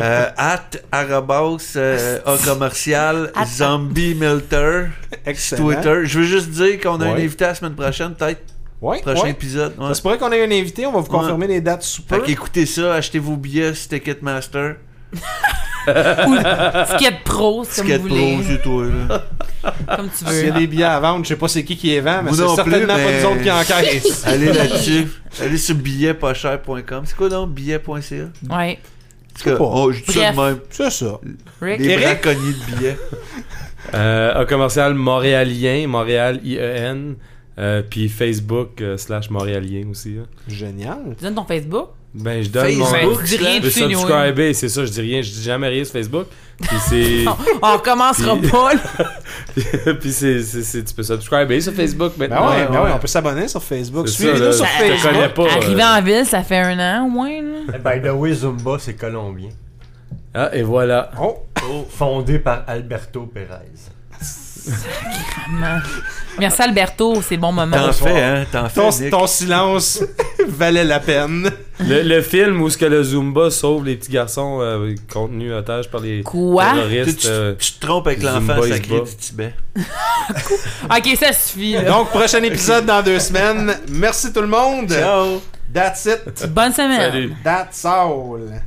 Speaker 2: Euh, at arabas euh, A commercial
Speaker 3: At-
Speaker 2: zombie milter
Speaker 1: Excellent.
Speaker 2: Twitter. Je veux juste dire qu'on a un
Speaker 4: Ouais.
Speaker 2: invité la semaine prochaine, peut-être
Speaker 1: Ouais,
Speaker 2: prochain
Speaker 1: ouais.
Speaker 2: épisode. ouais.
Speaker 1: Ça se pourrait qu'on ait un invité, on va vous
Speaker 2: Ouais.
Speaker 1: confirmer les dates sous peu.
Speaker 2: Fait qu'écoutez ça, achetez vos billets sur Ticketmaster.
Speaker 3: Skate Pro, c'est comme
Speaker 2: Ticket
Speaker 3: vous
Speaker 2: Pro, Ah,
Speaker 3: voulez.
Speaker 2: c'est toi. là.
Speaker 3: Comme tu
Speaker 1: S'il y
Speaker 3: veux.
Speaker 1: a des billets à vendre, je sais pas c'est qui qui les vend, mais
Speaker 2: Vous
Speaker 1: c'est
Speaker 2: non plus,
Speaker 1: certainement pas
Speaker 2: mais-
Speaker 1: nous autres qui encaissent.
Speaker 2: Allez là-dessus. Allez sur billetpaschers.com. C'est quoi donc billet.ca? En tout
Speaker 3: Ouais.
Speaker 2: cas,
Speaker 1: pas.
Speaker 2: oh, je dis ça de
Speaker 3: Bref.
Speaker 2: même.
Speaker 1: C'est ça.
Speaker 3: Rick,
Speaker 2: Des
Speaker 1: Eric?
Speaker 2: braconniers de billets.
Speaker 4: Euh, un commercial montréalien, Montréal E IEN, euh, puis Facebook euh, slash montréalien aussi. là.
Speaker 1: Génial.
Speaker 3: tu donnes ton Facebook.
Speaker 4: Ben, je donne
Speaker 2: Facebook.
Speaker 4: mon book.
Speaker 3: dis rien
Speaker 4: Je
Speaker 3: dessus,
Speaker 4: suis
Speaker 3: anyway.
Speaker 4: subscribé, c'est ça, je dis rien, je dis jamais rien sur Facebook. Puis c'est.
Speaker 3: On commencera
Speaker 4: Puis-
Speaker 3: pas, là.
Speaker 4: puis c'est, c'est, c'est- tu peux subscriber sur Facebook
Speaker 1: Ben
Speaker 4: maintenant.
Speaker 1: ouais, ben ouais, on peut s'abonner sur Facebook.
Speaker 4: C'est
Speaker 1: Suivez-nous
Speaker 4: ça,
Speaker 1: sur
Speaker 3: Ben,
Speaker 4: là, je te
Speaker 1: Facebook.
Speaker 4: connais pas. euh.
Speaker 3: Arrivé en ville, ça fait un an au moins, là.
Speaker 5: By the way, Zumba, c'est colombien.
Speaker 4: Ah, et voilà.
Speaker 1: Oh,
Speaker 5: Fondé par Alberto Pérez.
Speaker 3: Vraiment. Merci Alberto, c'est bon moment.
Speaker 2: T'en fais, hein? T'en
Speaker 1: ton,
Speaker 2: fais, Nick.
Speaker 1: ton silence valait la peine.
Speaker 4: Le, le film où ce que le Zumba sauve les petits garçons euh, contenus otages par les
Speaker 3: Quoi?
Speaker 2: Tu,
Speaker 4: terroristes.
Speaker 2: tu-
Speaker 4: euh,
Speaker 2: tu te trompes avec
Speaker 4: Zumba,
Speaker 2: l'enfant
Speaker 4: il se
Speaker 2: sacré
Speaker 4: bat.
Speaker 2: du Tibet.
Speaker 3: Ok, ça suffit, là.
Speaker 1: Donc, prochain épisode dans deux semaines. Merci tout le monde.
Speaker 2: Ciao!
Speaker 1: That's it.
Speaker 3: Bonne semaine.
Speaker 4: Salut.
Speaker 1: That's all.